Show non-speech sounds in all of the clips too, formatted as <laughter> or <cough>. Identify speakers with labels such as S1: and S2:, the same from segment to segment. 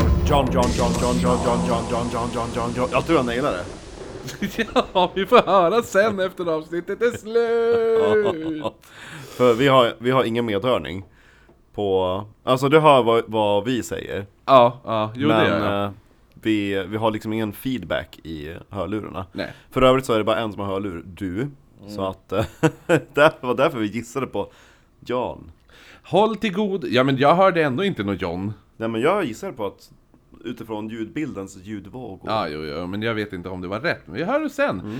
S1: John, John, John, John, John, John, John, John, John, John, John. Jag tror jag nailade det.
S2: <laughs> Ja, vi får höra sen efter avsnittet är
S1: <laughs>
S2: slut!
S1: För vi har, vi har ingen medhörning på... Alltså du hör vad, vad vi säger.
S2: Ja, ja, jo det
S1: men
S2: gör jag.
S1: eh, vi, vi har liksom ingen feedback i hörlurarna.
S2: Nej. Mm.
S1: För övrigt så är det bara en som har hörlur, du. Så att eh, <laughs> det var därför vi gissade på Jan.
S2: Håll till god... Ja, men jag hörde ändå inte någon John.
S1: Nej men jag gissade på att utifrån ljudbildens ljudvågor.
S2: Ja, Mm. jo, jo, men jag vet inte om det var rätt. Men vi hör det sen.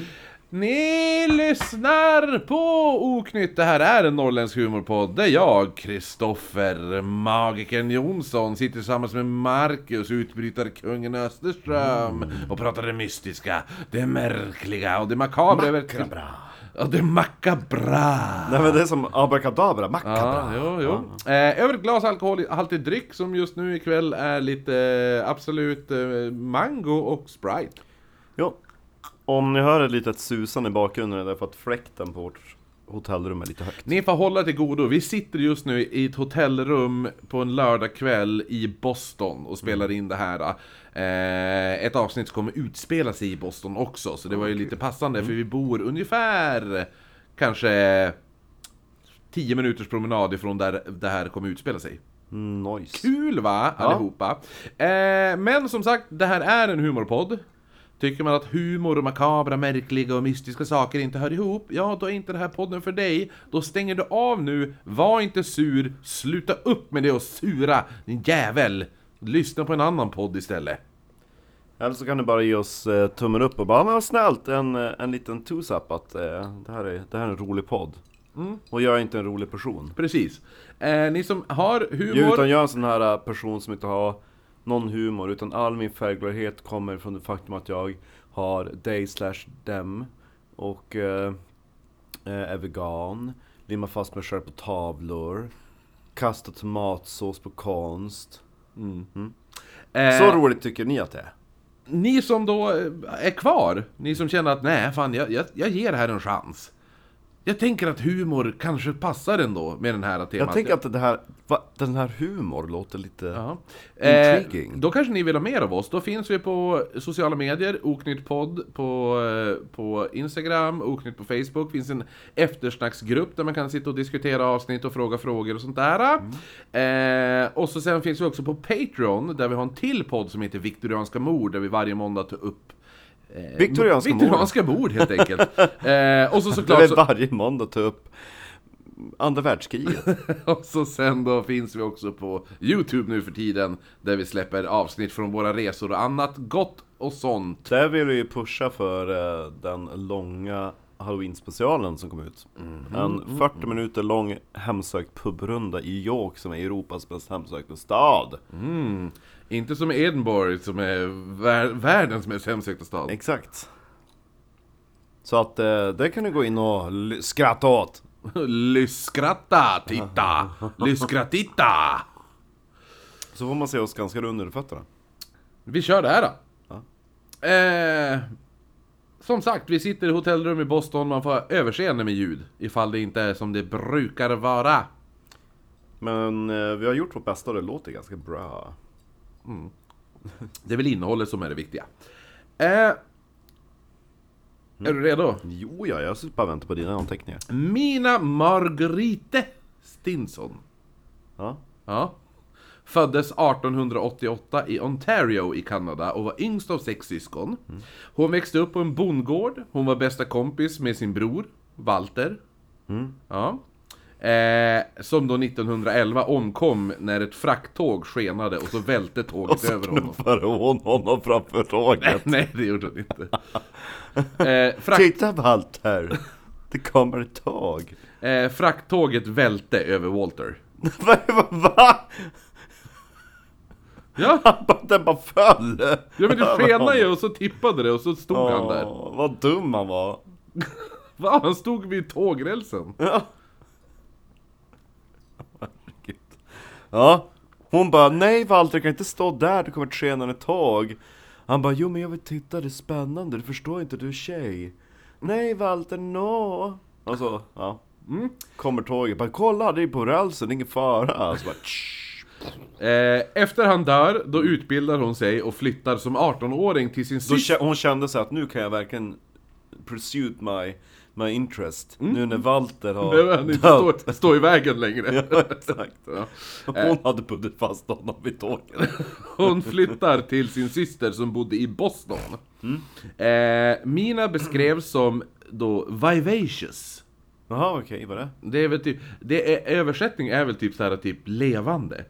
S2: Ni lyssnar på Oknytt. Det här är en norrländsk humorpodd där jag, Kristoffer Magikern Jonsson, sitter tillsammans med Marcus, utbrytarkungen Österström och pratar det mystiska, det märkliga och det makabra. över- Ja, det makabra.
S1: Nej men det är som abrakadabra,
S2: Ja,
S1: makabra.
S2: jo, jo. Eh, över ett glas alkoholhaltig dryck som just nu ikväll är lite eh, Absolut eh, Mango och Sprite.
S1: Jo. Om ni hör ett litet susande i bakgrunden är det därför att fläkten på vårt hotellrum är lite högt.
S2: Ni får hålla till godo. Vi sitter just nu i ett hotellrum på en lördagkväll i Boston och spelar in det här. Eh, ett avsnitt som kommer utspela sig i Boston också, så det var ju lite passande för vi bor ungefär kanske 10 minuters promenad ifrån där det här kommer utspela sig.
S1: Nice.
S2: Kul va, allihopa? Eh, men som sagt, det här är en humorpodd. Tycker man att humor och makabra, märkliga och mystiska saker inte hör ihop, ja då är inte den här podden för dig. Då stänger du av nu, var inte sur, sluta upp med det och sura, din jävel! Lyssna på en annan podd istället.
S1: Eller så kan du bara ge oss eh, tummen upp och bara men vad snällt en, eh, en liten two-up att eh, det, här är, det här är en rolig podd. Och jag är inte en rolig person.
S2: Precis. Eh, ni som har
S1: Jag,
S2: humor...
S1: utan jag är en sån här eh, person som inte har någon humor utan all min färggladhet kommer från det faktum att jag har dig slash dem och eh, eh, är vegan, limmar fast mig själv på tavlor, kastar tomatsås på konst.
S2: eh,
S1: Så roligt tycker ni att det är?
S2: Ni som då eh, är kvar, ni som känner att nej, fan, jag, jag, jag ger det här en chans. Jag tänker att humor kanske passar ändå med den här temat.
S1: Jag tänker att det här, va, den här humor låter lite...
S2: Ja. Eh,
S1: Intriguing.
S2: då kanske ni vill ha mer av oss. Då finns vi på sociala medier, Oknytt podd på, eh, på Instagram, Oknytt på Facebook. finns en eftersnacksgrupp där man kan sitta och diskutera avsnitt och fråga frågor och sånt där.
S1: Mm.
S2: Eh, och så sen finns vi också på Patreon där vi har en till podd som heter Viktorianska mord där vi varje måndag tar upp eh,
S1: Viktorianska mord.
S2: viktorianska mord. helt
S1: <laughs>
S2: enkelt. eh, och så
S1: Klart,
S2: såklart
S1: det är
S2: så,
S1: varje måndag ta upp andra världskriget.
S2: <laughs> Och så sen då finns vi också på Youtube nu för tiden Där vi släpper avsnitt från våra resor och annat gott och sånt
S1: Där vill vi ju pusha för eh, den långa Halloween-specialen som kom ut. En 40 minuter lång hemsökt pubrunda i York som är Europas mest hemsökta stad.
S2: Inte som Edinburgh som är vär- världens mest hemsökta stad <laughs>
S1: Exakt. Så att eh, det kan du gå in och l- skratta åt.
S2: Lyskratta, titta! Lyskratitta!
S1: Så får man se oss ganska runda under fötterna.
S2: Vi kör det här då! Eh, som sagt, vi sitter i hotellrum i Boston Man får ha överseende med ljud Ifall det inte är som det brukar vara
S1: Men eh, vi har gjort vårt bästa och det låter ganska bra.
S2: Det är väl innehållet som är det viktiga eh, Är du redo?
S1: Jo, ja, jag sitter bara och väntar på dina anteckningar.
S2: Mina Margarete Stinson.
S1: Ja.
S2: Ja. Föddes 1888 i Ontario i Kanada och var yngst av sex syskon. Hon växte upp på en bondgård. Hon var bästa kompis med sin bror, Walter.
S1: Mm.
S2: Ja. Eh, som då 1911 omkom när ett frakttåg skenade och så välte tåget
S1: Och så
S2: över honom.
S1: knuffade hon honom
S2: <laughs>
S1: framför tåget.
S2: Nej, det gjorde hon inte. Eh, frakt,
S1: Titta Walter! Det kommer ett tag.
S2: eh, frakttåget välte över Walter.
S1: Va? va- va? <laughs>
S2: Ja,
S1: Den bara föll!
S2: Ja
S1: <laughs>
S2: men det skenade ju och så tippade det och så stod han där.
S1: Åh, Vad dum han var.
S2: Va? Han stod vid tågrälsen.
S1: Ja. Herregud. Ja. Hon bara, nej Walter du kan inte stå där, det kommer ett skenande tåg. Han bara, jo men jag vill titta, det är spännande, du förstår inte, du är tjej. Nej Walter, no. Och
S2: Mm.
S1: så, ja. Kommer tåget, bara kolla, det är på rälsen, det är ingen fara. Så bara, tsch.
S2: Eh, efter han dör, då utbildar hon sig och flyttar som 18-åring till sin
S1: Då,
S2: syster.
S1: kä- hon kände sig att nu kan jag verkligen pursue my, my interest. Nu när Walter
S2: <laughs>
S1: har
S2: Behöver Mm. han inte
S1: dött.
S2: stå, stå i vägen längre.
S1: Ja, <laughs> exakt.
S2: Ja.
S1: <laughs> Hon hade bundit fast honom vid tåget.
S2: Hon flyttar till sin syster som bodde i Boston.
S1: Mm.
S2: Eh, Mina beskrevs som då vivacious.
S1: Jaha, okej, vad är det?
S2: Det är väl typ, det är, översättning är väl typ så här typ levande.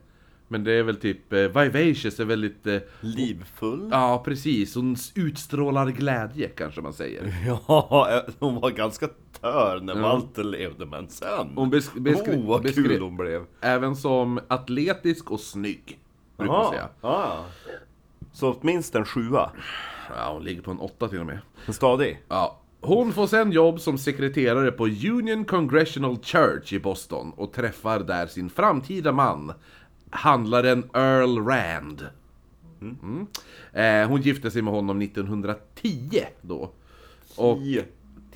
S2: Men det är väl typ, eh, vivacious är väldigt, eh,
S1: Livfull?
S2: ja precis, hon s- utstrålar glädje kanske man säger.
S1: Ja, <laughs> eh, hon var ganska tör när Walter levde, men sen...
S2: Hon besk- beskri-
S1: oh, vad
S2: beskri-
S1: kul hon blev!
S2: Även som atletisk och snygg. Brukar man
S1: Jaha,
S2: säga.
S1: ja. Så minst en sjua.
S2: Ja, hon ligger på en åtta till och med.
S1: En stadig.
S2: Ja. Hon får sen jobb som sekreterare på Union Congressional Church i Boston och träffar där sin framtida man, handlaren Earl Rand. Mm. Eh, hon gifte sig med honom 1910 då. Och
S1: I...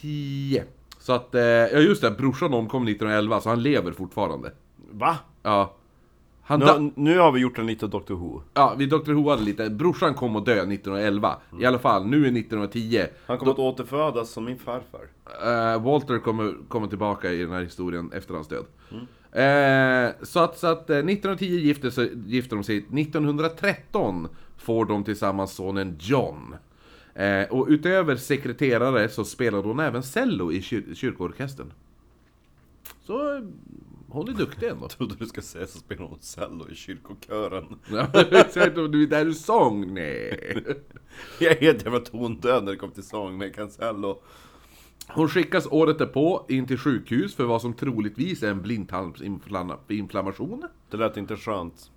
S2: 10. Så att, eh, ja just det, brorsan omkom 1911 så han lever fortfarande.
S1: Va?
S2: Ja. Han dö-
S1: Nu, nu har vi gjort en liten Dr Who.
S2: ja, vi Dr. Hoade lite, brorsan kom att dö 1911. I alla fall, nu är 1910.
S1: Han kommer att återfödas som min farfar.
S2: Eh, Walter kommer, kommer tillbaka i den här historien efter hans död. Eh, så att, så att eh, 1910 gifter, sig, gifter de sig. 1913 får de tillsammans sonen John. Eh, och utöver sekreterare så spelade hon även cello i kyr- kyrkoorkestern. Så eh, hon är duktig
S1: <laughs>
S2: ändå.
S1: trodde du skulle säga så spelar hon cello i kyrkokören. <laughs>
S2: Ja, exakt, och du- Där du sång, nej.
S1: Jag är helt jävla tondöv när det kommer till sång, men jag kan cello.
S2: Hon skickas året därpå in till sjukhus för vad som troligtvis är en blindtarmsinflammation.
S1: Det lät inte skönt.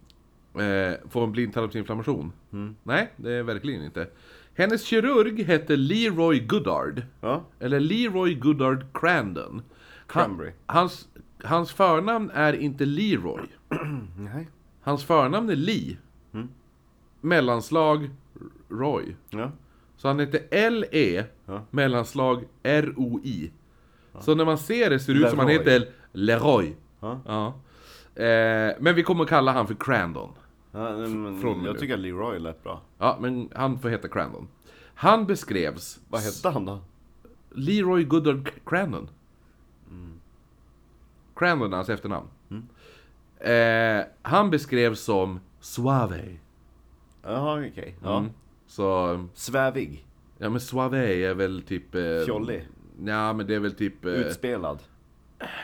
S2: eh, få en blindtarmsinflammation.
S1: Mm.
S2: Nej, det är verkligen inte. Hennes kirurg hette Leroy Goodard.
S1: Ja.
S2: Eller Leroy Goodard Crandon. Han-
S1: Cranberry.
S2: hans, hans förnamn är inte Leroy.
S1: <clears throat> Nej. Mm.
S2: Hans förnamn är Lee. Mellanslag Roy.
S1: Ja.
S2: Så han heter L-E,
S1: Ja.
S2: mellanslag R-O-I. Så när man ser det ser det ut som han
S1: Leroy.
S2: heter Leroy.
S1: Ja.
S2: Eh, men vi kommer kalla han för Crandon.
S1: ja nej, men
S2: Från och med.
S1: jag tycker att Leroy lät bra.
S2: Ja, men han får heta Crandon. Han beskrevs...
S1: Vad hette han då?
S2: Leroy Goodard C- Crandon.
S1: Mm.
S2: Crandon är hans efternamn. Eh, han beskrevs som Suave.
S1: Jaha, okej. Ja.
S2: Mm. Så,
S1: Svävig.
S2: ja men Suave är väl typ... Eh,
S1: Fjollig.
S2: Ja men det är väl typ... Eh,
S1: Utspelad.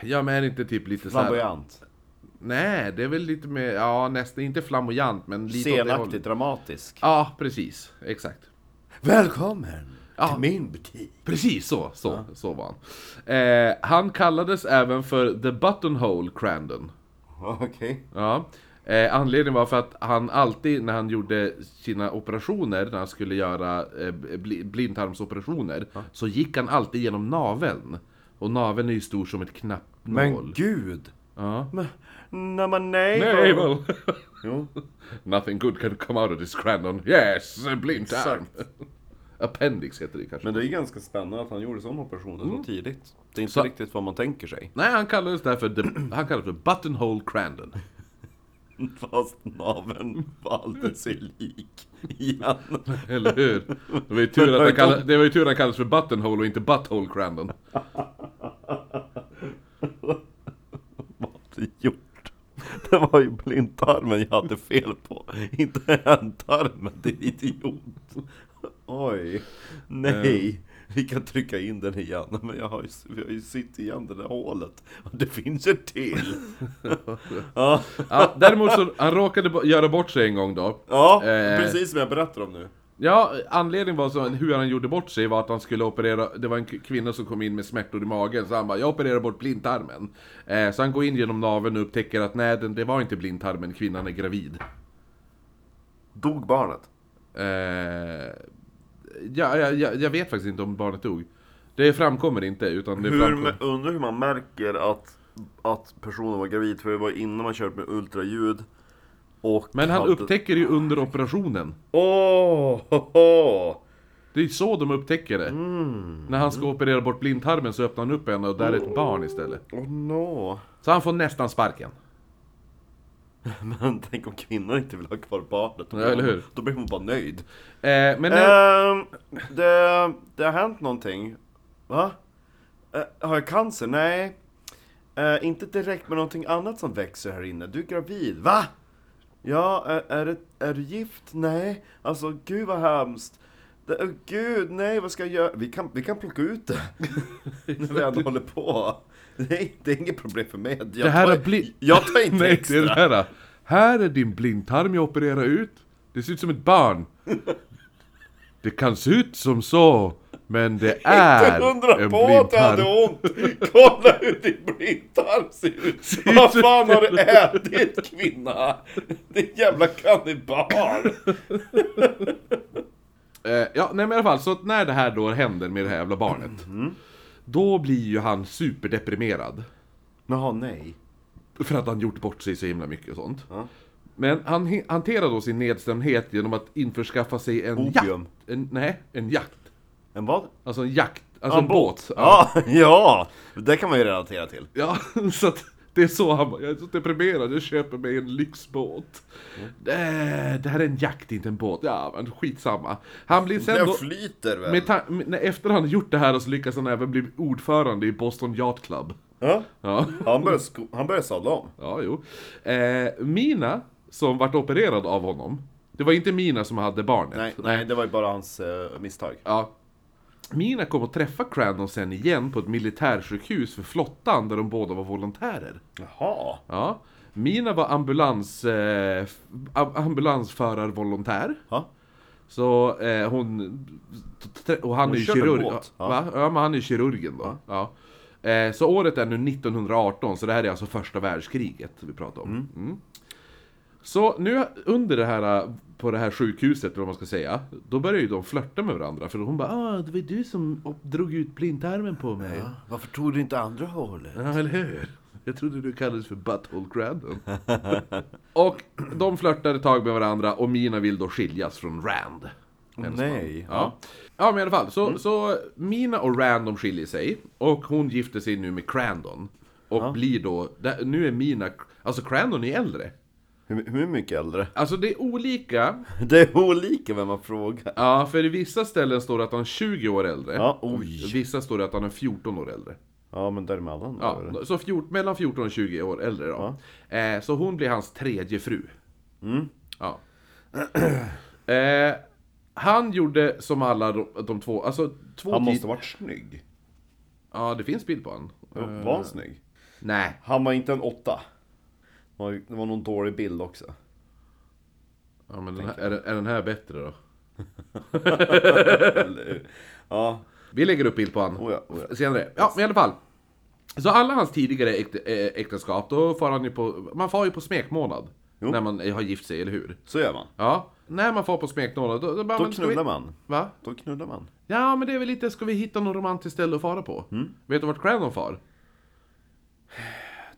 S2: ja men är det inte typ lite såhär...
S1: Flamboyant.
S2: Nej, det är väl lite mer... Ja nästan, inte flamboyant men lite åt det
S1: Scenaktig,
S2: hållet.
S1: dramatisk.
S2: Ja, precis. Exakt.
S1: Välkommen
S2: Ja.
S1: till min butik.
S2: Precis så, så, så var han. Eh, han kallades även för The Buttonhole Crandon.
S1: Okej.
S2: Ja. Eh, anledningen var för att han alltid när han gjorde sina operationer, när han skulle göra eh, bli- blindtarmsoperationer, så gick han alltid genom naveln. Och naveln är ju stor som ett
S1: Men
S2: knappnål.
S1: gud!
S2: Ja.
S1: Men, när man nej,
S2: Nej, väl.
S1: Jo.
S2: <laughs> Nothing good can come out of this Crandon. Yes, a blindtarm!
S1: Exakt.
S2: <laughs> Appendix heter det kanske.
S1: Men det är ganska spännande att han gjorde sådana operationer Mm. så tidigt. Det är inte
S2: Så-
S1: riktigt vad man tänker sig.
S2: Nej, han kallades därför the, han kallades för Buttonhole Crandon.
S1: <laughs> Fast naveln var alldeles <laughs> sig lik igen.
S2: <laughs> Eller hur? Det var ju tur att han, kall- det var ju tur att han kallades för Buttonhole och inte Butthole Crandon.
S1: Vad gjort? Det var ju blindtarmen jag hade fel på. Inte ändtarmen, din idiot. Oj. Nej.
S2: Eh.
S1: Vi kan trycka in den igen. Men jag har ju, vi har ju sitt igen det där hålet. Och Det finns
S2: <laughs>
S1: ett till. Ja,
S2: Ja, däremot så, han råkade bo- göra bort sig en gång då.
S1: ja
S2: Eh.
S1: precis som jag berättar om nu.
S2: Ja, anledningen var så, hur han gjorde bort sig var att han skulle operera, det var en k- kvinna som kom in med smärtor i magen, så han bara 'Jag opererar bort blindtarmen' eh, Så han går in genom naveln och upptäcker att nej, den, det var inte blindtarmen, kvinnan är gravid.
S1: Dog barnet?
S2: Eh, ja, ja, ja, jag vet faktiskt inte om barnet dog. Det framkommer inte, utan det framkommer...
S1: Hur, undrar hur man märker att, att personen var gravid, för det var innan man körde med ultraljud. Och
S2: Men han
S1: hade-
S2: upptäcker ju under operationen.
S1: Åh! ho, ho.
S2: Det är så de upptäcker det.
S1: Mm.
S2: När han ska operera bort blindtarmen så öppnar han upp en och där är ett barn istället.
S1: Åh oh, no!
S2: Så han får nästan sparken.
S1: <laughs> Men tänk om kvinnan inte vill ha kvar barnet. Då
S2: Ja,
S1: blir
S2: eller
S1: hon-
S2: hur?
S1: Då blir hon bara nöjd.
S2: Eh, men nu,
S1: Ehm, det, det har hänt någonting. Va? Eh, har jag cancer? Nej. Eh, inte direkt, men någonting annat som växer här inne. Du är gravid. Va? Ja, är, är, det, är du gift? Nej. Alltså, gud vad hemskt. Det, oh, gud, nej, vad ska jag göra? Vi kan, vi kan plocka ut det. <laughs> När vi ändå håller på. Nej, det är inget problem för mig. Jag
S2: det här
S1: tar,
S2: har blivit... <laughs>
S1: jag tar <laughs> inte
S2: Nej, det
S1: extra.
S2: är det här. Här är din blindtarm jag opererar ut. Det ser ut som ett barn. Det kan se ut som så, men det är
S1: <laughs> Inte undra
S2: en
S1: på att det hade
S2: blindtarm.
S1: ont! Kolla hur din blindtarm ser <laughs> ut!
S2: ut
S1: Vad
S2: som
S1: fan har du ätit kvinna? Din jävla kannibal!
S2: Eh, ja, nej men i alla fall, så att när det här då händer med det här jävla barnet.
S1: Mm.
S2: Då blir ju han superdeprimerad.
S1: Jaha, nej.
S2: För att han gjort bort sig så himla mycket och sånt.
S1: Ja.
S2: Men han he- hanterar då sin nedstämdhet genom att införskaffa sig en
S1: Opium.
S2: jakt. En, nej, en jakt.
S1: En vad?
S2: Alltså en jakt. Alltså
S1: Ja,
S2: en båt. Ja.
S1: Ja, <laughs> ja! Det kan man ju relatera till.
S2: Ja, <laughs> så att det är så han bara, jag är så deprimerad, jag köper mig en lyxbåt.
S1: Mm.
S2: Eh, Det här är en jakt, inte en båt. Ja, men skitsamma. Han blir sen
S1: Den
S2: då...
S1: flyter väl?
S2: Med ta- med, när- efter han har gjort det här så lyckas han även bli ordförande i Boston Yacht Club.
S1: Ja.
S2: Ja,
S1: Han börjar, sko- han börjar sadla om.
S2: ja jo. Eh, Mina, som vart opererad av honom. Det var inte Mina som hade barnet.
S1: Nej, nej, det var ju bara hans eh, misstag.
S2: Ja. Mina kom att träffa Crandon sen igen på ett militärsjukhus för flottan där de båda var volontärer.
S1: Jaha.
S2: Ja. Mina var ambulans, eh, f- am- ambulansförarvolontär.
S1: Ja.
S2: Så eh, hon... t- Och han
S1: Hon
S2: är ju
S1: körde
S2: kirurg.
S1: båt,
S2: Ja.
S1: ja.
S2: Va? Ja, men han är ju kirurgen då. Ja. Eh, så året är nu 1918, så det här är alltså första världskriget vi pratar om. Mm. Så nu under det här, eh, på det här sjukhuset, eller vad man ska säga, då börjar ju de flörta med varandra. För hon bara ah, det var ju du som op- drog ut blindtarmen på mig. Ja,
S1: Varför tog du inte andra hålet?
S2: eller hur? Jag trodde du kallades för Butthole <laughs> Crandon. och de flörtar ett tag med varandra och Mina vill då skiljas från Rand. Hennes
S1: Nej.
S2: Ja. ja, men i alla fall. Så,
S1: Mm.
S2: så Mina och Random skiljer sig. Och hon gifter sig nu med Crandon. Och blir då... där- Nu är Mina... Alltså Crandon är äldre.
S1: Hur, hur mycket äldre? <laughs>
S2: Alltså det är olika.
S1: Det är olika vem man frågar.
S2: Ja, för i vissa ställen står det att han är 20 år äldre.
S1: Ja, oj.
S2: I Vissa står det att han är 14 år äldre.
S1: Ja, men däremellan.
S2: Ja,
S1: eller?
S2: så fjort, mellan 14 och 20 år äldre då. Eh, så hon blir hans tredje fru.
S1: Mm.
S2: Ja. Eh, han gjorde som alla de, de två, alltså två
S1: Han
S2: tid-
S1: måste varit snygg.
S2: Ja, det finns bild på han.
S1: Var han snygg?
S2: Nej.
S1: Han var inte en åtta. Det var, det var någon dålig bild också.
S2: Ja, men den här, är, är den här bättre då?
S1: Eller hur? <laughs> Ja,
S2: Vi lägger upp bild på han
S1: Oh ja, oh ja.
S2: senare. Ja, men i alla fall. Så alla hans tidigare äkt, eh, äktenskap, då får han ju på, man får ju på smekmånad.
S1: Jo.
S2: När man eh, har gift sig, eller hur?
S1: så gör man.
S2: Ja, när man får på smekmånad då... Då, bara,
S1: Då
S2: men ska vi-
S1: knullar man.
S2: Va?
S1: Då knullar man.
S2: Ja, men det är väl lite, ska vi hitta något romantiskt ställe att fara på?
S1: Mm.
S2: Vet du vart Crandon far?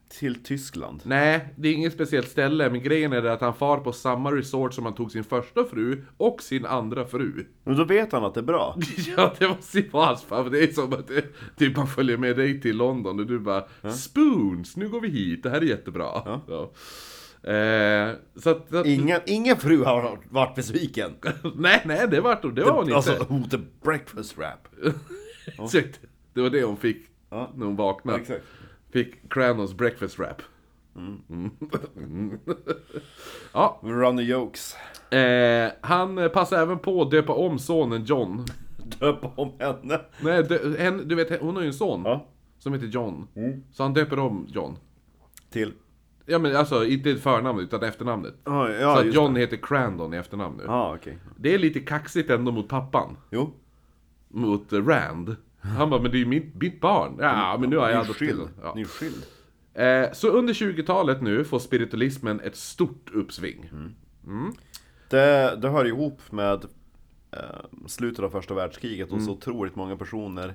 S1: Till Tyskland.
S2: Nej, det är inget speciellt ställe, men grejen är det att han far på samma resort som han tog sin första fru och sin andra fru.
S1: Men då vet han att det är bra.
S2: <laughs> Ja, det måste ju vara hans favorit. Det är som att det, typ man följer med dig till London och du bara Spoons, nu går vi hit, det här är jättebra. Ja. Eh, så att, så att,
S1: Ingen, ingen fru har varit besviken.
S2: <laughs> nej, nej, det vart det var hon inte.
S1: Alltså, oh, the breakfast wrap.
S2: Exakt. Det var det hon fick
S1: Ja.
S2: när hon vaknade.
S1: Exakt.
S2: Fick Cranons breakfast wrap. Mm. ja,
S1: Ronny Jokes.
S2: eh, han passar även på att döpa om sonen John.
S1: Döp om henne.
S2: Nej, dö, en, du vet, hon har ju en son
S1: Ja. Mm.
S2: som heter John. Så han döper om John.
S1: Till.
S2: Ja men alltså inte förnamnet utan efternamnet.
S1: Ja,
S2: så
S1: ja,
S2: att
S1: just.
S2: John heter Crandon i efternamn nu.
S1: Ja, okej.
S2: Det är lite kaxigt ändå mot pappan.
S1: Jo.
S2: Mot eh, Rand. Han bara, men det är ju mitt, mitt barn.
S1: Mm.
S2: Ja, men nu har jag
S1: Ni är
S2: adopterat
S1: skild.
S2: honom. ja.
S1: Ni är skild.
S2: Eh, Så under 20-talet nu får spiritualismen ett stort uppsving.
S1: Mm. Det, det hör ihop med eh, slutet av första världskriget och
S2: Mm.
S1: så otroligt många personer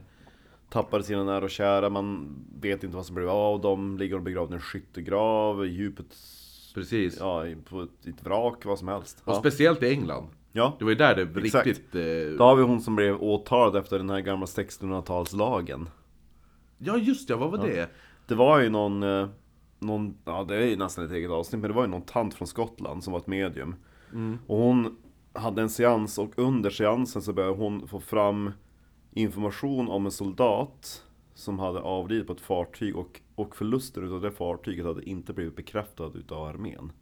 S1: tappade sina nära och kära, man vet inte vad som blev av dem, ligger och begravda i en skyttegrav, i djupet,
S2: Precis.
S1: ja, i- på ett, i ett vrak, vad som helst.
S2: Och
S1: Ja.
S2: speciellt i England.
S1: ja,
S2: Det var ju där det
S1: Exakt.
S2: riktigt... eh,
S1: då har vi hon som blev åtalad efter den här gamla 1600-talslagen.
S2: Ja just ja, vad var det?
S1: Det var ju någon, eh, någon, ja det är ju nästan ett eget avsnitt, men det var ju någon tant från Skottland som var ett medium. Och hon hade en seans och under seansen så började hon få fram information om en soldat som hade avlidit på ett fartyg och, och förluster utav det fartyget hade inte blivit bekräftad utav armén.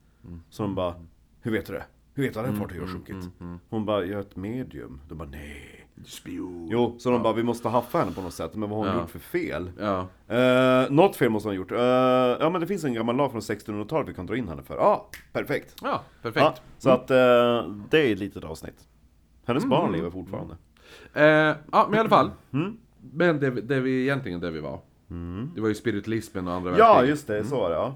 S1: Så de bara, hur vet du det? Hur vet du att det här fartyget har sjunkit? Hon bara, jag är ett medium. De bara, nej.
S2: Spion.
S1: Jo, så de bara, vi måste haffa henne på något sätt. Men vad har hon
S2: Ja.
S1: gjort för fel?
S2: Ja.
S1: Uh, något fel måste hon ha gjort. Eh, ja men det finns en gammal lag från 1600-talet vi kan dra in henne för. Ja, ah, perfekt.
S2: ja, perfekt.
S1: Ja, så att eh, det är ett litet avsnitt. Hennes barn lever fortfarande.
S2: Eh, ja, men i alla fall.
S1: Mm.
S2: Men det, det vi egentligen där vi var. Det var ju spiritualismen och andra
S1: Ja,
S2: världskriget.
S1: just det. Så var det ja.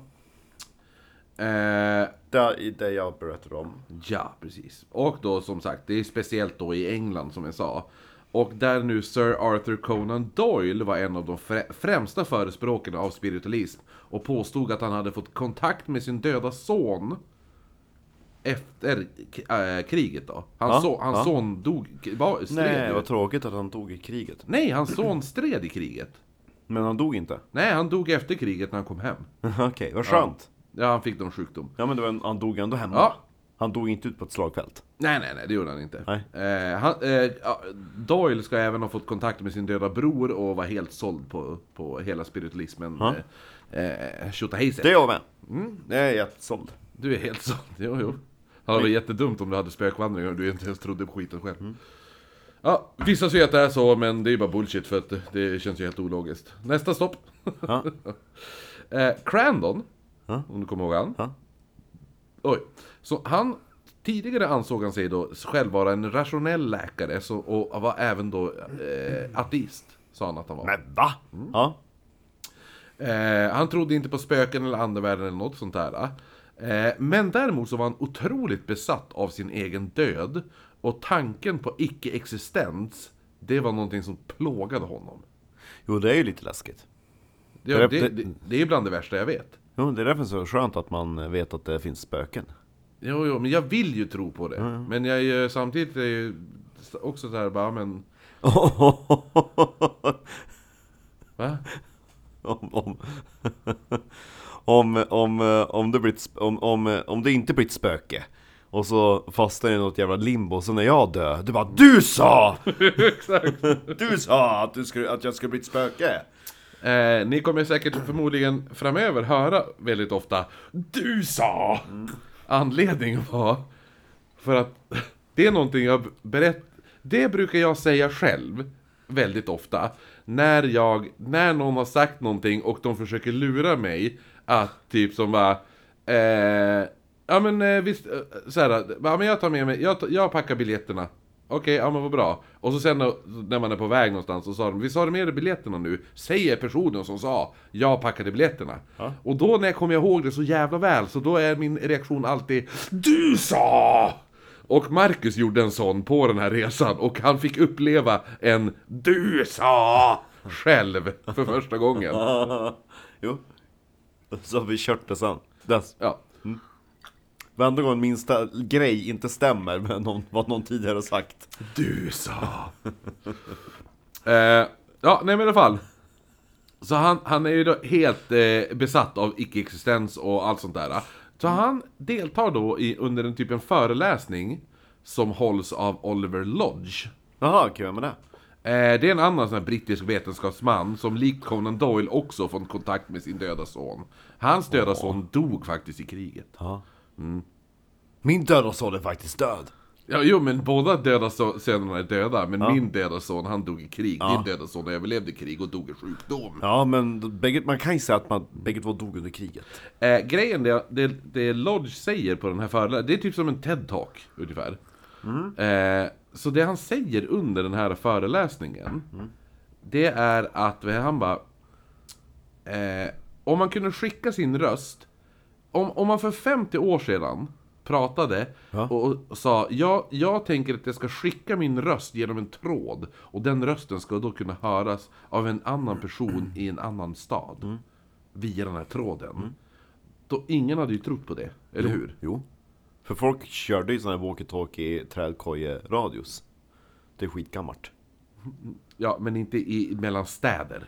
S2: Eh,
S1: Det, det jag berättade om.
S2: ja, precis. Och då som sagt, det är speciellt då i England som jag sa. Och där nu Sir Arthur Conan Doyle var en av de frä- främsta förespråkarna av spiritualism. Och påstod att han hade fått kontakt med sin döda son. Efter k- äh, kriget då. Hans,
S1: Ja,
S2: so- hans
S1: ja.
S2: son dog, var, stred
S1: Nej,
S2: ju.
S1: vad tråkigt att han dog i kriget.
S2: Nej, hans son stred i kriget.
S1: Men han dog inte.
S2: Nej, han dog efter kriget när han kom hem.
S1: <laughs> Okej, vad skönt. Ja,
S2: Ja, han fick någon sjukdom.
S1: men det var en, han dog ändå hemma.
S2: Ja.
S1: Han dog inte ut på ett slagfält.
S2: Nej, nej, nej, det gjorde han inte.
S1: Nej.
S2: Eh, han, eh, ja, Doyle ska även ha fått kontakt med sin döda bror och var helt såld på, på hela spiritualismen.
S1: Ja.
S2: Eh, eh, Tjotahejset.
S1: Det är jag med. Mm. Det är jag såld.
S2: Du är helt såld, <laughs> jo, jo. Det hade varit jättedumt om du hade spökvandringar och du inte ens trodde på skiten själv.
S1: Mm.
S2: Ja, vissa säger att det är så, men det är bara bullshit för att det- det känns ju helt ologiskt. Nästa stopp!
S1: <laughs> Ja.
S2: eh, Crandon,
S1: Ja.
S2: om du kommer ihåg han.
S1: Ja.
S2: Oj. Så han, tidigare ansåg han sig då själv vara en rationell läkare så, och var även då eh, ateist, sa han att han var.
S1: Men va? Ja.
S2: Eh, han trodde inte på spöken eller andevärlden eller något sånt där. Eh, men däremot så var han otroligt besatt av sin egen död. Och tanken på icke-existens, det var någonting som plågade honom.
S1: Jo, det är ju lite läskigt.
S2: Det,
S1: Det-
S2: det, det, det är bland det värsta jag vet.
S1: Jo, det är därför så skönt att man vet att det finns spöken.
S2: Jo, jo, men jag vill ju tro på det. Men jag är ju samtidigt är ju också så här bara, men... Va?
S1: om, om, om, om, eh, om, det blir ett, sp- om, om, eh, om det inte blir ett spöke och så fastnar jag i något jävla limbo, så när jag dör, du bara DU SA!
S2: Exakt.
S1: Du sa att, du skulle, att jag skulle bli ett spöke!
S2: Eh, ni kommer säkert förmodligen framöver höra väldigt ofta Du sa! Anledningen var för att <laughs> det är någonting jag berätt... Det brukar jag säga själv väldigt ofta. När jag, när någon har sagt någonting och de försöker lura mig att typ som bara eh, Ja men eh, visst, eh, så här, ja, men jag tar med mig, jag, tar- jag packar biljetterna. Okej, ja men vad bra. Och så sen när- när man är på väg någonstans så sa de, visst har du med dig biljetterna nu? Säger personen som sa, jag packade biljetterna. Och då när jag kommer ihåg det så jävla väl, så då är min reaktion alltid, du sa! Och Marcus gjorde en sån på den här resan och han fick uppleva en Du sa! Själv för första gången.
S1: jo. Så har vi kört det sen. Dess.
S2: Ja.
S1: Varenda gång minsta grej inte stämmer med någon, vad någon tidigare har sagt.
S2: Du sa! eh, ja, nej men i alla fall. Så han, han är ju då helt eh, besatt av icke-existens och allt sånt där. Så han deltar då i, under en typ en föreläsning som hålls av Oliver Lodge.
S1: Jaha, kul med det.
S2: Eh, det är en annan sån här brittisk vetenskapsman som likt Conan Doyle också fått kontakt med sin döda son. Hans döda son dog faktiskt i kriget.
S1: Min döda son är faktiskt död.
S2: Ja, jo men båda döda so- sönerna är döda, men min döda son han dog i krig. Din döda son överlevde krig och dog i sjukdom.
S1: Ja, men bägge, man kan ju säga att man, bägge två dog under kriget.
S2: Eh, grejen det, det, det Lodge säger på den här föreläsningen, det är typ som en TED-talk ungefär. Eh, så det han säger under den här föreläsningen, det är att vad är det han bara... Eh, om man kunde skicka sin röst, om, om man för 50 år sedan pratade
S1: Ja.
S2: och, och sa jag, jag tänker att jag ska skicka min röst genom en tråd och den rösten ska då kunna höras av en annan person i en annan stad via den här tråden. Då ingen hade ju trott på det, eller hur?
S1: Jo. För folk körde ju såna här walkie-talkie trädkoje-radios. Det är skitgammalt.
S2: Ja, men inte i, mellan städer.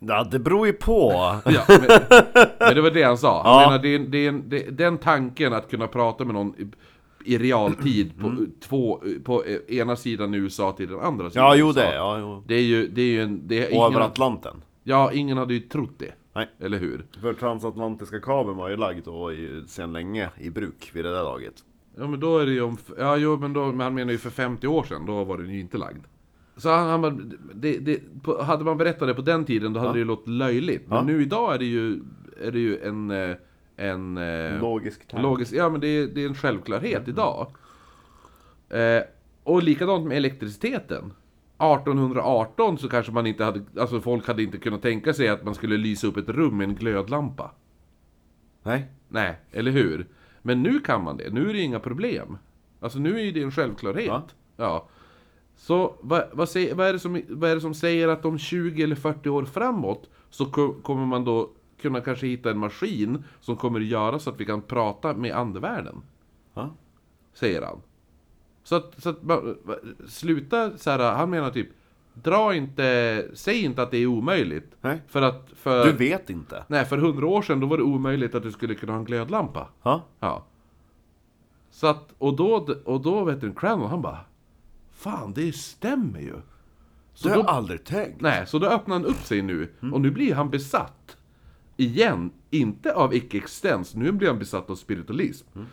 S1: Ja, det beror ju på.
S2: Ja, men, men det var det han sa. Han
S1: Ja.
S2: menar, det är, det är, en- det, den tanken att kunna prata med någon i, i realtid på,
S1: Mm.
S2: två, på eh, ena sidan USA till den andra sidan
S1: <laughs> Ja, jo
S2: USA.
S1: det. Ja, jo.
S2: Det är ju, det är ju en... Det är
S1: Och
S2: ingen,
S1: över Atlanten.
S2: Ja, ingen hade ju trott det.
S1: Nej.
S2: Eller hur?
S1: För transatlantiska kabeln var ju lagd och i- sedan länge i bruk vid det där laget.
S2: Ja men då är det ju om... Ja jo men då, men han menar ju för 50 år sedan, då var den ju inte lagd. Så han, han bara, det, det, på, hade man berättat det på den tiden då hade det ju låtit löjligt. Men
S1: Ja.
S2: nu idag är det ju, är det ju en... eh, en eh,
S1: Logisk tanke.
S2: logisk Ja men det är, det är en självklarhet idag. Eh, och likadant med elektriciteten. 1818 så kanske man inte hade, alltså folk hade inte kunnat tänka sig att man skulle lysa upp ett rum med en glödlampa.
S1: Nej.
S2: Nej, eller hur? Men nu kan man det, nu är det inga problem. Alltså nu är ju det en självklarhet.
S1: Ja.
S2: Ja. Så vad, vad, säger, vad, är det som, vad är det som säger att om 20 eller 40 år framåt så ko- kommer man då kunna kanske hitta en maskin som kommer att göra så att vi kan prata med andevärlden?
S1: Ja.
S2: Säger han. Så att, så att man, sluta så här, han menar typ Dra inte, säg inte att det är omöjligt.
S1: Nej.
S2: För att, för...
S1: Du vet inte.
S2: Nej, för hundra år sedan då var det omöjligt att du skulle kunna ha en glödlampa.
S1: Ja.
S2: Ja. Så att, och då, och då vet du, Cranwell han bara Fan, det stämmer ju! Så
S1: Det har Mm.
S2: då,
S1: jag aldrig tänkt.
S2: nej, så då öppnar han upp sig nu, och nu blir han besatt. Igen, inte av icke-existens, nu blir han besatt av spiritualism.
S1: Mm.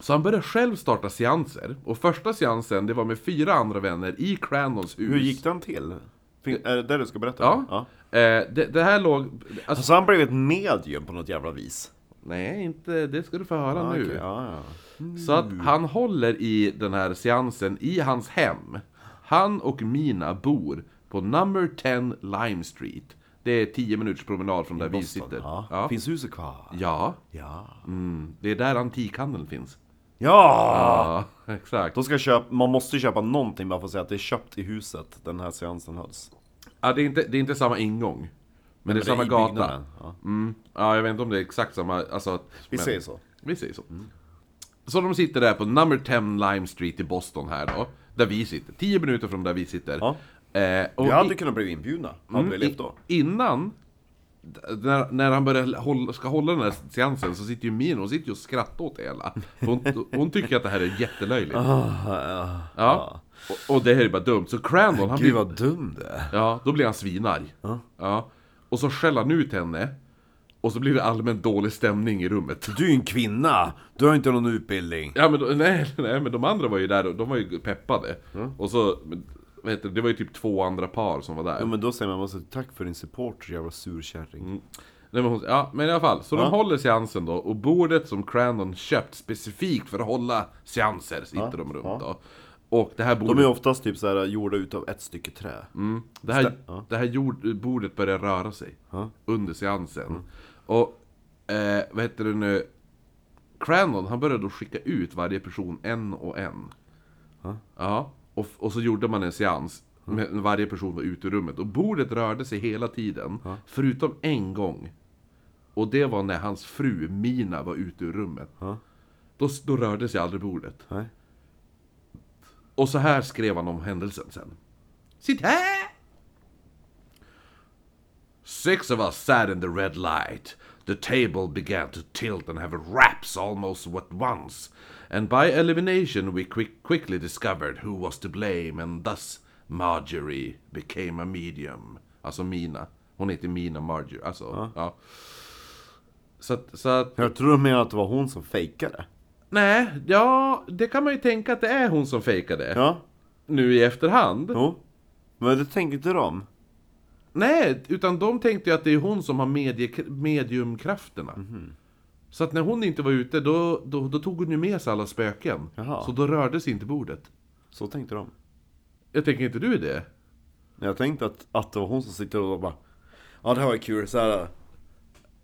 S2: Så han började själv starta seanser, och första seansen det var med fyra andra vänner i Cranwells hus.
S1: Hur gick den till? Fin- Är det det du ska berätta?
S2: Ja.
S1: om? ja.
S2: Eh, det, det här låg... Alltså,
S1: Så han blev ett medium på något jävla vis?
S2: nej, inte, det ska du få höra
S1: Ja,
S2: nu.
S1: Ah, okej, ja, ja.
S2: Så
S1: Mm.
S2: att han håller i den här seansen i hans hem. Han och Mina bor på number 10 Lime Street. Det är 10 minuters promenad från där vi
S1: Boston,
S2: sitter.
S1: Ja.
S2: Ja.
S1: Finns huset kvar?
S2: Ja,
S1: Ja.
S2: mm. det är där antikhandeln finns.
S1: Ja!
S2: Ja, <laughs> exakt.
S1: Då ska jag köpa, man måste ju köpa någonting bara för att säga att det är köpt i huset den här seansen hölls.
S2: Ja, det, är inte, det är inte samma ingång. Men, det är
S1: Men
S2: samma
S1: i
S2: gata.
S1: byggnaden, Ja.
S2: Mm. Ja, jag vet inte om det är exakt samma. Alltså, att-
S1: Vi Mm.
S2: men-
S1: säger så.
S2: Vi säger så. Så de sitter där på number 10 Lime Street i Boston här då. Där vi sitter. 10 minuter från där vi sitter.
S1: Ja.
S2: Eh, och
S1: Vi hade
S2: i- Mm,
S1: kunnat bli inbjudna, hade vi
S2: i-
S1: levt då.
S2: Innan, d- när, när han börjar hålla, ska hålla den här seansen så sitter ju Mino hon sitter ju och skrattar åt det hela. För Hon, hon tycker att det här är jättelöjligt. Ja. Och, och det här är bara dumt. Så Crandall, han
S1: Gud
S2: blir,
S1: vad dum du är.
S2: ja, då blir han svinarg. Ja. Och så skäller han ut henne. Och så blir det allmänt dålig stämning i rummet.
S1: Du är ju en kvinna, du har inte någon utbildning.
S2: Ja men, då, nej, nej, men de andra var ju där, och de var ju peppade. Och så, men, vad heter det, det var ju typ två andra par som var där.
S1: Ja men då säger man måste tack för din support jävla surkärring.
S2: Mm. Nej, men, hon, ja, men i alla fall, så de håller seansen då, och bordet som Crandon köpt specifikt för att hålla seanser sitter de runt då. Och det här bordet,
S1: De är oftast typ så här gjorda utav ett stycke trä.
S2: mm, det här, det här jord, bordet börjar röra sig under seansen. Och, eh, vad heter det nu, Crandon han började då skicka ut varje person en och en. Ja, och, f- och så gjorde man en seans. Med, varje person var ute ur rummet och bordet rörde sig hela tiden. Förutom en gång. Och det var när hans fru Mina var ute ur rummet. Då, s- då rörde sig aldrig bordet.
S1: Nej.
S2: Och så här skrev han om händelsen sen. Sitt här! Six of us sat in the red light. The table began to tilt and have raps almost at once, and by elimination we quick, quickly discovered who was to blame, and thus Marjorie became a medium. Alltså Mina. Hon heter Mina Marjorie, alltså. Ja. Så, att- så att...
S1: Jag tror de menar att det var hon som fejkade.
S2: Nej, ja, det kan man ju tänka att det är hon som fejkade.
S1: Ja,
S2: Nu i efterhand.
S1: jo. Men det tänkte inte de.
S2: Nej, utan de tänkte ju att det är hon som har medie, mediumkrafterna.
S1: Mhm.
S2: Så att när hon inte var ute, då, då, då tog hon ju med sig alla spöken.
S1: Jaha.
S2: Så då rörde sig inte bordet.
S1: Så tänkte de.
S2: Jag tänker inte du det?
S1: Men Jag tänkte att, att det var hon som sitter och bara Ja det här var kul, så här,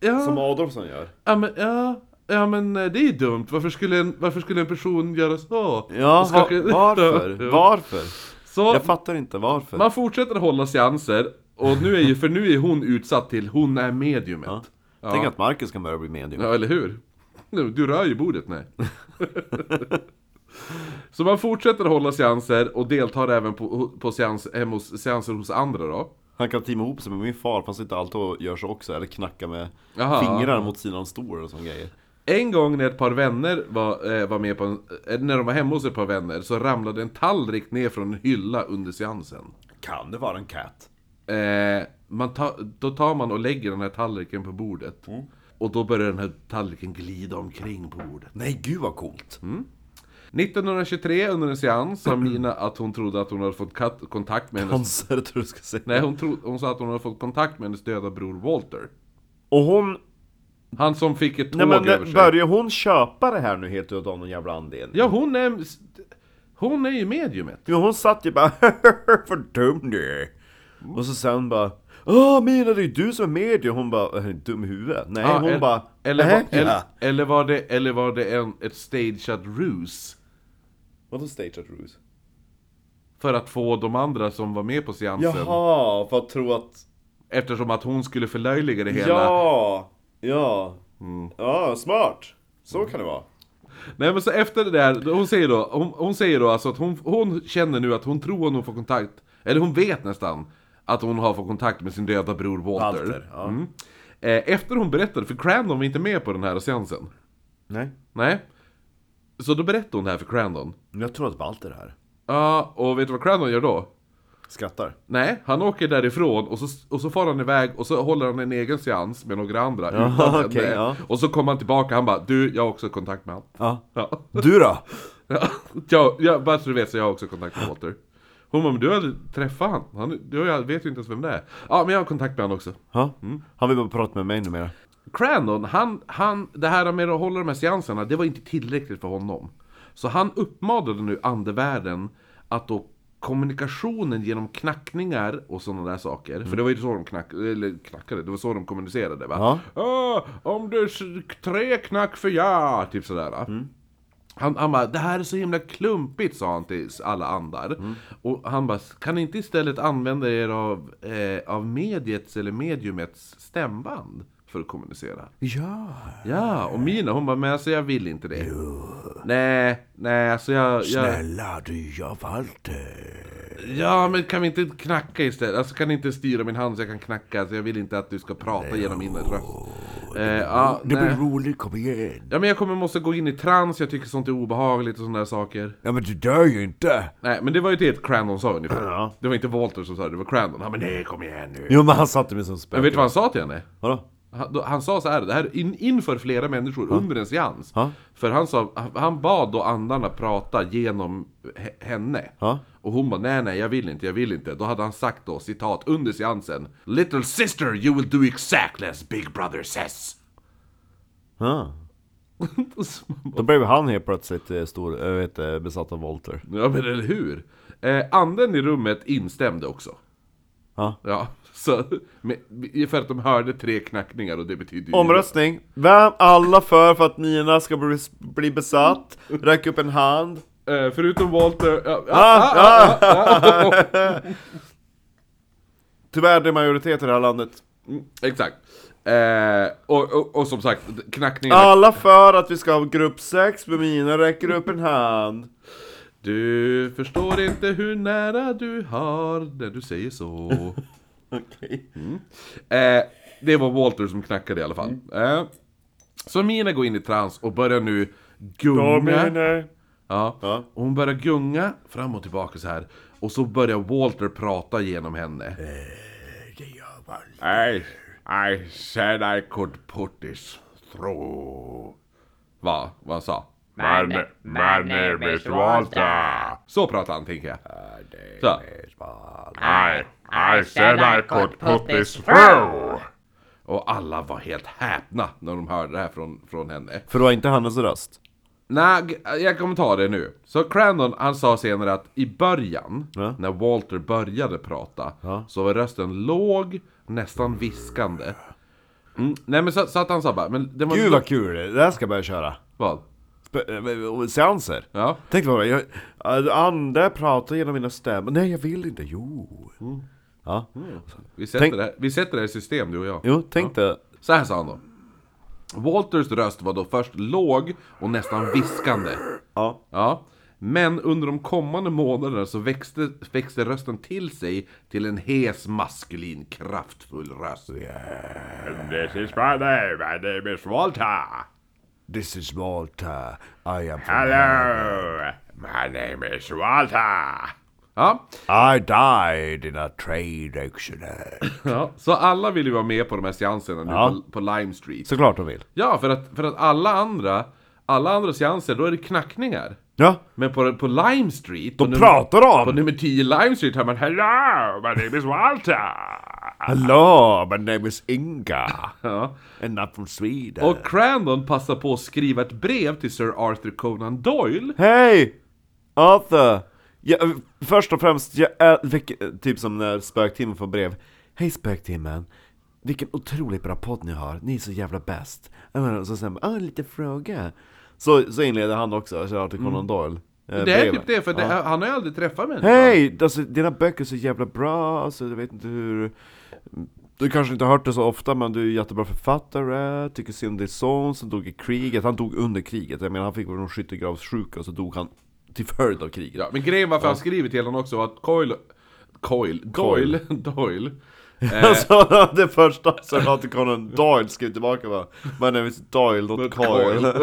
S2: Ja,
S1: som Adolfsson gör.
S2: ja, men, ja, ja men eh, det är ju dumt. Varför skulle en, varför skulle en person göra så?
S1: Ja,
S2: Och
S1: va,
S2: skaka- <laughs>
S1: varför?
S2: Ja.
S1: Varför?
S2: Så
S1: Jag fattar inte varför.
S2: man fortsätter att hålla seanser. Och nu är ju, för nu är hon utsatt till, hon är mediumet.
S1: Ja.
S2: Ja.
S1: Tänk att Marcus kan börja bli medium.
S2: Ja, eller hur? Nu, Du rör ju bordet, nej. så man fortsätter hålla seanser och deltar även på, på seans, hemma hos, seanser hos andra då.
S1: Han kan teama ihop sig med min far fast inte alltid och gör så också, eller knacka med
S2: Jaha.
S1: fingrar mot sidan stor och sån grejer.
S2: En gång när ett par vänner var, eh, var med på en, eh, när de var hemma hos ett par vänner så ramlade en tallrik ner från en hylla under seansen.
S1: Kan det vara en katt?
S2: Eh, man ta, då tar man och lägger den här tallriken på bordet. Och då börjar den här tallriken glida omkring på bordet.
S1: Nej gud vad coolt!
S2: Mm. 1923 under en seans sa Mina att hon trodde att hon hade fått kat- kontakt med hennes...
S1: Cancer tror jag du ska säga.
S2: Nej, hon, tro, hon sa att hon hade fått kontakt med hennes döda bror Walter.
S1: Och hon,
S2: Han som fick ett tåg
S1: nej men
S2: över sig.
S1: börjar hon köpa det här nu helt utav någon jävla anledning?
S2: Ja, hon är... Hon är ju mediumet.
S1: Men hon satt ju bara <laughs> för dum du är." Och så sen bara Åh Mina det är ju du som är medium! Hon bara, "Är du dum i huvudet? Nej
S2: Ja,
S1: hon
S2: el-
S1: bara,
S2: eller,
S1: "Äh,
S2: var, eller,
S1: ja."
S2: eller var det, eller var det en, ett stageat ruse
S1: Vadå stageat ruse?
S2: för att få de andra som var med på seansen?
S1: Jaha, för att tro att...
S2: Eftersom att hon skulle förlöjliga det hela.
S1: Ja! Ja! Ja, smart! Så kan det vara.
S2: Nej men så efter det där, då- hon säger då, hon, hon säger då alltså att hon, hon känner nu att hon tror att hon får kontakt, eller hon vet nästan att hon har fått kontakt med sin döda bror Walter.
S1: Walter, ja.
S2: Mm. Eh, Efter hon berättade, för Crandon var inte med på den här seansen.
S1: Nej.
S2: Nej. Så då berättade hon det här för Crandon.
S1: Jag tror att Walter är här.
S2: Ja, och vet du vad Crandon gör då?
S1: Skrattar.
S2: Nej, han åker därifrån och så, och så far han iväg och så håller han en egen seans med några andra
S1: Ja,
S2: utan henne.
S1: <laughs> okej, ja.
S2: Och så kommer han tillbaka, han bara Du, jag har också kontakt med han.
S1: Ja.
S2: Ja.
S1: <laughs> Du då?
S2: Ja, <laughs> jag, jag, bara så du vet så jag har också kontakt med Walter. Hon bara, men du har aldrig träffat han. han du, har ju- jag vet ju inte ens vem det är. Ja, men jag har kontakt med han också.
S1: Ja. Han vill Mm. bara prata med mig numera.
S2: Crandon, han, han, det här med att hålla de här seanserna, det var inte tillräckligt för honom. Så han uppmanade nu andevärlden att då kommunikationen genom knackningar och sådana där saker. För det var ju så de knack, eller knackade, det var så de kommunicerade va? "Åh, om du s- tre knack för ja, typ sådär. va? Han, han bara, det här är så himla klumpigt, sa han till alla andar. Och han bara, kan ni inte istället använda er av, eh, av mediets eller mediumets stämband för att kommunicera?
S1: Ja.
S2: Ja, och Mina hon bara, men alltså jag vill inte det. Nej, nej, alltså jag... jag
S1: Snälla du, jag Walter.
S2: ja, men kan vi inte knacka istället? Alltså kan ni inte styra min hand så jag kan knacka? Alltså, jag vill inte att du ska prata genom min röst. Eh, ja, nej.
S1: roligt, kom igen.
S2: ja, men jag kommer måste gå in i trans, jag tycker sånt är obehagligt och sådana där saker.
S1: Ja men du dör ju inte.
S2: Nej, men det var ju det Crandon sa ungefär.
S1: Ja.
S2: Det var inte Walter som sa det, det var Crandon. Han bara nej, kom igen nu.
S1: Jo men han satte mig som
S2: Men
S1: spöke.
S2: vet du vad han sa till henne?
S1: Vadå?
S2: Han, då, han sa så här, det här in, inför flera människor under en seans.
S1: Ja.
S2: För han sa, han- han bad då andarna prata genom he- henne.
S1: Ja.
S2: Och hon bara, nej nej jag vill inte, jag vill inte. Då hade han sagt då, citat, under seansen. Little sister, you will do exactly as big brother says. <laughs>
S1: Ja.
S2: Och så man bara,
S1: Då blev han helt plötsligt eh, stor, jag vet eh, besatt av Walter.
S2: ja men eller hur? Eh, anden i rummet instämde också.
S1: Ja.
S2: Ja, så, men, för att de hörde tre knackningar och det betyder ju...
S1: Omröstning. Vem alla för för att Nina ska bli, bli besatt? Räck upp en hand.
S2: Eh, förutom Walter... Ja, ja,
S1: Ah,
S2: ah, ah, ah, <laughs> ah.
S1: Tyvärr det är majoritet i det här landet.
S2: Mm, Exakt. Eh, och, och, och som sagt, knackningarna...
S1: Alla för att vi ska ha grupp 6 med Mina räcker upp en hand.
S2: Du förstår inte hur nära du har när du säger så.
S1: <laughs> Okej.
S2: eh, det var Walter som knackade i alla fall.
S1: Mm.
S2: Eh, så Mina går in i trans och börjar nu gunga. Ja.
S1: Ja.
S2: Och hon börjar gunga fram och tillbaka så här. Och så börjar Walter prata genom henne. I, I said I could put this through. Va? Vad han sa?
S3: My, na- my name is Walter.
S2: Så pratar han, tänker jag. Så.
S3: I, I said I could put this through.
S2: Och alla var helt häpna när de hörde det här från, från henne.
S1: För det var inte hennes röst.
S2: Nej, g- jag kommer ta det nu. Så Crandon, han sa senare att i början,
S1: Ja.
S2: när Walter började prata,
S1: Ja.
S2: så var rösten låg, nästan viskande. Mm. Nej men så, så att han sa bara, men det var...
S1: Gud vad kul, det här ska jag börja köra.
S2: Vad?
S1: Spe- eh, Seanser.
S2: Ja.
S1: Tänk bara, jag, eh, ande pratar genom mina stämmor. Nej jag vill inte, jo.
S2: Mm.
S1: Ja.
S2: Vi sätter,
S1: Tänk-
S2: det, här- vi sätter det här i system, du och jag.
S1: Jo, tänk dig.
S2: Så här sa han då. Walters röst var då först låg och nästan viskande.
S1: Ja.
S2: Ja. Men under de kommande månaderna så växte, växte rösten till sig till en hes, maskulin, kraftfull röst.
S3: This is my name. My name is Walter.
S1: This is Walter. I am from
S3: Hello. My name is Walter.
S2: Ja,
S1: I died in a trade accident.
S3: <coughs>
S2: ja. Så alla vill ju vara med på de här seanserna nu
S1: Ja.
S2: på, på Lime Street.
S1: Såklart de vill.
S2: Ja, för att, för att alla andra, alla andra seanser, då är det knackningar.
S1: Ja.
S2: Men på, på Lime Street... på
S1: De
S2: nummer-
S1: pratar
S2: På
S1: om!
S2: nummer 10 Lime Street hör man Hello!
S3: Hello. My name is Walter.
S1: Hallå, my name is Inga.
S2: Ja.
S1: And I'm from Sweden.
S2: Och Crandon passar på att skriva ett brev till Sir Arthur Conan Doyle.
S1: Hej! Arthur! Jag, eh, först och främst, jag är, vilk- eh, typ som när Spöktimmen får brev. Hej Spöktimmen! Vilken otroligt bra podd ni har, ni är så jävla bäst! Ja, men, Och så sen, ah, lite fråga. Så, så inleder han också, Sir Arthur Conan Doyle. eh,
S2: Mm. Det är
S1: brevet.
S2: typ det, för det, han har ju aldrig träffat människan.
S1: Hej! Alltså dina böcker är så jävla bra, alltså jag vet inte hur... Du kanske inte har hört det så ofta, men du är jättebra författare, tycker synd om din son som dog i kriget. Han dog under kriget, jag menar han fick väl någon skyttegravssjuka och så dog han till följd av kriget.
S2: Ja, men grejen varför han skriver till honom också var att Coyle... Coyle? Doyle? <laughs> Doyle?
S1: Alltså <laughs> det första soldaten Conan Doyle skrev tillbaka bara My name is Doyle, not Coyle.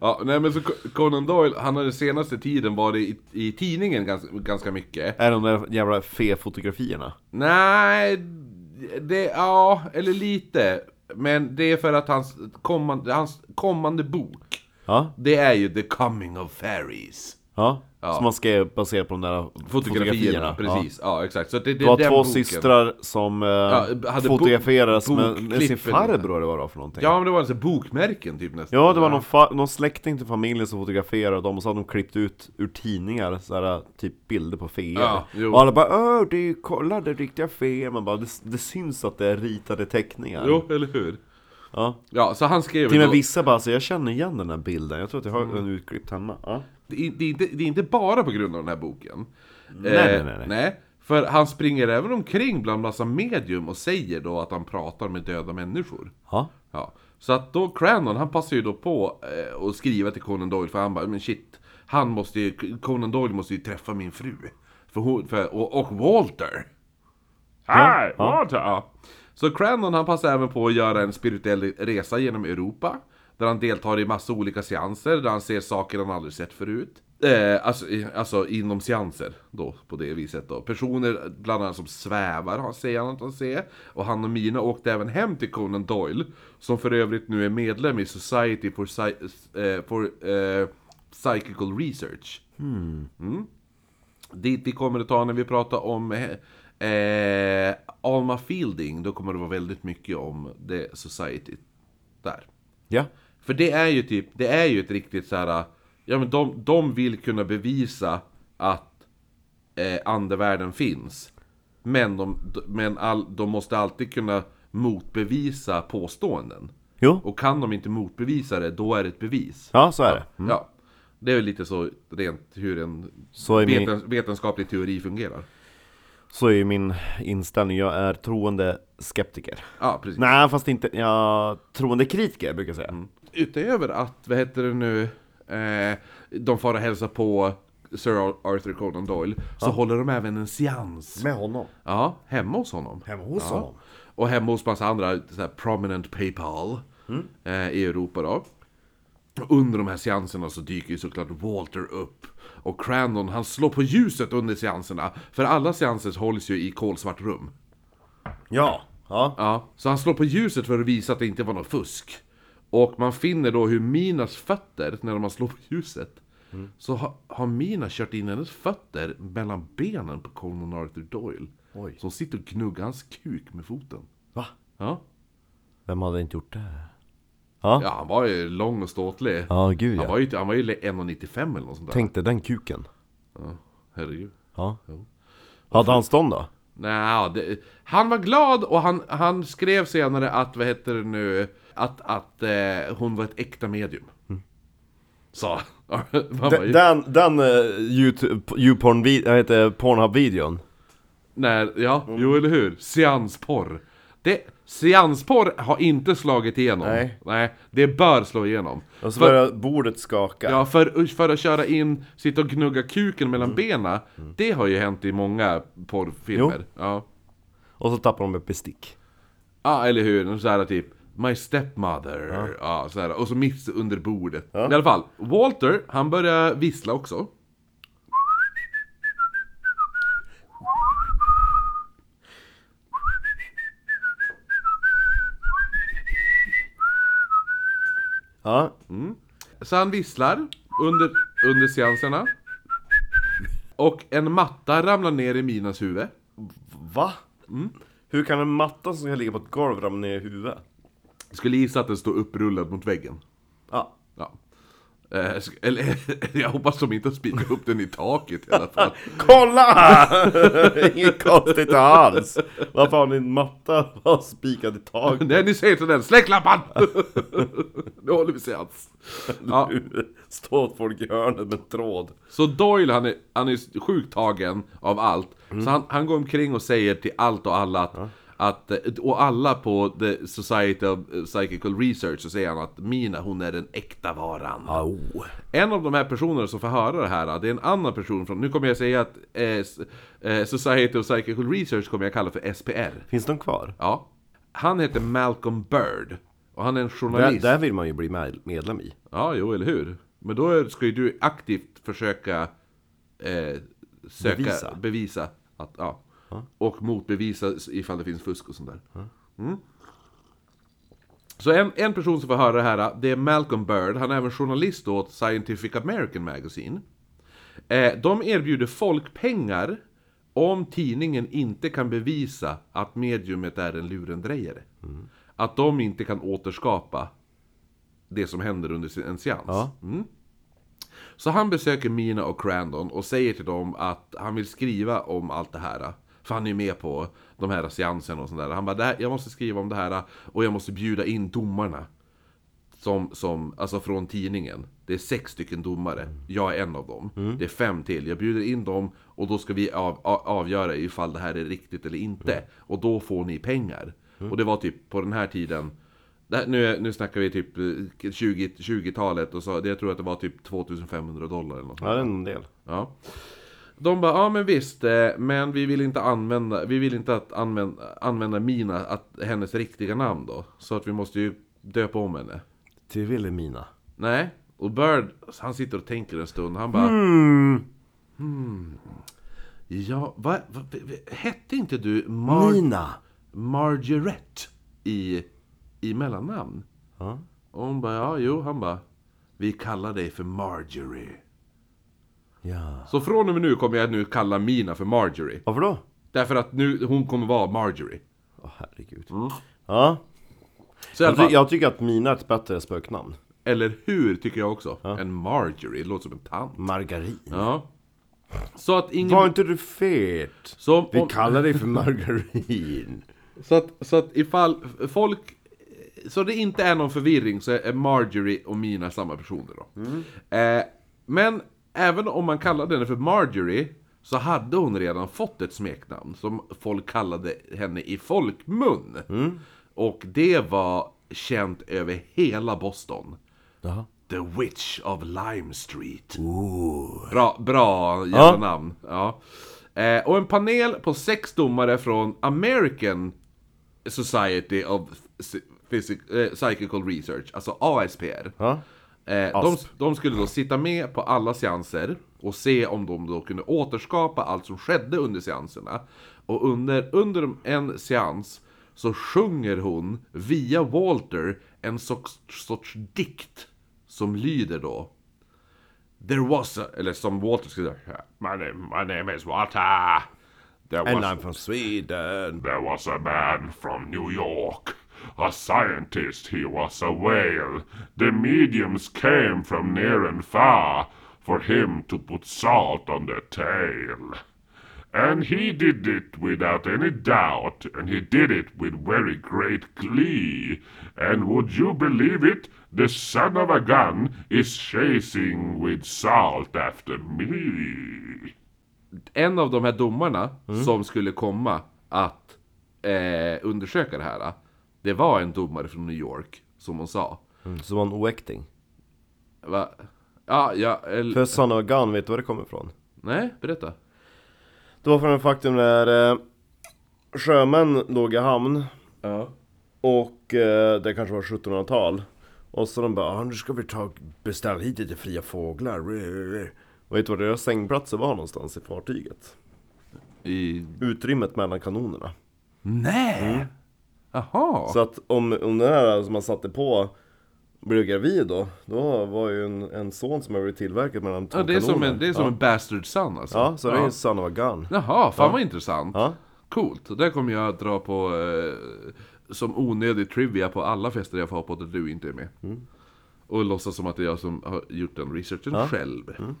S2: ja, nej men så Co- Conan Doyle, han har den senaste tiden varit i, i tidningen ganska, ganska mycket.
S1: <laughs> Är de där jävla fe-fotografierna?
S2: Nej, det, ja, eller lite. Men det är för att hans kommande, hans kommande bok,
S1: Ja,
S2: det är ju The Coming of Fairies.
S1: ja. Som man skrev baserat på de där
S2: Fotografierna,
S1: fotografierna.
S2: precis. Ja. exakt. Så det, det,
S1: Det var
S2: är den
S1: två
S2: boken.
S1: systrar som eh,
S2: hade bo-
S1: fotograferades med, med sin
S2: bokklippen.
S1: farbror eller vad det var för någonting.
S2: Ja, men det var alltså bokmärken typ nästan.
S1: Ja, det var någon, fa- någon släkting till familjen som fotograferade dem och så hade de klippt ut ur tidningar sådär, typ bilder på feer.
S2: Ja, jo.
S1: och alla bara Åh, det är ju, kolla det är riktiga feer. Man bara, det, det syns att det är ritade teckningar.
S2: Jo, eller hur?
S1: Ja.
S2: Ja, så han skrev
S1: Till och
S2: då-
S1: med vissa bara, alltså, jag känner igen den här bilden. Jag tror att jag har den utklippt hemma. Ja.
S2: det, är- det, är inte, det är inte bara på grund av den här boken. Eh, Nej,
S1: nej, nej, nej.
S2: För han springer även omkring bland massa medium och säger då att han pratar med döda människor.
S1: Ja.
S2: Ja. Så att då Crandon, han passar ju då på eh, att skriva till Conan Doyle för han bara, men shit, han måste ju, Conan Doyle måste ju träffa min fru. För hon, för, och, och Walter.
S3: Hi,
S1: ja.
S3: Walter.
S2: Så Crandon han passar även på att göra en spirituell resa genom Europa. Där han deltar i massa olika seanser, där han ser saker han aldrig sett förut. Eh, alltså, i- alltså inom seanser då, på det viset då. Personer bland annat som svävar har- säger han att han ser. Och han och Mina åkte även hem till Conan Doyle. Som för övrigt nu är medlem i Society for, Psy- eh, for eh, Psychical Research. Dit vi kommer att ta när vi pratar om eh, eh, Alma Fielding, då kommer det vara väldigt mycket om The Society där.
S1: Ja.
S2: För det är ju typ, det är ju ett riktigt så här. ja men de, de vill kunna bevisa att eh, andevärlden finns. Men, de, men all, de måste alltid kunna motbevisa påståenden.
S1: Jo.
S2: Och kan de inte motbevisa det, då är det ett bevis.
S1: Ja, så är det.
S2: Ja. Det är väl lite så rent hur en
S1: Så är min-
S2: veten, vetenskaplig teori fungerar.
S1: Så är ju min inställning. Jag är troende skeptiker.
S2: Ja, precis. Mm.
S1: Nej, fast inte, ja, troende kritiker brukar jag säga.
S2: Utöver att, vad heter det nu, eh, de far och hälsar på Sir Arthur Conan Doyle, så håller de även en seans.
S1: Med honom.
S2: Ja, hemma hos honom.
S1: Hemma hos
S2: ja.
S1: honom.
S2: Och hemma hos massa andra så här, prominent people
S1: Mm.
S2: eh, i Europa då. Under de här seanserna så dyker ju såklart Walter upp. Och Crandon han slår på ljuset under seanserna. För alla seanser hålls ju i kolsvart rum.
S1: Ja. Ja.
S2: Ja, så han slår på ljuset för att visa att det inte var något fusk. Och man finner då hur Minas fötter, när man slår på ljuset, så ha, har Mina kört in hennes fötter mellan benen på Conan Arthur Doyle.
S1: Oj.
S2: Så hon sitter och gnuggar hans kuk med foten.
S1: Va?
S2: Ja,
S1: Vem hade inte gjort det?
S2: ja han var ju lång och ståtlig.
S1: Ja, gud
S2: Han
S1: ja.
S2: var ju, han var ju 1,95 eller något sånt där.
S1: Tänk dig den kuken.
S2: Ja, herregud.
S1: Ja. Hade han stånd då?
S2: Nja, det, han var glad och han, han skrev senare att, vad heter det nu, att, att eh, hon var ett äkta medium.
S1: Mm.
S2: Sa han. <laughs> Man bara,
S1: Den, den uh, YouTube-porn, heter Pornhub-videon. Mm.
S2: när, ja, jo eller hur, seansporr. Det, seansporr har inte slagit igenom.
S1: Nej.
S2: det bör slå igenom.
S1: Och så
S2: För-
S1: börjar bordet skaka.
S2: Ja, för, för att köra in, sitta och gnugga kuken
S1: Mm.
S2: mellan benen. Det har ju hänt i många porrfilmer. Ja.
S1: Och så tappar de ett bestick.
S2: Ja, eller hur? Så här typ My stepmother. Ja. så här. Och så mitt under bordet. I alla fall, Walter, han börjar vissla också.
S1: Ja.
S2: Så han visslar under, under seanserna. Och en matta ramlar ner i Minas huvud.
S1: Va? Mm. Hur kan en matta som ska ligga på ett golv ramla ner i huvudet?
S2: Jag skulle gissa att den står upprullad mot väggen.
S1: Ja.
S2: Ja. Eh, sk- Eller, <laughs> jag hoppas de inte spikar upp den i taket i alla fall.
S1: Kolla! Ah. <laughs> Inget konstigt alls! Varför har ni en matta bara spikad i taket?
S2: Nej, ni ser inte den. Släck lampan! <laughs> nu håller vi seans. Ja.
S1: Står folk i hörnet med tråd.
S2: Så Doyle han är, han är sjukt tagen av allt. Så han, han går omkring och säger till allt och alla att, att eh, och alla på The Society of eh, Psychical Research så säger han att Mina hon är den äkta varan.
S1: Au.
S2: En av de här personerna som får höra det här, det är en annan person från, nu kommer jag säga att eh, s- eh, Society of Psychical Research kommer jag kalla för SPR.
S1: Finns de kvar?
S2: Ja. Han heter Malcolm Bird. Och han är en
S1: Där,
S2: journalist.
S1: där vill man ju bli med, medlem i.
S2: Ja, jo, eller hur? Men då är- ska ju du aktivt försöka eh, söka,
S1: Bevisa.
S2: bevisa. att, ja. Och motbevisa s- ifall det finns fusk och sånt där. Mm. Så en, en person som får höra det här, det är Malcolm Bird. Han är även journalist då åt Scientific American Magazine. Eh, de erbjuder folk pengar om tidningen inte kan bevisa att mediumet är en lurendrejare. Att de inte kan återskapa det som händer under sin- en seans.
S1: Ja.
S2: Mm. Så han besöker Mina och Crandon och säger till dem att han vill skriva om allt det här. För han är ju med på de här seanserna och sånt där. Han bara, "Det här- jag måste skriva om det här och jag måste bjuda in domarna. Som, som, alltså från tidningen. Det är sex stycken domare. Jag är en av dem. Det är fem till. Jag bjuder in dem och då ska vi av, av, avgöra ifall det här är riktigt eller inte. Och då får ni pengar. Och det var typ på den här tiden. Det här, nu, är- nu snackar vi typ eh, 20, 20-talet och så, det- jag tror att det var typ 2500 dollar eller något.
S1: Ja, det är en del.
S2: Ja. De bara, ja men visst, eh, men vi vill inte använda, vi vill inte att använda, använda Mina, att, hennes riktiga namn då. Så att vi måste ju döpa om henne.
S1: Till Vilhelmina.
S2: Nej, och Bird, alltså, han sitter och tänker en stund, han bara...
S1: Hmm.
S2: Hmm. Ja, vad, vad, hette inte du Mar
S1: Mina!
S2: Margarette i, i mellannamn?
S1: Ja.
S2: Och hon bara, ja, jo, han bara, vi kallar dig för Marjorie.
S1: ja.
S2: Så från och med nu kommer jag nu kalla Mina för Marjorie.
S1: Varför då?
S2: Därför att nu, hon kommer vara Marjorie.
S1: Åh herregud. Ja.
S2: Så i alla
S1: Jag, ty-
S2: fall,
S1: jag tycker att Mina är ett bättre spöknamn.
S2: eller hur, tycker jag också. En Marjorie, det låter som en tant.
S1: Margarin.
S2: Ja. Så att ingen...
S1: Var inte du fet?
S2: Så om-
S1: Vi kallar dig för Margarin.
S2: Så att, så att ifall folk... Så det inte är någon förvirring så är Marjorie och Mina samma personer då. Eh, men även om man kallade henne för Marjorie så hade hon redan fått ett smeknamn som folk kallade henne i folkmun. Och det var känt över hela Boston.
S1: Jaha.
S2: The Witch of Lime Street. Bra, bra jävla
S1: Ja.
S2: namn. Ja. Eh, och en panel på sex domare från American Society of Phys- Physic- eh, Psychical Research, alltså ASPR.
S1: Ja.
S2: Eh, de,
S1: Asp.
S2: de skulle då sitta med på alla seanser och se om de då kunde återskapa allt som skedde under seanserna. Och under, under en seans så sjunger hon via Walter en sorts, sorts dikt som lyder då There was a, eller som Walter skulle säga
S3: My name, my name is Walter. There
S1: And
S3: was,
S1: I'm from Sweden.
S3: there was a man from New York. A scientist, he was a whale. The mediums came from near and far for him to put salt on their tail. And he did it without any doubt, and he did it with very great glee. And would you believe it? The son of a gun is chasing with salt after me.
S2: en av de här domarna som skulle komma att eh, undersöka det här. Det var en domare från New York, som hon sa.
S1: Som Mm, var en oäkting.
S2: Va? Ja, ja, eller...
S1: För son of a gun, vet du var det kommer ifrån?
S2: Nej, berätta.
S1: Det var från en faktum där eh, sjömän låg i hamn
S2: Ja.
S1: och eh, det kanske var 1700-tal. Och så de bara "Ah, nu ska vi ta beställa hit lite fria fåglar. Och vet du var deras sängplatser var någonstans i fartyget?
S2: I...
S1: Utrymmet mellan kanonerna.
S2: Nej! Jaha!
S1: Så att om, om den här som man satte på blev gravid då, då var ju en, en son som hade blivit tillverkad mellan två
S2: Ja, det är som
S1: kanoner.
S2: en, det är som en bastard son alltså.
S1: Ja, så det är ju son of a gun.
S2: Jaha, fan vad intressant.
S1: Ja.
S2: Coolt. Det kommer jag att dra på eh, som onödig trivia på alla fester jag får ha på där du inte är med.
S1: Mm.
S2: Och låtsas som att det är jag som har gjort den researchen själv.
S1: Mm.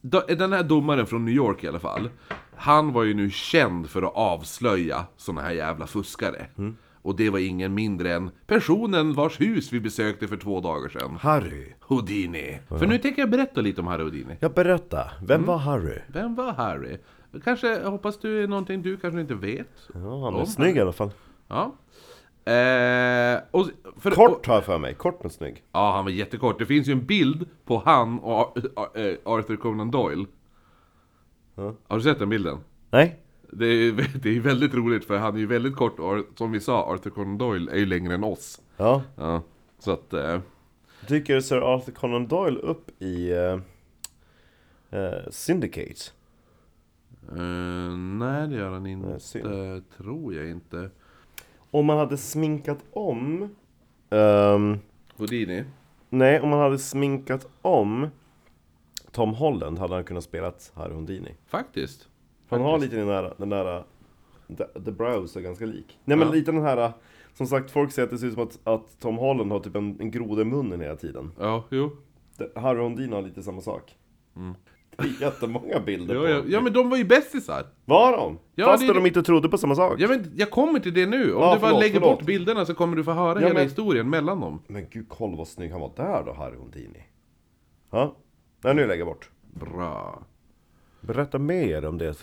S2: Då- Den här domaren från New York i alla fall. Han var ju nu känd för att avslöja såna här jävla fuskare.
S1: Mm.
S2: Och det var ingen mindre än personen vars hus vi besökte för två dagar sedan.
S1: Harry.
S2: Houdini. För nu tänker jag berätta lite om Harry Houdini.
S1: Ja, berätta. Vem
S2: Mm.
S1: var Harry?
S2: Vem var Harry? Kanske, jag hoppas du är någonting du kanske inte vet?
S1: Ja, han
S2: Om
S1: är snygg i alla fall.
S2: Ja. Eh, och, för, Och,
S1: Kort har jag för mig, kort men snygg.
S2: ja, han var jättekort. Det finns ju en bild på han och Ar- Ar- eh, Arthur Conan Doyle. Har du sett den bilden?
S1: Nej?
S2: Det är, <laughs> det är väldigt roligt för han är ju väldigt kort och Ar- som vi sa, Arthur Conan Doyle är ju längre än oss.
S1: Ja.
S2: Ja, så att... Eh,
S1: Dyker Sir Arthur Conan Doyle upp i eh, eh, Syndicate?
S2: eh, nej, det gör han
S1: Nej,
S2: inte.
S1: synd.
S2: tror jag inte.
S1: Om man hade sminkat om... ehm,
S2: Houdini?
S1: nej, om man hade sminkat om Tom Holland hade han kunnat spela Harry Houdini.
S2: Faktiskt.
S1: Han har lite den där, den där, the, the brows är ganska lik. Nej men
S2: Ja.
S1: lite den här, som sagt folk säger att det ser ut som att, att Tom Holland har typ en, en groda i munnen hela tiden.
S2: Ja, jo.
S1: Det- Harry Houdin har lite samma sak. Det är jättemånga bilder
S2: Mm. Ja,
S1: på.
S2: ja, ja, men de var ju bästisar.
S1: Var de?
S2: Ja,
S1: Fast
S2: det-
S1: de inte trodde på samma sak.
S2: Jag, vet, inte, jag kommer till det nu. Om
S1: Ja,
S2: du bara
S1: förlåt,
S2: lägger
S1: förlåt.
S2: bort bilderna så kommer du få höra
S1: Ja,
S2: hela
S1: men-
S2: historien mellan dem.
S1: Men gud, kolla vad snygg han var där då, Harry Houdini. Ja, Nej, nu lägger jag bort.
S2: Bra.
S1: Berätta mer om deras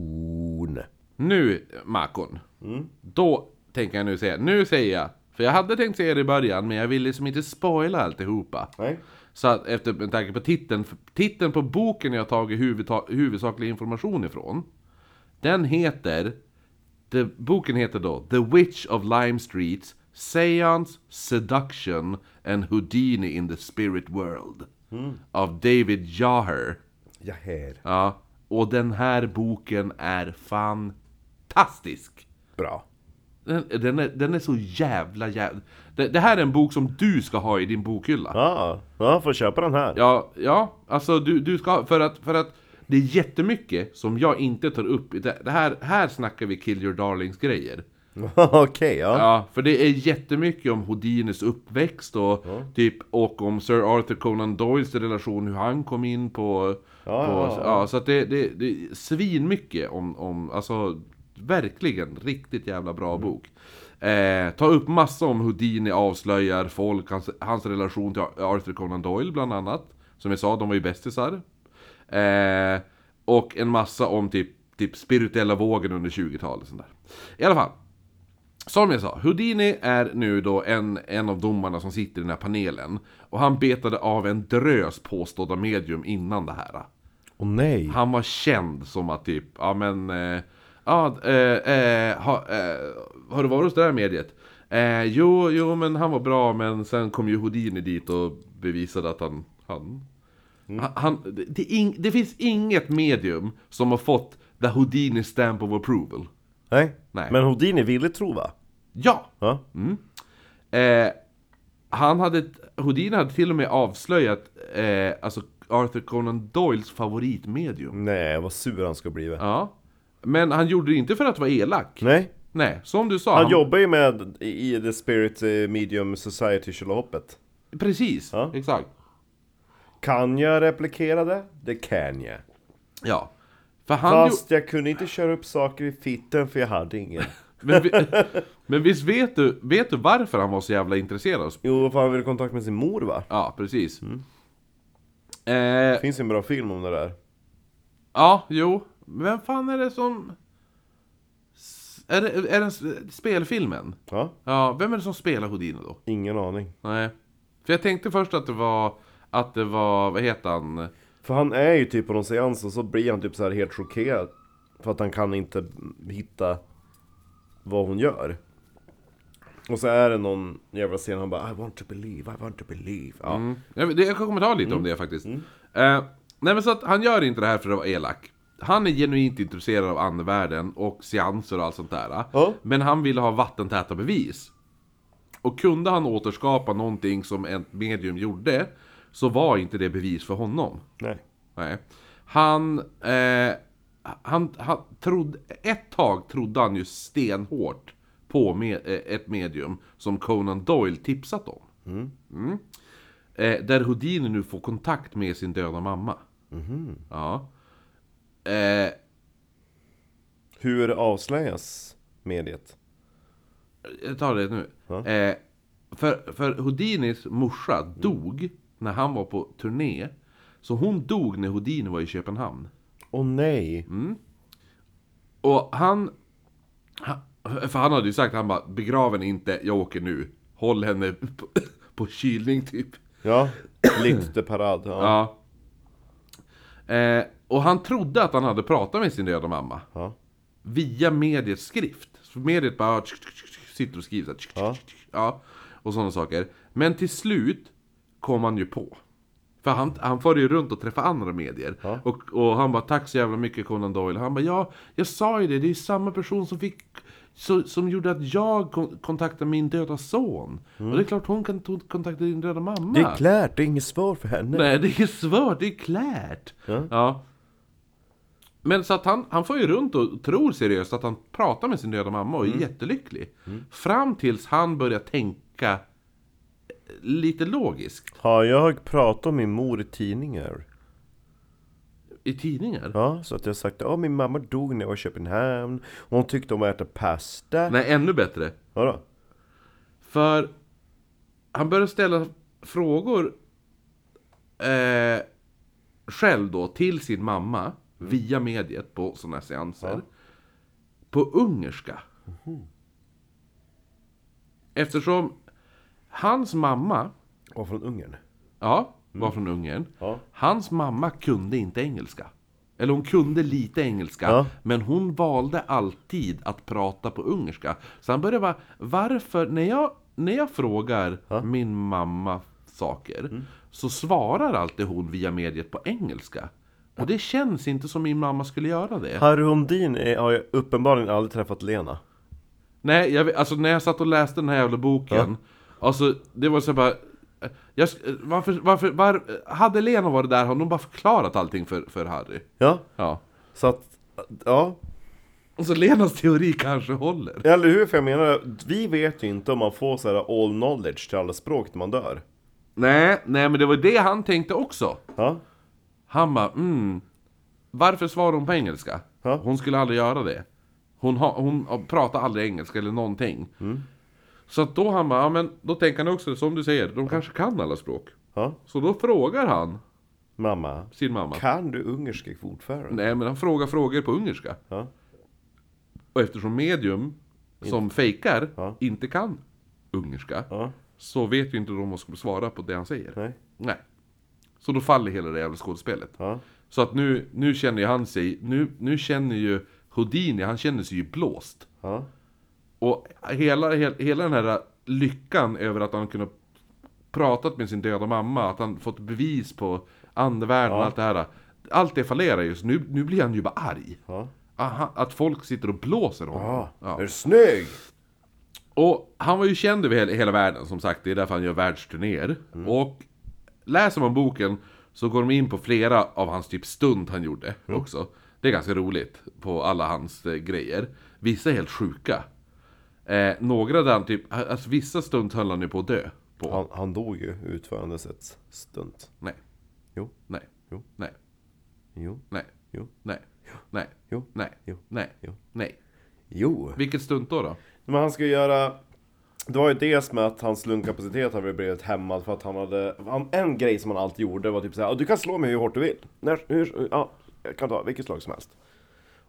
S1: relation.
S2: Nu, Makon.
S1: Mm.
S2: Då tänker jag nu säga, nu säger jag. För jag hade tänkt säga det i början, men jag ville liksom inte spoila alltihopa.
S1: Nej?
S2: Så att, efter, med tanke på titeln, för titeln på boken jag har tagit huvudta, huvudsaklig information ifrån. Den heter, the, boken heter då The Witch of Lime Street, Seance, Seduction and Houdini in the Spirit World. Av David Jaher.
S1: Jag här.
S2: Ja, och den här boken är fantastisk.
S1: Bra.
S2: Den, den, är, den är så jävla jävla... Det, det här är en bok som du ska ha i din bokhylla.
S1: Ja, ja, får köpa den här.
S2: Ja, ja alltså du, du ska, för att, för att det är jättemycket som jag inte tar upp. i Det, det här, här snackar vi kill your darlings grejer.
S1: <laughs> Okej, ja.
S2: Ja, för det är jättemycket om Houdinis uppväxt och typ och om Sir Arthur Conan Doyles relation, hur han kom in på...
S1: Ja,
S2: på,
S1: ja, ja.
S2: så att det, det, det är svinmycket om, om, alltså verkligen riktigt jävla
S1: Mm.
S2: bra bok. Eh, ta upp massa om Houdini avslöjar folk, hans, hans relation till Arthur Conan Doyle bland annat. Som jag sa, de var ju bästisar. Eh, och en massa om typ, typ spirituella vågen under 20-talet. och sånt där. I alla fall. Som jag sa, Houdini är nu då en, en av domarna som sitter i den här panelen. Och han betade av en drös påstådda medium innan det här.
S1: Åh nej.
S2: Han var känd som att typ, ja men... eh, Ja, eh, eh, ha, eh, har du varit hos det där mediet? Eh, jo, jo, men han var bra, men sen kom ju Houdini dit och bevisade att han... han han, han- det, det, är ing, det finns inget medium som har fått the Houdini stamp of approval.
S1: Nej.
S2: Nej.
S1: Men Houdini ville tro va?
S2: Ja!
S1: Ja.
S2: Eh, han hade, Houdin hade till och med avslöjat eh, alltså Arthur Conan Doyles favoritmedium.
S1: Nej, vad sur han ska bli. va?
S2: Ja. Men han gjorde det inte för att vara elak.
S1: Nej.
S2: Nej, som du sa.
S1: Han
S2: han-
S1: jobbar ju med i i The Spirit eh, Medium Society tjolahoppet.
S2: Precis,
S1: Ja.
S2: exakt.
S1: Kan jag replikera det? Det kan jag.
S2: Ja. För han gjo-
S1: Fast jag kunde inte köra upp saker i fitten för jag hade ingen.
S2: men, vi, <laughs> men visst vet du, vet du varför han var så jävla intresserad? av sp-
S1: Jo, för han ville kontakt med sin mor va?
S2: Ja, precis.
S1: Mm.
S2: Eh,
S1: Det finns ju en bra film om det där.
S2: Ja, jo. Vem fan är det som... S- Är det, är det en s- spelfilmen?
S1: Ja,
S2: Ja, vem är det som spelar Houdini då?
S1: ingen aning.
S2: Nej. För jag tänkte först att det var, att det var, vad heter han?
S1: För han är ju typ på någon seans och så blir han typ så här helt chockerad. För att han kan inte hitta vad hon gör. Och så är det någon jävla scen, han bara I want to believe, I want to believe. Ja.
S2: Mm. Jag, vet- det- jag kommer ta lite om det faktiskt. Eh, nej men så att han gör inte det här för att vara elak. Han är genuint intresserad av andevärlden och seanser och allt sånt där.
S1: Ja.
S2: Men han ville ha vattentäta bevis. Och kunde han återskapa någonting som ett medium gjorde så var inte det bevis för honom.
S1: Nej.
S2: Nej. Han, eh, han, han trodde, ett tag trodde han ju stenhårt på med, eh, ett medium som Conan Doyle tipsat om. Mm. Eh, där Houdini nu får kontakt med sin döda mamma. Ja. Eh,
S1: Hur avslöjas mediet?
S2: jag tar det nu.
S1: Ja.
S2: Eh, för, för Houdinis morsa dog när han var på turné. Så hon dog när Houdini var i Köpenhamn.
S1: Åh nej!
S2: Och han... han- För han hade ju sagt, han bara begrav henne inte, jag åker nu. Håll henne på, på kylning typ.
S1: Ja, likt de parad. Ja.
S2: Ja. Eh, och han trodde att han hade pratat med sin döda mamma.
S1: Ja.
S2: Via mediets skrift. Så mediet bara tsk, tsk, tsk, tsk, sitter och skriver så här, tsk, tsk,
S1: Ja.
S2: tsk, tsk, ja. Och sådana saker. Men till slut kom han ju på. För han, han far ju runt och träffar andra medier.
S1: Ja.
S2: Och, och han bara tack så jävla mycket Conan Doyle. Han bara ja, jag sa ju det. Det är samma person som fick så, som gjorde att jag kon- kontaktade min döda son.
S1: Mm.
S2: Och det är klart hon kan to- kontakta din döda mamma.
S1: Det är klart, det är inget svar för henne.
S2: Nej, det är svårt, det är klärt. Ja. Men så att han, han får ju runt och tror seriöst att han pratar med sin döda mamma och är jättelycklig. Fram tills han börjar tänka eh, lite logiskt
S1: Har jag pratat om min mor i tidningar?
S2: i tidningar.
S1: Ja, så att jag har sagt att min mamma dog när jag var i Köpenhamn. Och hon tyckte om att äta pasta. Nej.
S2: Nej, ännu bättre.
S1: Vadå?
S2: För han börjar ställa frågor eh, själv då till sin mamma via mediet på sådana här seanser. På ungerska. Eftersom hans mamma,
S1: Och från Ungern?
S2: ja, var från Ungern.
S1: Mm. Ja.
S2: Hans mamma kunde inte engelska. Eller hon kunde lite engelska,
S1: Ja.
S2: men hon valde alltid att prata på ungerska. Så han började bara, varför, när jag, när jag frågar min mamma saker,
S1: Mm.
S2: så svarar alltid hon via mediet på engelska. Och det känns inte som min mamma skulle göra det.
S1: Harry Hundin är, har jag uppenbarligen aldrig träffat Lena.
S2: Nej, jag, vet- alltså när jag satt och läste den här jävla boken Alltså, det var så bara eh, jag, sk- varför, varför, var, hade Lena varit där hade hon bara förklarat allting för, för Harry
S1: Ja,
S2: Ja
S1: så att... Ja,
S2: Och så Alltså, Lenas teori kanske håller
S1: eller hur? För jag menar, vi vet ju inte om man får så här all knowledge till alla språk när man dör.
S2: Nej, nej men det var det han tänkte också
S1: Ja,
S2: Han bara, mm Varför svarar hon på engelska?
S1: Ja.
S2: Hon skulle aldrig göra det Hon, har, hon pratar aldrig engelska eller någonting Så att då han bara, ja men då tänker han också som du säger, de kanske kan alla språk
S1: ja.
S2: Så då frågar han
S1: Mamma,
S2: sin mamma
S1: kan du ungerska fortfarande?
S2: Nej, men han frågar frågor på ungerska.
S1: Ja.
S2: Och eftersom medium som fejkar
S1: Ja.
S2: inte kan ungerska
S1: Ja,
S2: så vet ju inte de vad de ska svara på det han säger.
S1: nej,
S2: Nej. Så då faller hela det jävla skådespelet.
S1: ja.
S2: Så att nu, nu känner ju han sig, nu, nu känner ju Houdini, han känner sig ju blåst.
S1: Ja,
S2: Och hela, hela, hela den här lyckan över att han kunde pratat med sin döda mamma, att han fått bevis på andevärlden och allt det här. Allt det fallerar just nu, nu blir han ju bara arg.
S1: ja.
S2: Aha, att folk sitter och blåser honom.
S1: Ja,
S2: Ja.
S1: är du snygg?
S2: Och han var ju känd över hela, hela världen som sagt, det är därför han gör världsturnéer.
S1: Mm.
S2: Och läser man boken så går de in på flera av hans typ stund han gjorde
S1: Mm.
S2: också. Det är ganska roligt på alla hans eh, grejer. Vissa är helt sjuka. Eh, några där han typ, alltså vissa stund höll han ju på att dö. På.
S1: Han, han dog ju utförandes ett stunt.
S2: Nej,
S1: Jo,
S2: nej,
S1: Jo.
S2: nej,
S1: jo,
S2: nej,
S1: jo,
S2: nej, nej,
S1: jo,
S2: nej,
S1: Jo.
S2: nej,
S1: Jo.
S2: nej.
S1: jo.
S2: Vilket stunt då? då?
S1: Men han skulle göra... Det var ju dels med att hans lungkapacitet hade blivit hämmad för att han hade... Han, en grej som han alltid gjorde var typ såhär, du kan slå mig hur hårt du vill. När, hur, ja, jag kan ta vilket slag som helst.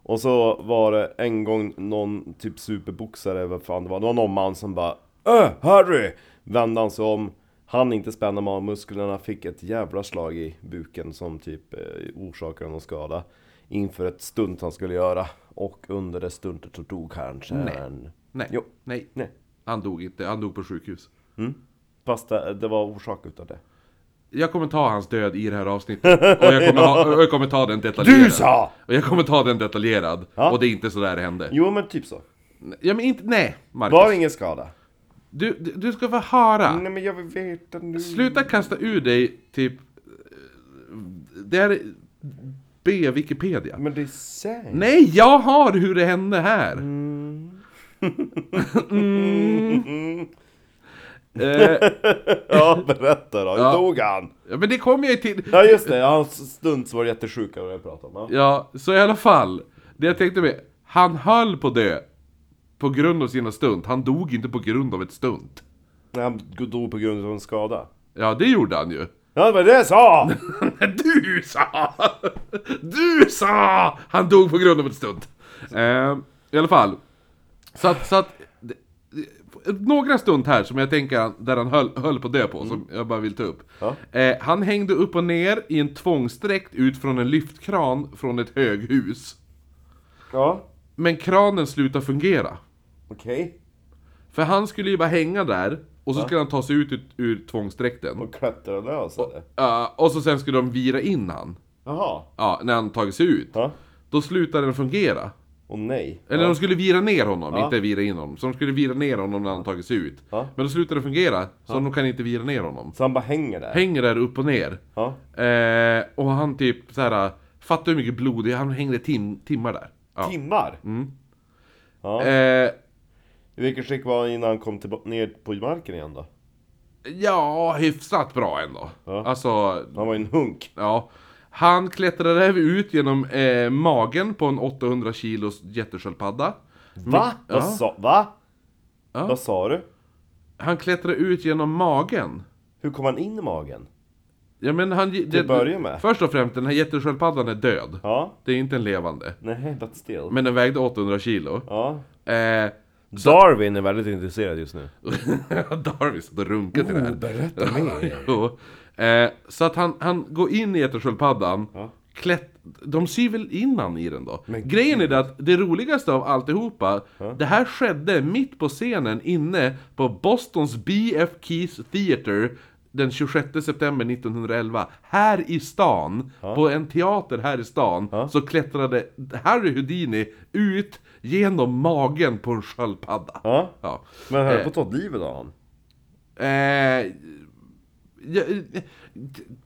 S1: Och så var det en gång någon typ superboxare, vad fan det var, det var någon man som bara Öh, Harry! Vände han sig om, han inte spänna magmusklerna, fick ett jävla slag i buken som typ eh, orsakade någon skada Inför ett stunt han skulle göra Och under det stuntet så dog han sen
S2: Nej,
S1: Jo.
S2: nej.
S1: Nej.
S2: Han dog inte, han dog på sjukhus.
S1: Fast det, det var orsak utav det
S2: Jag kommer ta hans död i det här avsnittet. Och jag kommer, ha, och jag kommer ta den detaljerad.
S1: Du sa!
S2: Och jag kommer ta den detaljerad.
S1: Ja.
S2: Och det är inte så där det hände.
S1: Jo men typ så
S2: Ja men inte, nej Marcus.
S1: Var Mm. ingen skada
S2: Du, du- du ska få höra.
S1: Nej men jag vill veta nu
S2: Sluta kasta ur dig typ... eh, Det är... B Wikipedia.
S1: Men det är sant
S2: Nej, jag har hur det hände här! <laughs>
S1: <laughs>
S2: Mm. Eh,
S1: Ja berätta då, hur
S2: Ja.
S1: dog han?
S2: ja, men det kommer jag ju till.
S1: Ja just det, hans stunt så var det jättesjuka vad jag pratade om ja.
S2: Ja, så i alla fall. Det jag tänkte med, han höll på dö. På grund av sina stunt. Han dog inte på grund av ett stunt.
S1: Nej, Han dog på grund av en skada
S2: Ja, det gjorde han ju.
S1: Ja det var det jag sa!
S2: <laughs> Du sa! Du sa! Han dog på grund av ett stunt. Eh, I alla fall. Så att, så att det- det- några stunt här som jag tänker han- där han höll, höll på att dö på, som jag bara vill ta upp.
S1: Ja.
S2: Eh, han hängde upp och ner i en tvångsdräkt ut från en lyftkran från ett höghus.
S1: Ja,
S2: Men kranen slutade fungera.
S1: okej
S2: För han skulle ju bara hänga där, och så skulle han ta sig ut ur, ur tvångsdräkten.
S1: Och klättrade lös eller?
S2: Ja, och så sen skulle de vira in han.
S1: Jaha
S2: Ja, när han tagit sig ut.
S1: Ja,
S2: Då slutade den fungera.
S1: och nej
S2: Eller de skulle vira ner honom,
S1: Ja.
S2: inte vira in honom. Så de skulle vira ner honom när han tagit sig ut.
S1: Ja.
S2: Men då slutade det fungera, så de kan inte vira ner honom.
S1: Så han bara hänger där?
S2: Hänger där upp och ner.
S1: Ja,
S2: Eh, och han typ så här. fattar hur mycket blod det är, han hängde tim timmar där. Ja. Mm.
S1: timmar? Ja.
S2: Eh,
S1: I vilket skick var han innan han kom tillba- ner på marken igen då?
S2: ja, hyfsat bra ändå.
S1: Ja.
S2: Alltså,
S1: Han var ju en hunk
S2: ja. Han klättrade även ut genom eh, magen på en 800 kilos jättesköldpadda.
S1: Va?
S2: Ja.
S1: Vad sa, va?
S2: Ja.
S1: Vad sa du?
S2: Han klättrade ut genom magen.
S1: Hur kom han in i magen?
S2: Ja men han... Till
S1: börja med.
S2: Först och främst, den här jättesköldpaddan är död.
S1: Ja,
S2: Det är inte en levande.
S1: nej, <laughs> but still
S4: Mm.
S2: Men den vägde 800 kilo.
S1: Ja
S2: Eh,
S1: Darwin är väldigt intresserad just nu
S2: <laughs> Darwin satt och runkade till det här.
S1: Oh, Berätta
S2: <laughs> Jo. eh, så att han, han går in i jättesköldpaddan.
S1: Ja.
S2: Klätt, de syr väl in han i den då?
S1: Men
S2: Grejen är det att det roligaste av alltihopa, det här skedde mitt på scenen inne på Bostons BF Keys Theater den 26 september 1911. Här i stan, på en teater här i stan, så klättrade Harry Houdini ut genom magen på en sköldpadda.
S1: Ja,
S2: Ja.
S1: men höll
S2: Eh.
S1: på att ta livet av han
S2: Eh, ja, eh,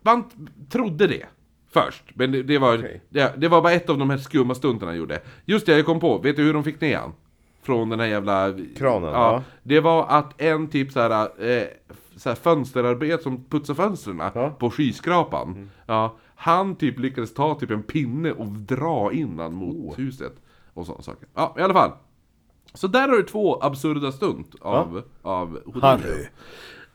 S2: man trodde det först, men det, det, var,
S1: Okej.
S2: det, det var bara ett av de här skumma stunderna han gjorde. Just det, jag kom på, vet du hur de fick ner han? Från den här jävla...
S1: Kranen, ja.
S2: Det var att en typ så här, eh, så här fönsterarbet som putsar fönstren
S1: Ja. Mm.
S2: på skyskrapan. Ja, han typ lyckades ta typ en pinne och dra in han mot
S1: Oh.
S2: huset. Och sådana saker. Ja, i alla fall. Så där har du två absurda stunt av, av Houdini.
S1: Harry.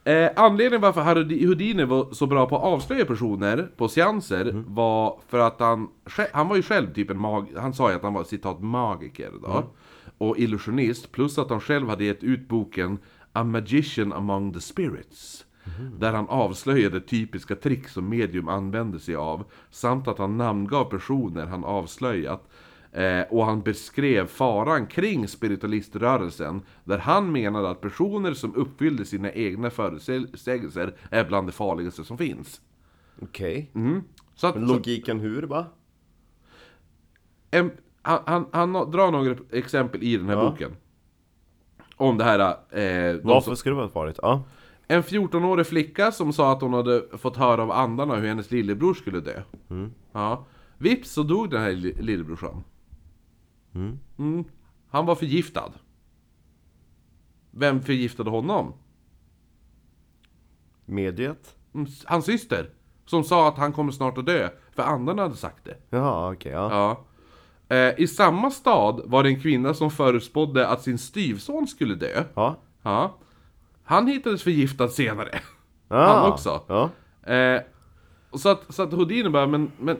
S2: Eh, anledningen varför Harry Houdini var så bra på att avslöja personer på seanser var för att han, sj- han var ju själv typ en mag, han sa ju att han var citat magiker då. Och illusionist, plus att han själv hade gett ut boken A Magician Among the Spirits. Där han avslöjade typiska trick som medium använde sig av. Samt att han namngav personer han avslöjat. Eh, och han beskrev faran kring spiritualiströrelsen där han menade att personer som uppfyllde sina egna förutsägelser är bland det farligaste som finns.
S1: Okej
S2: Mm. Så att, så,
S1: Logiken hur va?
S2: em, han, han, han drar några exempel i den här
S1: Ja.
S2: boken. Om det här... Eh, de som-
S1: Varför skulle det vara farligt? Ja
S2: En 14-årig flicka som sa att hon hade fått höra av andarna hur hennes lillebror skulle dö. Ja. Vips så dog den här li- lillebrorsan. Mm. Han var förgiftad. Vem förgiftade honom?
S1: Mediet?
S2: Mm, s- Hans syster. Som sa att han kommer snart att dö, för andarna hade sagt det.
S1: Jaha, okej, ja.
S2: Ja. Eh, I samma stad var det en kvinna som förutspådde att sin styvson skulle dö.
S1: ja.
S2: Ja. Han hittades förgiftad senare. <laughs>
S1: Ah.
S2: Han också.
S1: Ja.
S2: Eh, och så, att, så att Houdini bara, men, men...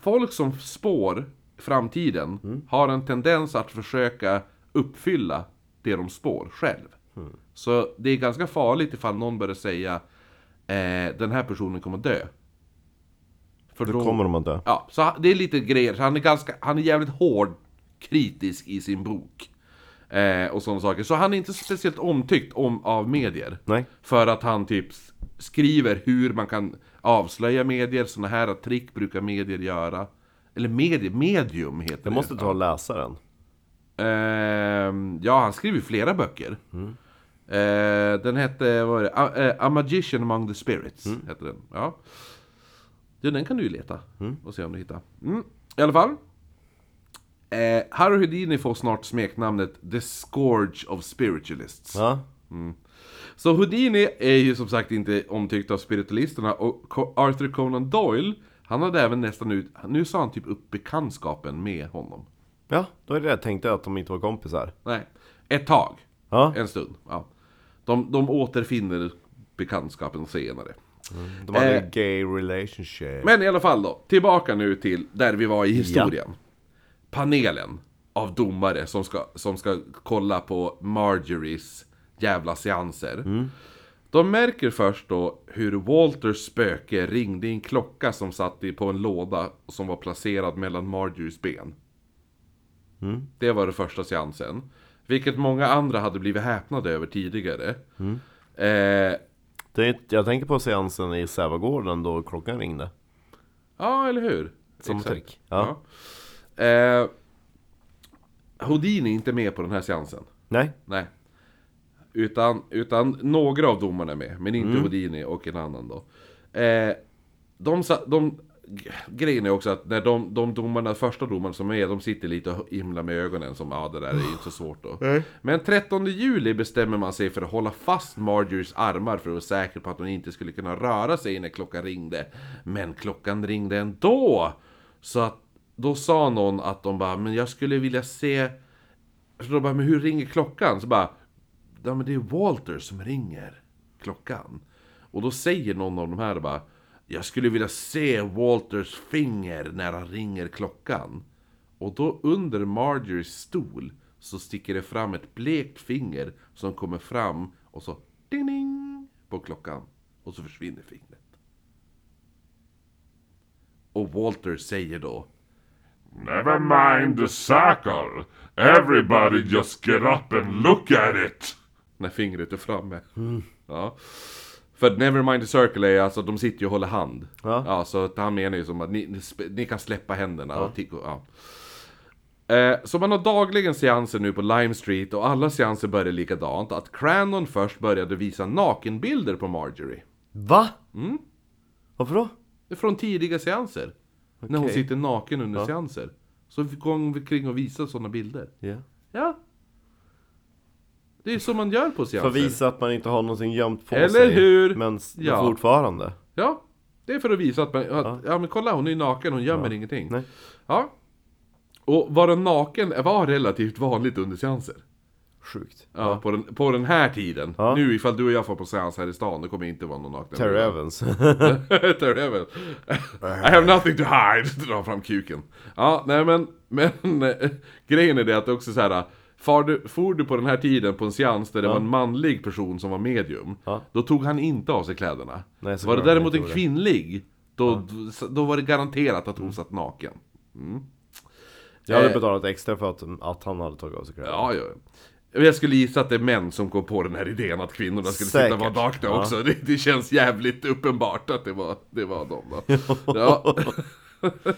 S2: folk som spår framtiden
S4: Mm.
S2: har en tendens att försöka uppfylla det de spår själv.
S4: Mm.
S2: Så det är ganska farligt ifall någon börjar säga eh, den här personen kommer dö. För
S4: Då kommer de att dö.
S2: Ja, så han- det är lite grejer. Så han är, ganska, han är jävligt hård kritisk i sin bok. Eh, och sådana saker. Så han är inte speciellt omtyckt om, av medier.
S4: Nej.
S2: För att han typ s- skriver hur man kan avslöja medier. Sådana här trick brukar medier göra. Eller medier, medium heter det.
S4: Jag måste ta och läsa den.
S2: Ehm, ja, han skrev ju flera böcker. Eh, den hette, vad var det? A, eh, A Magician Among the Spirits. Hette den. Ja. ja, den kan du ju leta och se om du hittar. Mm. I alla fall. Eh, Harry Houdini får snart smeknamnet The Scourge of Spiritualists.
S4: Ja.
S2: Så Houdini är ju som sagt inte omtyckt av spiritualisterna och Co- Arthur Conan Doyle, han hade även nästan ut, nu sa han typ upp bekantskapen med honom.
S4: ja, då är det det jag tänkte att de inte var kompisar.
S2: Nej, ett tag.
S4: Ja,
S2: En stund, ja. De, de återfinner bekantskapen senare.
S4: de hade
S2: eh,
S4: en gay relationship.
S2: Men i alla fall då, tillbaka nu till där vi var i historien. Panelen av domare som ska, som ska kolla på Marjories jävla seanser.
S4: Mm.
S2: De märker först då hur Walters spöke ringde i en klocka som satt i- på en låda som var placerad mellan Marjories ben.
S4: Mm.
S2: Det var den första seansen. Vilket många andra hade blivit häpnade över tidigare.
S4: Mm.
S2: Eh,
S4: Det är, jag tänker på seansen i Sävagården då klockan ringde.
S2: ja, eller hur?
S4: Som
S2: Exakt.
S4: trick. Ja.
S2: Ja. Eh, Houdini är inte med på den här seansen.
S4: Nej.
S2: Nej. Utan, utan några av domarna är med, men inte Houdini och en annan då. Eh, de, sa- de, g- grejen är också att när de, de domarna, första domarna som är de sitter lite och himlar med ögonen som ja ah, det där är ju inte så svårt då. Men 13 juli bestämmer man sig för att hålla fast Marjories armar för att vara säker på att hon inte skulle kunna röra sig när klockan ringde. Men klockan ringde ändå! Så att då sa någon att de bara, men jag skulle vilja se så de bara, men hur ringer klockan? Så bara, ja men det är Walter som ringer klockan. Och då säger någon av de här bara, jag skulle vilja se Walters finger när han ringer klockan. Och då under Marjories stol så sticker det fram ett blekt finger som kommer fram och så ding ding på klockan. Och så försvinner fingret. Och Walter säger då,
S3: Never mind the circle. Everybody just get up and look at
S1: <laughs>
S3: it.
S2: när fingret är framme. Ja. För Nevermind the Circle är alltså, de sitter ju och håller hand.
S4: Ja.
S2: så att han menar ju som att ni, ni, sp- ni kan släppa händerna. Och tick och, ja. Eh, Så man har dagligen seanser nu på Lime Street och alla seanser börjar likadant. Att Cranon först började visa nakenbilder på Marjorie.
S4: Va?
S1: Mm.
S4: Varför då?
S2: Från tidiga seanser. När hon
S4: Okej.
S2: sitter naken under seanser. Så går hon kring och visar sådana bilder.
S4: Ja.
S2: Ja. Det är ju så man gör
S4: För
S2: på seanser.
S4: att visa att man inte har någonting gömt på
S2: Eller
S4: sig.
S2: hur?
S4: Men s-
S2: Ja.
S4: fortfarande.
S2: Ja, det är för att visa att, man, att ja. men kolla hon är ju naken, hon gömmer ingenting.
S4: Nej.
S2: Ja. Och vara naken var relativt vanligt under seanser.
S4: Sjukt.
S2: Ja, På, den, på den här tiden.
S4: Ja.
S2: Nu ifall du och jag får på seans här i stan, då kommer det inte vara någon naken.
S4: Terry <laughs> Evans.
S2: Terry Evans. I have nothing to hide. Dra fram kuken. Ja, nej men, men eh, grejen är det att det också så här. Far du, for du på den här tiden på en seans där det var en manlig person som var medium,
S4: Ja.
S2: då tog han inte av sig kläderna.
S4: Nej, såklart
S2: var det
S4: han
S2: däremot
S4: inte gjorde.
S2: en
S4: Mm.
S2: kvinnlig, då, då var det garanterat att hon satt naken.
S4: Jag hade
S2: Eh.
S4: betalat extra för att, att han hade tagit av sig kläderna.
S2: Ja, ja. Jag skulle gissa att det är män som kom på den här idén att kvinnorna skulle sitta och
S4: Säkert.
S2: vara nakna också. Det, det känns jävligt uppenbart att det var, det var dem då. Ja. <laughs>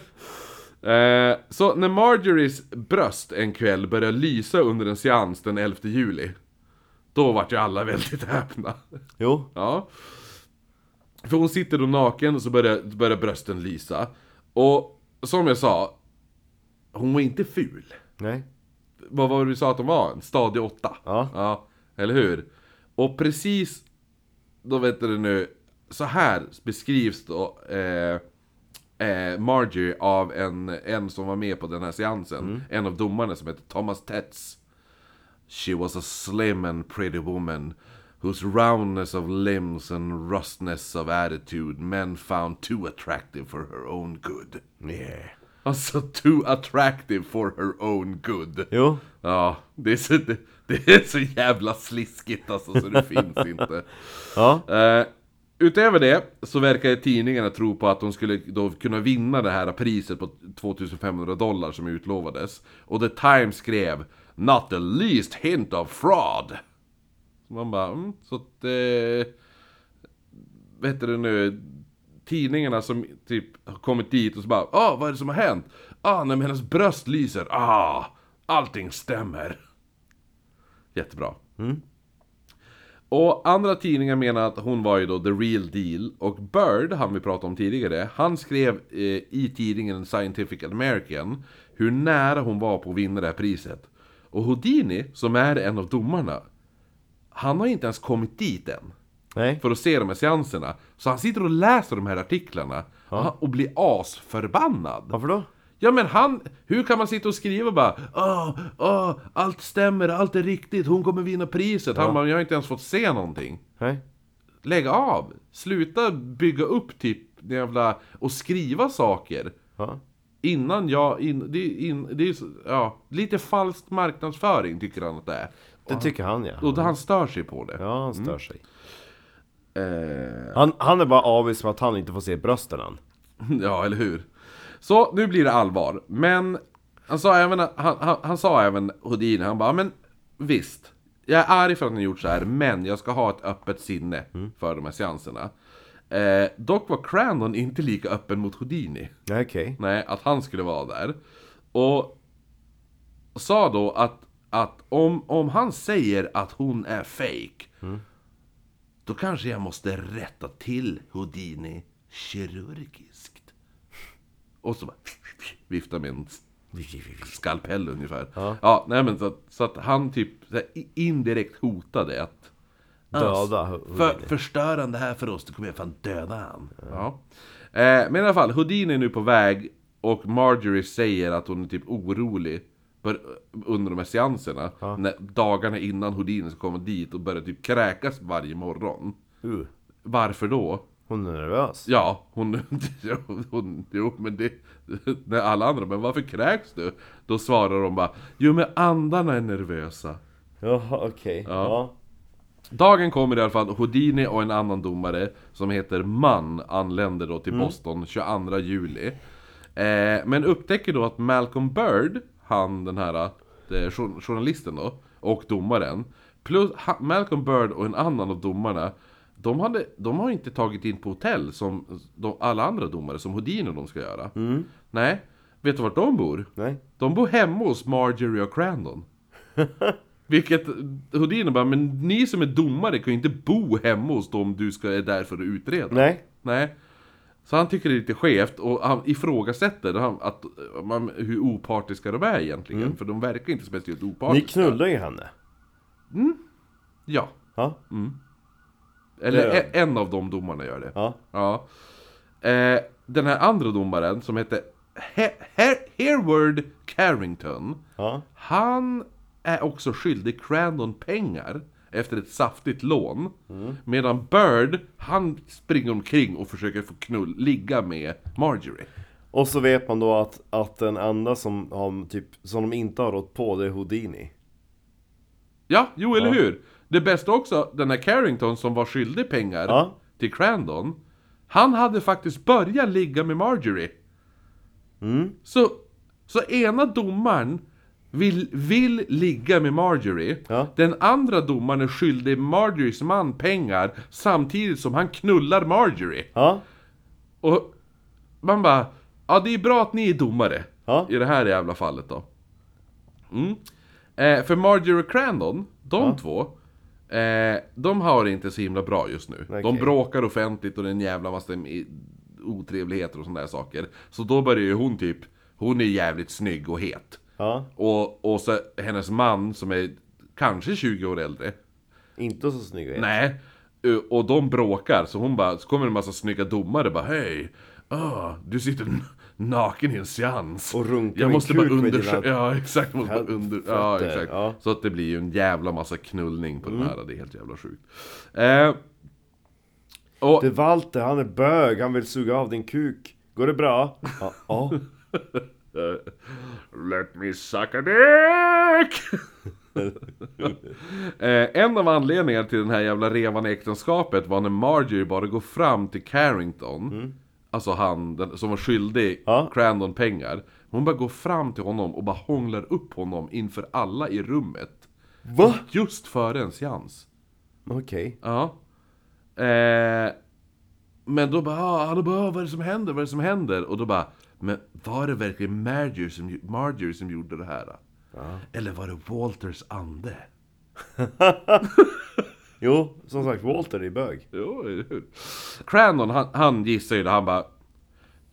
S2: Eh, Så när Marjories bröst en kväll började lysa under en seans den 11 juli, då vart ju alla väldigt häpna. <laughs>
S4: Jo.
S2: Ja. För hon sitter då naken och så börjar, börjar brösten lysa. Och som jag sa, hon var inte ful.
S4: Nej.
S2: Vad var det du sa att de var? En stadig åtta?
S4: Ja.
S2: Eller hur? Och precis, då vet du nu, så här beskrivs då eh, eh, Margie av en, en som var med på den här seansen. En av domarna som heter Thomas Tetz. She was a slim and pretty woman whose roundness of limbs and rustness of attitude men found too attractive for her own good.
S4: Yeah.
S2: Alltså, too attractive for her own good.
S4: Jo.
S2: Ja, det är så, det, det är så jävla sliskigt alltså så det finns inte.
S4: Ja.
S2: Eh, utöver det så verkar tidningarna tro på att de skulle då kunna vinna det här priset på 2500 dollar som utlovades. Och The Times skrev “Not the least hint of fraud”. Så man bara, mm, så att... Eh, vad heter det nu? Tidningarna som typ har kommit dit och så bara “Ah, vad är det som har hänt?” “Ah, nej men hennes bröst lyser, ah, allting stämmer”. Jättebra. Och andra tidningar menar att hon var ju då the real deal Och Bird, han vi pratade om tidigare Han skrev eh, i tidningen Scientific American Hur nära hon var på att vinna det här priset Och Houdini, som är en av domarna Han har inte ens kommit dit än
S4: Nej.
S2: För att se de här seanserna Så han sitter och läser de här artiklarna Och blir asförbannad
S4: Varför då?
S2: Ja men han, hur kan man sitta och skriva bara Åh, åh, allt stämmer, allt är riktigt, hon kommer vinna priset Han bara, jag har inte ens fått se någonting
S4: Nej.
S2: Lägg av! Sluta bygga upp typ jävla, och skriva saker
S4: Ja.
S2: Innan jag, in, det, in, det är så- ja, lite falsk marknadsföring tycker han att det är
S4: Det tycker han ja.
S2: Och då Mm. han stör sig på det
S4: Ja, han stör sig.
S2: eh, <laughs>
S4: Han, han är bara avis för att han inte får se brösten än.
S2: Ja, eller hur? Så, nu blir det allvar Men, han sa även, han, han, han sa även Houdini, han bara, men visst Jag är arg för att ni har gjort så här, men jag ska ha ett öppet sinne
S4: Mm.
S2: för de här seanserna eh, Dock var Crandon inte lika öppen mot Houdini
S4: Nej, okej.
S2: Nej, att han skulle vara där. Och sa då att, att om, om han säger att hon är fake Då kanske jag måste rätta till Houdini kirurgiskt. Och så bara vifta med en skalpell ungefär. Ja, nej men så att, så att han typ så här, i- indirekt hotade att
S4: Döda
S2: Alltså,
S4: Houdini.
S2: för, Förstör han det här för oss, då kommer jag fan döda han. Ja. Eh, men i alla fall, Houdini är nu på väg och Marjorie säger att hon är typ orolig för, eh, under de här seanserna. När, dagarna innan Houdini ska komma dit och börja typ kräkas varje morgon.
S4: Uh,
S2: Varför då?
S4: hon är nervös.
S2: Ja, hon, <laughs> jo, hon, jo men det, när alla andra, men varför kräks du? Då svarar de bara, jo men andarna är nervösa.
S4: Jaha, okej. Ja.
S2: Dagen kommer i alla fall, Houdini och en annan domare som heter Mann anländer då till Boston 22 juli. Eh, men upptäcker då att Malcolm Bird, han den här eh, jour- journalisten då, och domaren, plus ha, Malcolm Bird och en annan av domarna, de, hade, de har inte tagit in på hotell som de, alla andra domare, som Houdini och de ska göra. Nej, vet du vart de bor?
S4: Nej.
S2: De bor hemma hos Marjorie
S4: <laughs>
S2: och Crandon. Vilket Houdini bara, men ni som är domare kan ju inte bo hemma hos dem du ska, är där för att utreda.
S4: Nej.
S2: Nej. Så han tycker det är lite skevt och han ifrågasätter han, att, man, hur opartiska de är egentligen.
S4: Mm.
S2: För de verkar inte speciellt
S4: Ni
S2: opartiska.
S4: knullar ju henne.
S2: Ja.
S4: Ja.
S2: Eller e-,
S4: Det gör
S2: en, en av de domarna gör det.
S4: Ja.
S2: Ja. Eh, den här andra domaren som hette He- He- Hereward Carrington.
S4: Ja.
S2: Han är också skyldig Crandon pengar efter ett saftigt lån. Medan Bird, han springer omkring och försöker få knull, ligga med Marjorie.
S4: Och så vet man då att, att den enda som, har, typ, som de inte har rått på, det är Houdini.
S2: Ja, jo eller hur? Det bästa också, den här Carrington som var skyldig pengar
S4: Ja.
S2: till Crandon. Han hade faktiskt börjat ligga med Marjorie.
S4: Mm.
S2: Så, så ena domaren vill, vill ligga med Marjorie.
S4: Ja.
S2: Den andra domaren är skyldig Marjories man pengar samtidigt som han knullar Marjorie.
S4: Ja.
S2: Och man bara, ja det är bra att ni är domare.
S4: Ja.
S2: I det här jävla fallet då. Mm. Eh, för Marjorie Crandon, de två, eh, de har det inte så himla bra just nu. De
S4: Okej.
S2: bråkar offentligt och det är en jävla massa i- otrevligheter och sådana där saker. Så då börjar ju hon typ, hon är jävligt snygg och het.
S4: Ja.
S2: Och, och så hennes man som är kanske 20 år äldre,
S4: Inte så snygg och het.
S2: Nej, Ö, och de bråkar så hon bara, så kommer en massa snygga domare bara hej, ah, du sitter n- naken i en seans.
S4: Och runka
S2: jag
S4: min
S2: måste bara
S4: kuk med
S2: undersöka.
S4: dina
S2: Ja exakt, jag måste bara under... ja,
S4: fötter,
S2: exakt.
S4: ja. Mm.
S2: Så att det blir ju en jävla massa knullning på den här, det är helt jävla sjukt. Eh, och
S4: Det är Walter, han är bög, han vill suga av din kuk. Går det bra? Ja. ja.
S3: Let me suck a dick!
S2: <laughs> Eh, en av anledningarna till den här jävla revan i äktenskapet var när Marjorie bara går fram till Carrington Alltså han den, som var skyldig
S4: Ja.
S2: Crandon pengar Hon bara går fram till honom och bara hånglar upp honom inför alla i rummet
S4: Va?
S2: Just före en seans
S4: Okej.
S2: Ja eh, Men då bara, ah, han bara, ah, vad är det som händer, vad är det som händer? Och då bara, men var det verkligen Marjorie som, gj- Marjorie som gjorde det här? Eller var det Walters ande?
S4: Jo, som sagt, Walter är bög.
S2: Jo, eller hur? Crandon, han, han gissade ju det, han bara...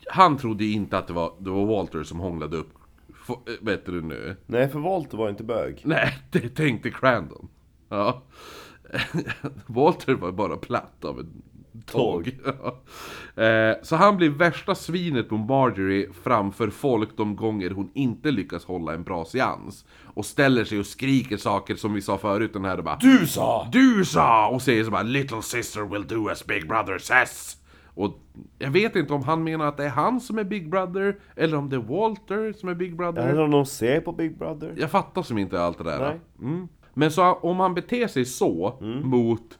S2: Han trodde ju inte att det var, det var Walter som hånglade upp... Få- äh, Vet du nu?
S4: Nej, för Walter var inte bög.
S2: Nej, <laughs> det tänkte Crandon. Ja. <laughs> Walter var bara platt av en tåg. <laughs> Ja. Eh, Så han blir värsta svinet på Marjorie framför folk de gånger hon inte lyckas hålla en bra seans. Och ställer sig och skriker saker som vi sa förut, den här bara...
S4: Du sa!
S2: Du sa! Och säger så bara Little sister will do as big brother says. Och jag vet inte om han menar att det är han som är big brother, eller om det är Walter som är big brother.
S4: Eller om de ser på Big Brother.
S2: Jag fattar som inte allt det där.
S4: Nej. Mm.
S2: Mm. Men så om han beter sig så mot,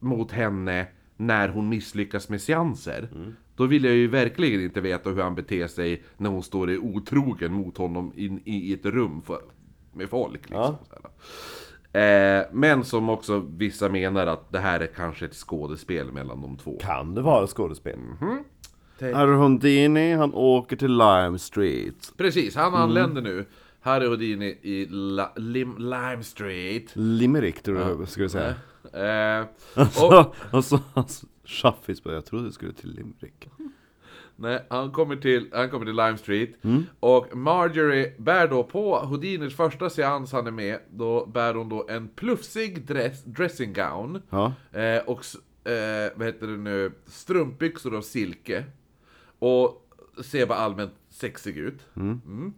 S2: mot henne när hon misslyckas med seanser.
S4: Mm.
S2: Då vill jag ju verkligen inte veta hur han beter sig när hon står i otrogen mot honom in, i ett rum för, med folk. Liksom,
S4: Ja.
S2: så här. Eh, men som också vissa menar att det här är kanske ett skådespel mellan de två.
S4: Kan det vara skådespel? Mhm.
S1: Harry Houdini, han åker till Lime Street.
S2: Precis,
S4: Mm.
S2: han anländer nu. Harry Houdini i La, Lim, Lime Street.
S1: Limerick tror jag skulle säga.
S2: Eh,
S4: <laughs>
S2: och,
S1: Så, och så hans chaffis bara, jag trodde du skulle till Limerick.
S2: Nej, han kommer till, han kommer till Lime Street. Och Marjorie bär då på Houdinis första seans han är med. Då bär hon då en plufsig dress, dressing gown.
S1: Ja.
S2: Eh, och s- eh, vad heter det nu? Strumpbyxor av silke. Och ser bara allmänt sexig ut. Mm.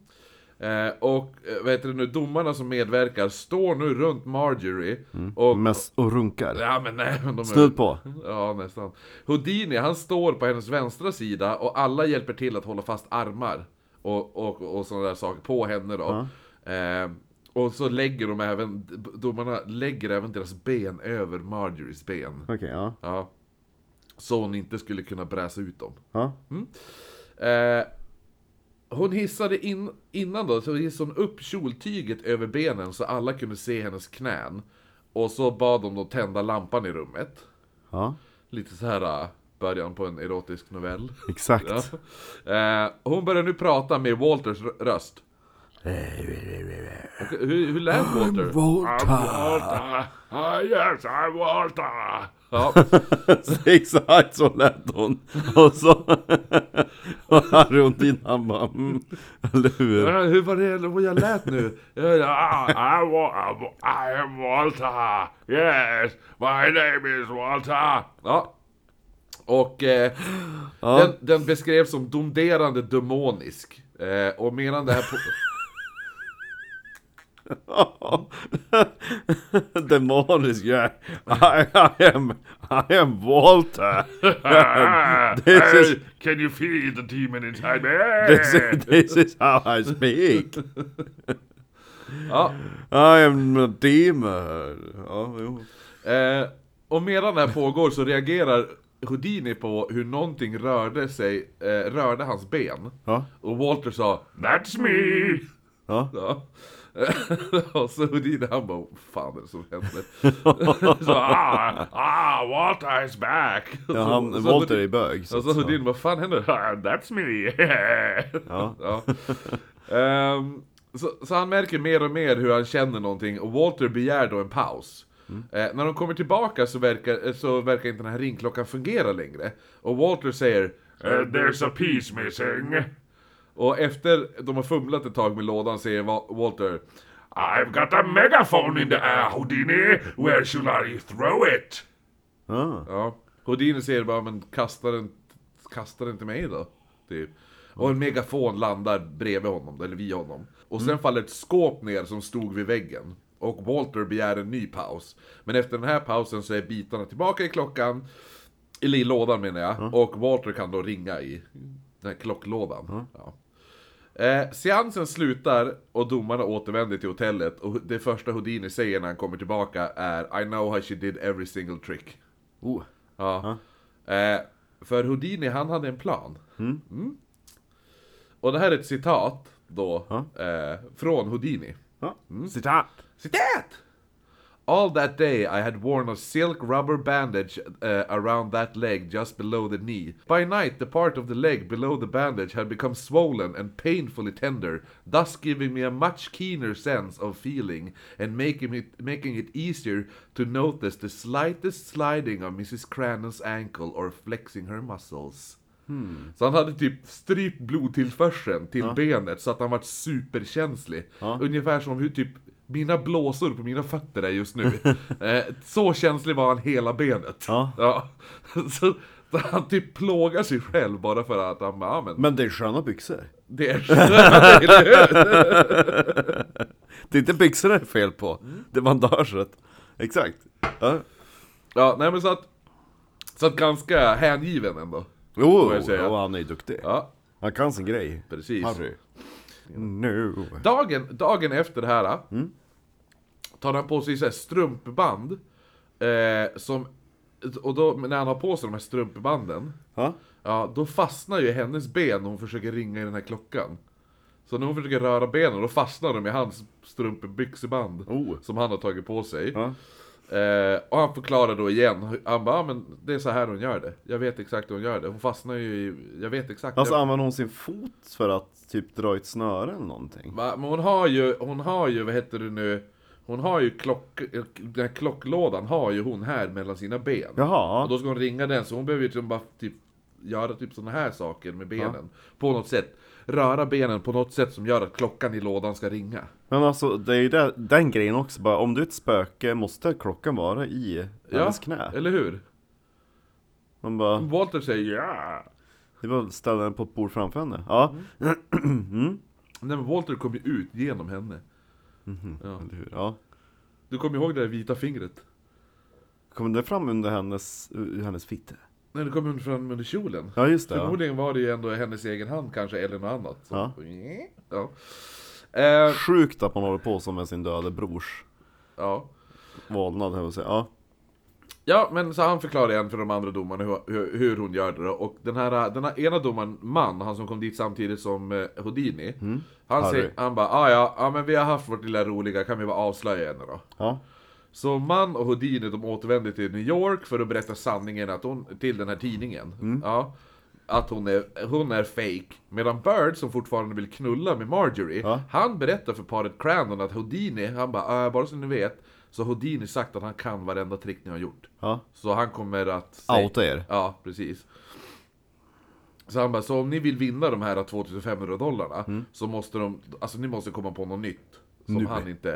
S2: Eh, och eh, vad heter det nu? Domarna som medverkar står nu runt Marjorie. Och
S1: Men, s- och runkar.
S2: Ja men nej men de är...
S1: Snudd på.
S2: Ja nästan. Houdini han står på hennes vänstra sida och alla hjälper till att hålla fast armar och, och, och sådana där saker på henne då. Eh, och så lägger de även, domarna lägger även deras ben över Marjories ben.
S1: Okej, ja.
S2: Ja. Så hon inte skulle kunna bräsa ut dem.
S1: ja.
S2: Eh, hon hissade in, innan då, så hissade hon upp kjoltyget över benen så alla kunde se hennes knän. Och så bad de då tända lampan i rummet.
S1: Ja,
S2: Lite så här eh, början på en erotisk novell. <laughs>
S1: exakt.
S2: Ja. Eh, hon börjar nu prata med Walters rö- röst. Okej, Hur, hur lät Walter?
S3: I'm Walter! Ah, yes, I'm Walter!
S2: Ja,
S1: <laughs> Exakt så lät hon. Och så... och Harry Houdini han bara, mm, eller hur? <laughs>
S2: eh, hur var det hur jag lät nu? Jag-
S3: Ah, I'm Wa- I am Walter! Yes, my name is Walter!
S2: Ja. Och eh, den, den beskrevs som domderande demonisk. Eh, och medan det här på...
S1: Demonisk, yeah. I, I, am, I am Walter.
S3: Ah,
S1: This
S3: hey,
S1: is-
S3: Can you feel the demon inside me?
S1: <laughs> This is, this is how I speak.
S2: Ja.
S1: I am a demon. Ja, jo.
S2: Eh, och medan det här pågår så reagerar Houdini på hur någonting rörde sig, eh, rörde hans ben.
S1: Ja.
S2: Och Walter sa
S1: <laughs>
S3: That's me!
S2: ja. <laughs> och så Houdini han bara, "Vad fan är det som händer?
S3: Så, ah, ah, Walter is back!
S1: <laughs> Ja, han, Walter är bög. Så,
S2: Och så
S1: att-
S2: Houdini, vad fan händer? <laughs>
S3: Ah, That's me!
S2: Ja. Ehm, så, så han märker mer och mer hur han känner någonting och Walter begär då en paus.
S1: Mm.
S2: Eh, när de kommer tillbaka så verkar, eh, så verkar inte den här ringklockan fungera längre. Och Walter säger
S3: Uh, there's a piece missing.
S2: och efter de har fumlat ett tag med lådan säger Va- Walter
S3: I've got a megaphone in the air, Houdini. Where should I throw it?
S1: Ja.
S2: Ja Houdini säger bara men kasta den, kasta den till mig då typ. Och en megafon landar bredvid honom, eller vid honom. Och sen faller ett skåp ner som stod vid väggen. Och Walter begär en ny paus. Men efter den här pausen så är bitarna tillbaka i klockan. Eller i lådan menar jag. Och Walter kan då ringa i den här klocklådan. Ja. Eh, seansen slutar och domarna återvänder till hotellet och det första Houdini säger när han kommer tillbaka är I know how she did every single trick.
S1: Oh.
S2: Ja. Eh, för Houdini, han hade en plan. Mm. Och det här är ett citat då eh, från Houdini.
S1: Ja.
S2: Mm.
S1: Citat!
S2: Citat! All that day I had worn a silk rubber bandage uh, around that leg just below the knee. By night, the part of the leg below the bandage had become swollen and painfully tender, thus giving me a much keener sense of feeling and making it, making it easier to notice the slightest sliding of Mrs. Crandons ankle or flexing her muscles. Så han hade typ strypt blodtillförseln till benet så att han vart superkänslig. Ungefär som hur typ mina blåsor på mina fötter är just nu. eh, så känslig var han hela benet.
S1: Ja.
S2: <laughs> Så, så han typ plågar sig själv bara för att han bara, "Ja, men
S1: Men det är sköna byxor.
S2: det är skönt, <laughs> eller hur?
S1: Det är inte byxor det är fel på, det är bandaget. Exakt. Ja.
S2: Ja, nej men så att, så att ganska hängiven ändå.
S1: Jo,
S2: jag säga.
S1: och han är ju duktig.
S2: Ja,
S1: Han kan sin grej.
S2: precis.
S1: No.
S2: Dagen, dagen efter det här
S1: Mm.
S2: tar han på sig så här strumpband. Eh, som, och då, men när han har på sig de här strumpbanden,
S1: Ja.
S2: ja, då fastnar ju hennes ben när hon försöker ringa i den här klockan. Så när hon försöker röra benen, då fastnar de i hans strumpbyxeband.
S1: Oh.
S2: Som han har tagit på sig.
S1: Ja.
S2: Eh, och han förklarar då igen, han bara, "Ja, men det är så här hon gör det. Jag vet exakt hur hon gör det. Hon fastnar ju i, jag vet exakt.
S1: Alltså
S2: jag,
S1: använder hon sin fot för att typ dra i ett snöre eller någonting?
S2: Va? Men hon har ju, hon har ju, vad heter det nu? Hon har ju klock, eh, den här klocklådan har ju hon här mellan sina ben.
S1: Jaha.
S2: Och då ska hon ringa den, så hon behöver ju typ bara typ, göra typ såna här saker med benen. På något sätt. Röra benen på något sätt som gör att klockan i lådan ska ringa.
S1: Men alltså det är ju där, den grejen också bara, om du är ett spöke måste klockan vara i hennes knä?
S2: eller hur?
S1: Man bara,
S2: Walter säger ja.
S1: det är bara att ställa den på ett bord framför henne. Ja,
S2: Mm. Nej men Walter kom ju ut genom henne. Ja.
S1: eller hur? Ja.
S2: Du kommer ihåg det där vita fingret?
S1: Kom det fram under hennes, ur hennes fitta?
S2: När det kom ut fram under kjolen.
S1: Ja just det. Ja.
S2: Förmodligen var det ju ändå hennes egen hand kanske, eller något annat. Så.
S1: Ja.
S2: Ja. Eh,
S1: Sjukt att man håller på så med sin döde brors
S2: ja.
S1: vålnad, höll jag på att säga. Ja.
S2: ja, men så han förklarar igen för de andra domarna hur, hur, hur hon gör det då. Och den här, den här ena domaren, man, han som kom dit samtidigt som eh, Houdini. Han,
S1: Mm. Harry.
S2: säger, han bara ah, ja, ja, men vi har haft vårt lilla roliga, kan vi bara avslöja henne då?
S1: Ja.
S2: Så man och Houdini de återvänder till New York för att berätta sanningen att hon, till den här tidningen.
S1: Mm.
S2: Ja, att hon är, hon är fake. Medan Bird, som fortfarande vill knulla med Marjorie,
S1: Ja.
S2: han berättar för paret Crandon att Houdini, han bara äh, bara så ni vet, så har Houdini sagt att han kan varenda trick ni har gjort.
S1: Ja.
S2: Så han kommer att...
S1: Outa er.
S2: Ja, precis. Så han bara, så om ni vill vinna de här 2500 dollarna så måste de, alltså ni måste komma på något nytt. Som
S1: Mm. Nu.
S2: han inte...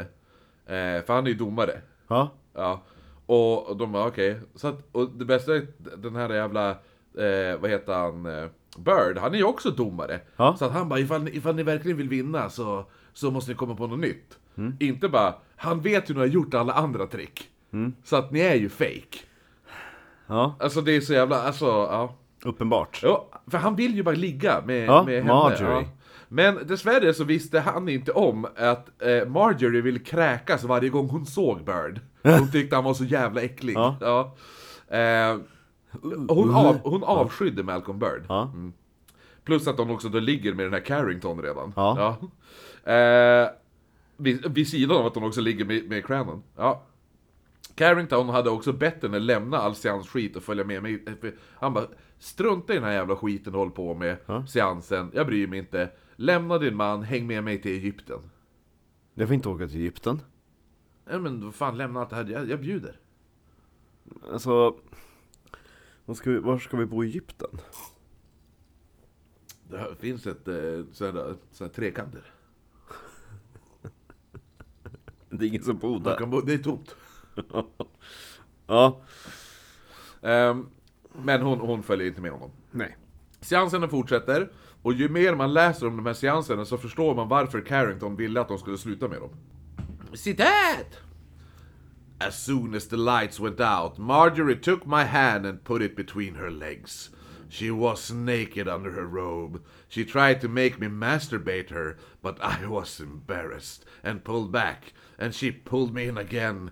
S2: Eh, för han är ju domare.
S1: Ja.
S2: Ja. Och de bara okej. Så att, och det bästa är att den här jävla, eh, vad heter han, eh, Bird, han är ju också domare.
S1: Ja.
S2: Så att han bara, ifall, ni- ifall ni verkligen vill vinna så, så måste ni komma på något nytt.
S1: Mm.
S2: Inte bara, han vet ju ni har gjort alla andra trick.
S1: Mm.
S2: Så att ni är ju fake.
S1: Ja.
S2: Alltså det är så jävla, alltså ja.
S1: Uppenbart.
S2: Jo, för han vill ju bara ligga med,
S1: Ja,
S2: med henne.
S1: Marjorie.
S2: Men dessvärre så visste han inte om att eh, Marjorie ville kräkas varje gång hon såg Bird. Hon tyckte han var så jävla äcklig.
S1: Ja.
S2: Ja. Eh, hon, av, hon avskydde Malcolm Bird.
S1: Ja.
S2: Mm. Plus att de också då ligger med den här Carrington redan.
S1: Ja.
S2: Ja. Eh, vid, vid sidan av att de också ligger med, med Cranon. Ja. Carrington hade också bett henne lämna all seans skit och följa med mig. Han bara, strunta i den här jävla skiten du håller på med, seansen, jag bryr mig inte. Lämna din man, häng med mig till Egypten.
S1: Jag får inte åka till Egypten.
S2: Nej men vad fan, lämna allt det här, jag, jag bjuder.
S1: Alltså, var ska vi, var ska vi bo i Egypten?
S2: Det här finns ett eh, sådana sådana trekanter.
S1: Det är ingen som bor
S2: Man
S1: där.
S2: kan bo, det är tomt.
S1: Ja.
S2: Ehm, men hon, hon följer inte med honom.
S1: Nej.
S2: Seansen fortsätter. Och ju mer man läser om de här seanserna så förstår man varför Carrington ville att de skulle sluta med dem. See that! As soon as the lights went out, Marjorie took my hand and put it between her legs. She was naked under her robe. She tried to make me masturbate her, but I was embarrassed and pulled back, and she pulled me in again.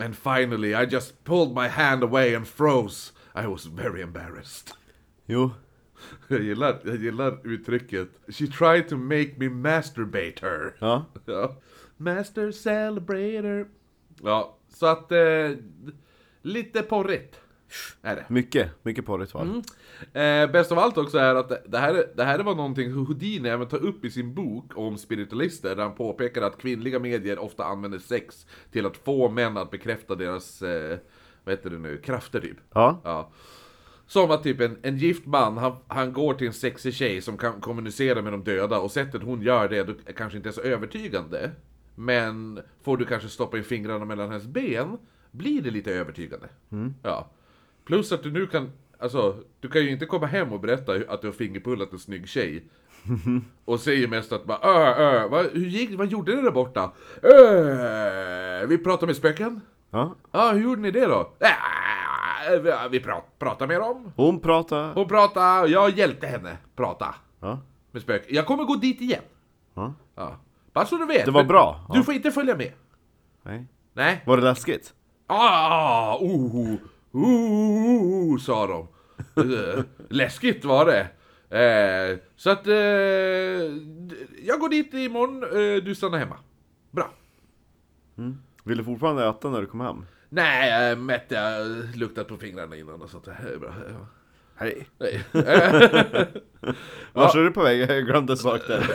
S2: And finally, I just pulled my hand away and froze. I was very embarrassed.
S1: Jo.
S2: <laughs> Jag gillar, jag gillar uttrycket She tried to make me masturbate her.
S1: Ja.
S2: <laughs> Ja. Master celebrator. Ja, så att eh, lite porrigt är det.
S1: Mycket, mycket porrigt var det.
S2: Eh, bäst av allt också är att det- det här, det här var någonting Houdini även tar upp i sin bok om spiritualister där han påpekar att kvinnliga medier ofta använder sex till att få män att bekräfta deras, eh, vad heter det nu, krafter typ.
S1: Ja.
S2: Ja. Som att typ en, en gift man, han, han går till en sexig tjej som kan kommunicera med de döda och sättet hon gör det du, kanske inte är så övertygande. Men får du kanske stoppa in fingrarna mellan hennes ben blir det lite övertygande. Ja. Plus att du nu kan, alltså du kan ju inte komma hem och berätta hur- att du har fingerpullat en snygg tjej. Och säger mest att bara ö, ö, vad, hur gick, vad gjorde ni där borta? Ö, vi pratar med spöken.
S1: Ja.
S2: Ja, hur gjorde ni det då? Äh, vi- vi prat, pratade med dem.
S1: Hon pratar.
S2: Hon pratade, och jag hjälpte henne prata
S1: Ja.
S2: med spök. Jag kommer gå dit igen.
S1: Ja.
S2: Ja. Bara så du vet.
S1: Det var
S2: men
S1: bra.
S2: Du får inte följa med.
S1: Nej.
S2: Nej.
S1: Var det läskigt?
S2: Ah, oh, oh, oh, oh, sa de. Eh, Läskigt var det. Eh, så att eh, d- jag går dit imorgon, eh, du stannar hemma. Bra.
S1: Vill du fortfarande äta när du kom hem?
S2: Nej, jag är mätt, jag har luktat på fingrarna innan och sånt. Det här är bra. Eh, Ja.
S1: Hej.
S2: Nej.
S1: Vart är du på väg? <laughs> Jag glömde <laughs> saker.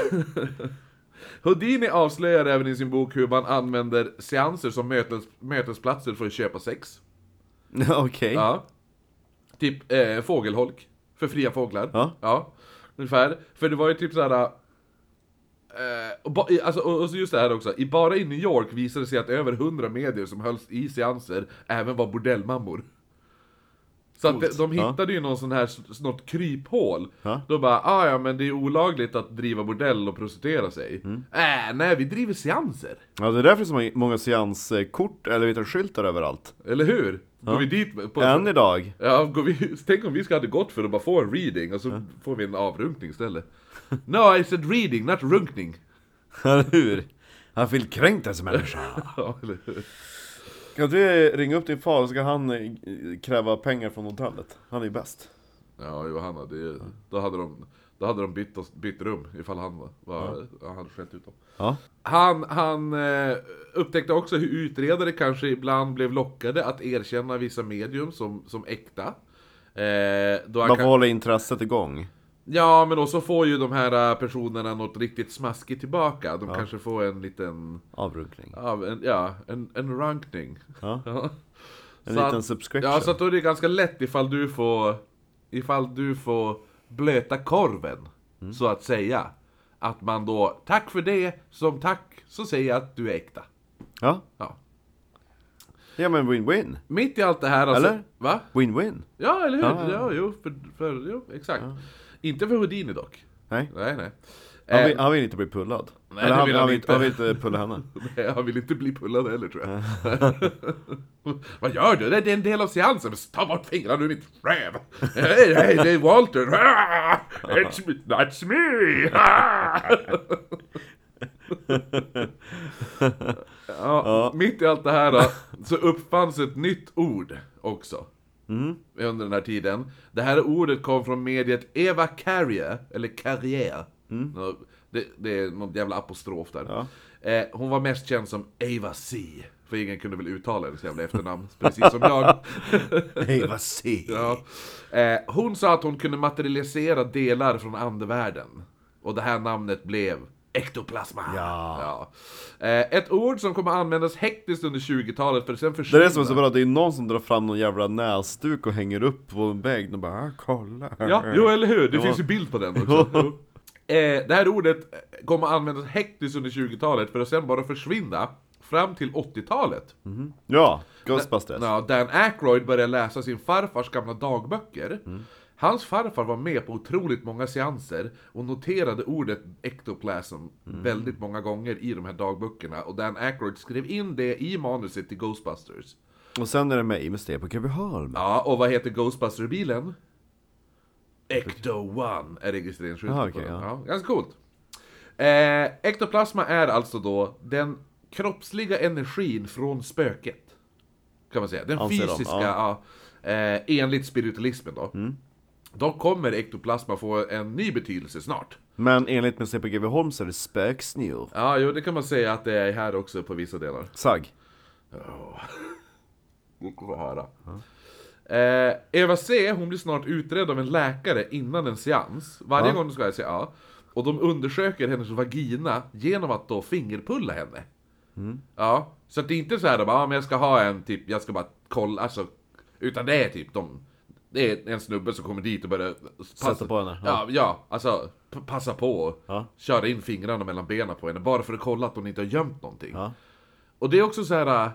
S2: Houdini avslöjar även i sin bok hur man använder seanser som mötes, mötesplatser för att köpa sex.
S1: Okej.
S2: Ja. Typ eh, fågelholk, för fria fåglar.
S1: Ja.
S2: ja. Ungefär. För det var ju typ såhär... Eh, och, ba, i- alltså, och, och så just det här också, i, bara i New York visade det sig att över 100 medier som hölls i seanser även var bordellmammor. Så att de, de
S1: Ja.
S2: hittade ju någon sån här, s- något kryphål.
S1: Ja.
S2: Då bara, ah, ja men det är olagligt att driva bordell och prostituera sig.
S1: Mm.
S2: Äh, nej vi driver seanser.
S1: Ja, det är därför så många- många seanskort eller vet du, skyltar överallt.
S2: Eller hur? Går vi dit med- på <laughs>
S1: Än idag.
S2: Ja, går vi, tänk om vi ska hade gått för att bara få en reading och så får vi en avrunkning istället. <laughs> No, I said reading, not
S1: <laughs>
S2: runkning.
S1: Eller hur? Han vill kränka sig <laughs> människa.
S2: Ja, eller hur?
S1: Kan du eh, ringa upp din far så ska han eh, kräva pengar från hotellet? Han är ju bäst.
S2: ja Johanna, det, då hade de, då hade de bytt, oss, bytt rum ifall han var, var, han hade skällt ut dem.
S1: Ja.
S2: Han, han eh, upptäckte också hur utredare kanske ibland blev lockade att erkänna vissa medium som, som äkta. Eh, då han
S1: Man
S2: kan-
S1: får hålla intresset igång.
S2: Ja, men då så får ju de här äh, personerna något riktigt smaskigt tillbaka. De kanske får en liten,
S1: Avrunkning.
S2: ja, en, ja, en, en rankning.
S1: Ja.
S2: <laughs> Ja.
S1: En
S2: Så
S1: liten
S2: att-
S1: subscription.
S2: Ja, så att då är det ganska lätt ifall du får, ifall du får blöta korven,
S1: Mm.
S2: så att säga. Att man då, tack för det, som tack, så säger jag att du är äkta.
S1: ja.
S2: Ja.
S1: ja, men win-win.
S2: Mitt i allt det här alltså,
S1: Eller?
S2: va?
S1: Win-win.
S2: Ja, eller hur? Ja,
S1: Ja, ja.
S2: jo, för, för, jo, exakt. Inte för Houdini dock.
S1: Nej.
S2: Nej, nej.
S1: Han
S2: Eh,
S1: vill, han vill inte bli pullad.
S2: Nej,
S1: Eller
S2: det
S1: han,
S2: vill
S1: han,
S2: han
S1: vill,
S2: inte.
S1: han vill inte
S2: <laughs>
S1: pulla henne.
S2: Nej, han vill inte bli pullad heller tror jag. Vad gör du? Det är en del av seansen. Ta bort fingrarna ur mitt röv! Hej, hej, det är Walter! <laughs>
S3: It's me, that's me!
S2: Ja, Mitt i allt det här då, så uppfanns ett nytt ord också. Under den här tiden. Det här ordet kom från mediet Eva Carrier, eller Carrier.
S1: Mm.
S2: Nå- Det, det är någon jävla apostrof där. Eh, hon var mest känd som Eva C. För ingen kunde väl uttala hennes jävla efternamn, <laughs> precis som
S1: <laughs>
S2: jag.
S1: Hej, vad se.
S2: Ja. Eh, hon sa att hon kunde materialisera delar från andevärlden. Och det här namnet blev ektoplasma.
S1: Ja.
S2: Ja. Eh, ett ord som kommer användas hektiskt under 20-talet för att sen
S1: Det
S2: försvinna.
S1: är det som är så bra, det är någon som drar fram någon jävla näsduk och hänger upp på en vägg och bara ah, kolla.
S2: Ja, jo eller hur? Det finns ju bild på den också. Eh, det här ordet kommer användas hektiskt under 20-talet för att sen bara försvinna fram till 80-talet.
S1: Ja, Ghostbusters.
S2: Ja, Dan Aykroyd började läsa sin farfars gamla dagböcker. Hans farfar var med på otroligt många seanser och noterade ordet ectoplasm väldigt många gånger i de här dagböckerna. Och Dan Aykroyd skrev in det i manuset till Ghostbusters.
S1: Och sen är det med i Mysteriet på Kebbyholm.
S2: Ja, och vad heter Ghostbuster-bilen? Ecto-1 är registreringsskylten
S1: Jaha,
S2: på
S1: okej,
S2: den.
S1: ja.
S2: Ja. ganska coolt. Eh, ektoplasma är alltså då den kroppsliga energin från spöket. Kan man säga. Den
S1: Anser de,
S2: fysiska, ja. eh, enligt spiritualismen då.
S1: Mm.
S2: Då kommer ektoplasma få en ny betydelse snart.
S1: Men enligt Mysteriet på Kebbyholm så är det spöksnor.
S2: Ja, jo, det kan man säga att det är här också på vissa delar.
S1: Sagg.
S2: Vi kommer att höra. Eh, Eva C, hon blir snart utredd av en läkare innan en seans. Varje gång du ska jag säga ja. Och de undersöker hennes vagina genom att då fingerpulla henne.
S1: Mm.
S2: Ja, så att det är inte så här de bara, ah, men jag ska ha en typ, jag ska bara kolla, alltså. Utan det är typ de, det är en snubbe som kommer dit och börjar... passa-
S1: på henne,
S2: Ja,
S1: ja.
S2: ja, ja alltså p- passa på och
S1: Ja.
S2: köra in fingrarna mellan benen på henne. Bara för att kolla att hon inte har gömt någonting.
S1: Ja.
S2: Och det är också så här. äh,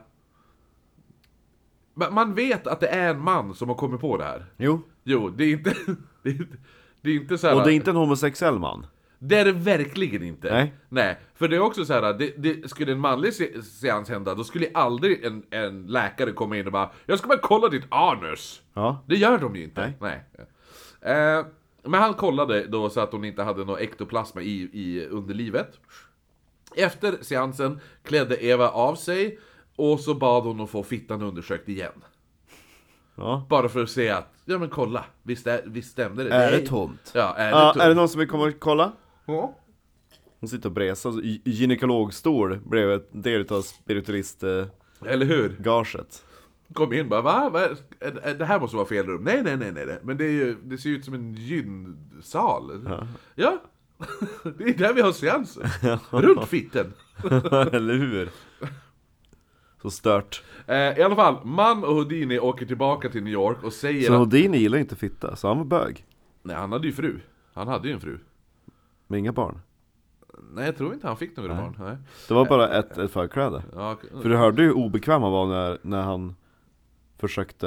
S2: ma- Man vet att det är en man som har kommit på det här.
S1: Jo.
S2: Jo, det är inte... <laughs> Det är inte, det är inte så här,
S1: Och det är inte en homosexuell man.
S2: det är det verkligen inte.
S1: Nej.
S2: för det är också så här. Det, det, skulle en manlig se- seans hända, då skulle aldrig en, en läkare komma in och bara Jag ska bara kolla ditt anus.
S1: Ja.
S2: Det gör de ju inte.
S1: Nej.
S2: Nej. Eh, men han kollade då så att hon inte hade någon ektoplasma i, i underlivet. Efter seansen klädde Eva av sig och så bad hon att få fittan undersökt igen.
S1: Ja.
S2: Bara för att se att, ja men kolla, visst, är, visst stämde det?
S1: Är
S2: Nej.
S1: det tomt?
S2: Ja, är det
S1: Ja,
S2: tomt?
S1: är det någon som vill komma och kolla?
S2: Ja.
S1: Hon sitter och bresar, så gy- gynekologstol blev ett del av spiritualistgaget.
S2: Eller hur? Kom in bara, va? va? Är- är- Det här måste vara fel rum. Nej, nej, nej, nej. nej. Men det, är ju, det ser ju ut som en gynsal. Ja. <laughs> det är där vi har seansen. Runt fitten.
S1: <laughs> Eller hur? Så stört.
S2: Eh, I alla fall, man och Houdini åker tillbaka till New York och säger
S1: Så
S2: att...
S1: Houdini gillar inte fitta, så han var bög.
S2: Nej, han hade ju fru. Han hade ju en fru.
S1: Med inga barn.
S2: Nej, jag tror inte han fick några barn. Nej.
S1: Det var bara ett, ett förkläde.
S2: Ja, okej.
S1: För du hörde ju hur obekväm han var när, när han försökte,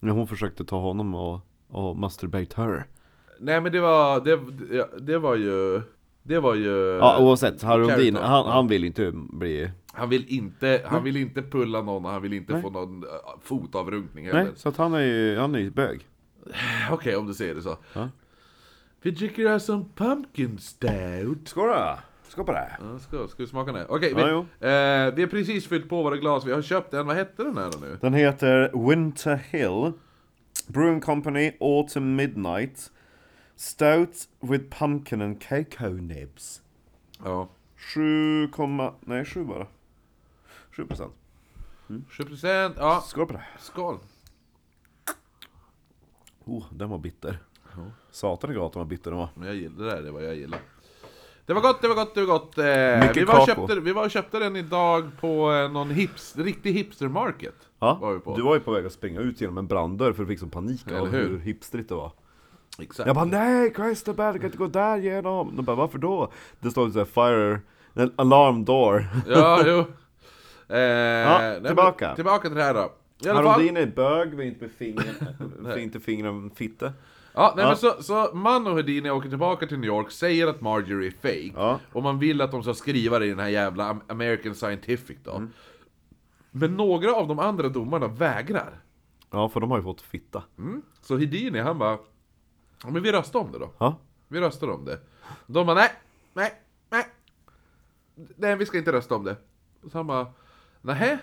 S1: när hon försökte ta honom och, och masturbate her.
S2: Nej, men det var... Det, det- det var ju... Det var ju...
S1: Ja oavsett, Harry Houdini,
S2: Carrot
S1: han, han vill inte bli...
S2: Han vill inte, han vill inte pulla någon och han vill inte få någon äh, fotavrunkning heller.
S1: Nej, så att han är ju, han är ju bög.
S2: Okej, om du säger det så. Vi dricker här som pumpkin stout.
S1: Skål då! Skål på det!
S2: Ja, Ska, ska vi smaka den? här? Okej,
S1: Ja,
S2: vi,
S1: jo.
S2: eh, vi har precis fyllt på våra glas. Vi har köpt en. Vad hette den här då nu?
S1: Den heter Winter Hill Brewing Company Autumn Midnight Stout with pumpkin and cocoa nibs
S2: Ja.
S1: 7, nej 7 bara 7 procent
S2: 7%. Ja,
S1: Skål på det!
S2: skål.
S1: Oh, den var bitter Satan i gatan vad bitter den var
S2: Men jag gillar det här, det var jag gillar. Det var gott, det var gott, det var gott. Eh,
S1: Mycket
S2: vi, var och
S1: kakao.
S2: köpte, vi var och köpte den idag på eh, någon hips, riktig hipster market. Var vi på.
S1: Du var ju på väg att springa ut genom en branddörr för du fick som panik
S2: Eller
S1: av
S2: hur?
S1: hur? hipstrigt det var
S2: Exakt.
S1: Jag bara nej, Christopher, du kan inte gå där igenom De bara varför då? Det står så här fire, en alarm door
S2: Ja, jo. Eh,
S1: Ja,
S2: nej, men-
S1: tillbaka.
S2: Tillbaka till det här då. I alla fall,
S1: Harodin är bög, vill inte med
S2: <laughs>
S1: fingren, vill inte fingren fitte.
S2: ja, nej, Men så, så man och Houdini åker tillbaka till New York, säger att Marjorie är fake
S1: Ja.
S2: Och man vill att de ska skriva det i den här jävla Am- American Scientific då.
S1: Mm.
S2: Men några av de andra domarna vägrar.
S1: Ja, för de har ju fått fitta.
S2: Mm. Så Houdini han bara, ja, men vi röstar om det då.
S1: Ja.
S2: Vi röstar om det. De bara nej, nej, nej. Nej, vi ska inte rösta om det. Så han bara, nähä?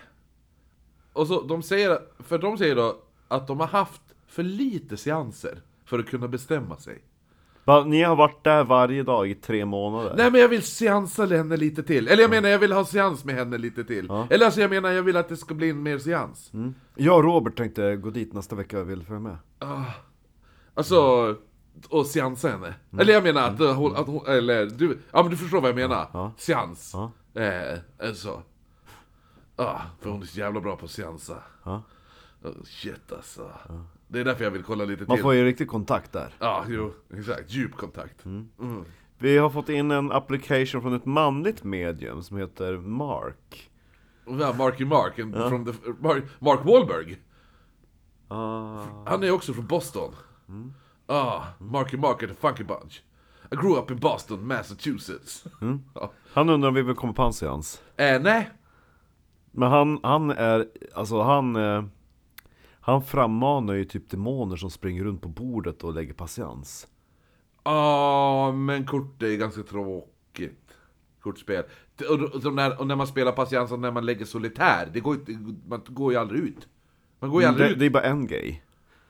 S2: Och så de säger, för de säger då att de har haft för lite seanser för att kunna bestämma sig.
S1: Va, ni har varit där varje dag i tre månader.
S2: Nej men jag vill seansa henne lite till. Eller jag menar jag vill ha seans med henne lite till. Eller alltså jag menar jag vill att det ska bli en mer seans.
S1: Jag och Robert tänkte gå dit nästa vecka och vill följa med.
S2: Alltså, och seansa henne.
S1: Mm.
S2: Eller jag menar att, hon, att hon, eller du, ja men du förstår vad jag menar. Seans.
S1: Ja.
S2: Eh, alltså. Ja, för hon är så jävla bra på att seansa.
S1: Ja.
S2: Oh, shit alltså. Det är därför jag vill kolla lite
S1: Man
S2: till.
S1: får ju Mm. riktig kontakt där.
S2: Ja, jo, exakt. Djup kontakt.
S1: Vi har fått in en application från ett manligt medium som heter Mark.
S2: Och vi har Marky Mark, en, from the, Mark, Mark Wahlberg.
S1: Ah, Mm.
S2: Han är också från Boston. Ah, Marky Mark and the Funky Bunch. I grew up in Boston, Massachusetts.
S1: Mm.
S2: Ja.
S1: Han undrar om vi vill komma på hans seans.
S2: <laughs> Eh, nej,
S1: Men han, han är, alltså han eh, Han frammanar ju typ demoner som springer runt på bordet och lägger patiens
S2: Ja, men kort är ganska tråkigt. Kortspel. Det- Och, och, och, när, och när man spelar patiens och när man lägger solitär, det går, inte- man går ju aldrig ut. Man går ju aldrig
S1: Mm, det,
S2: ut.
S1: det är bara en grej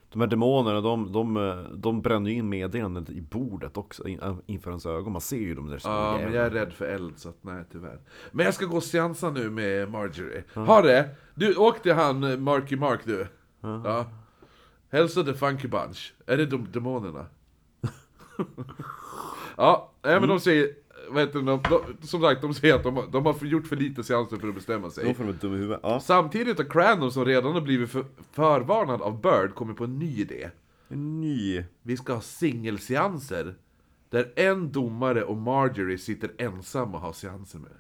S1: De här demonerna, de, de, eh, de bränner ju in meddelandet i bordet också in, eh, inför ens ögon, man ser ju dem där som
S2: Ja, men
S1: jävlar.
S2: jag är rädd för eld så att nej tyvärr. Men jag ska gå och seansa nu med Marjorie. Ha det! Du, åk till han eh, Marky Mark du. Ja. Hälsa The Funky Bunch. Är det de demonerna? <laughs> ja, nej,
S1: Mm.
S2: men de säger... Vad heter det, de, de, som sagt, de säger att de, har- de har gjort för lite seanser för att bestämma sig.
S1: Då får de ett dum i huvudet, ja
S2: Samtidigt har Crandom som redan har blivit för, förvarnad av Bird kommit på en ny idé.
S1: En ny
S2: Vi ska ha singelseanser. Där en domare och Marjorie sitter ensamma och har seanser med.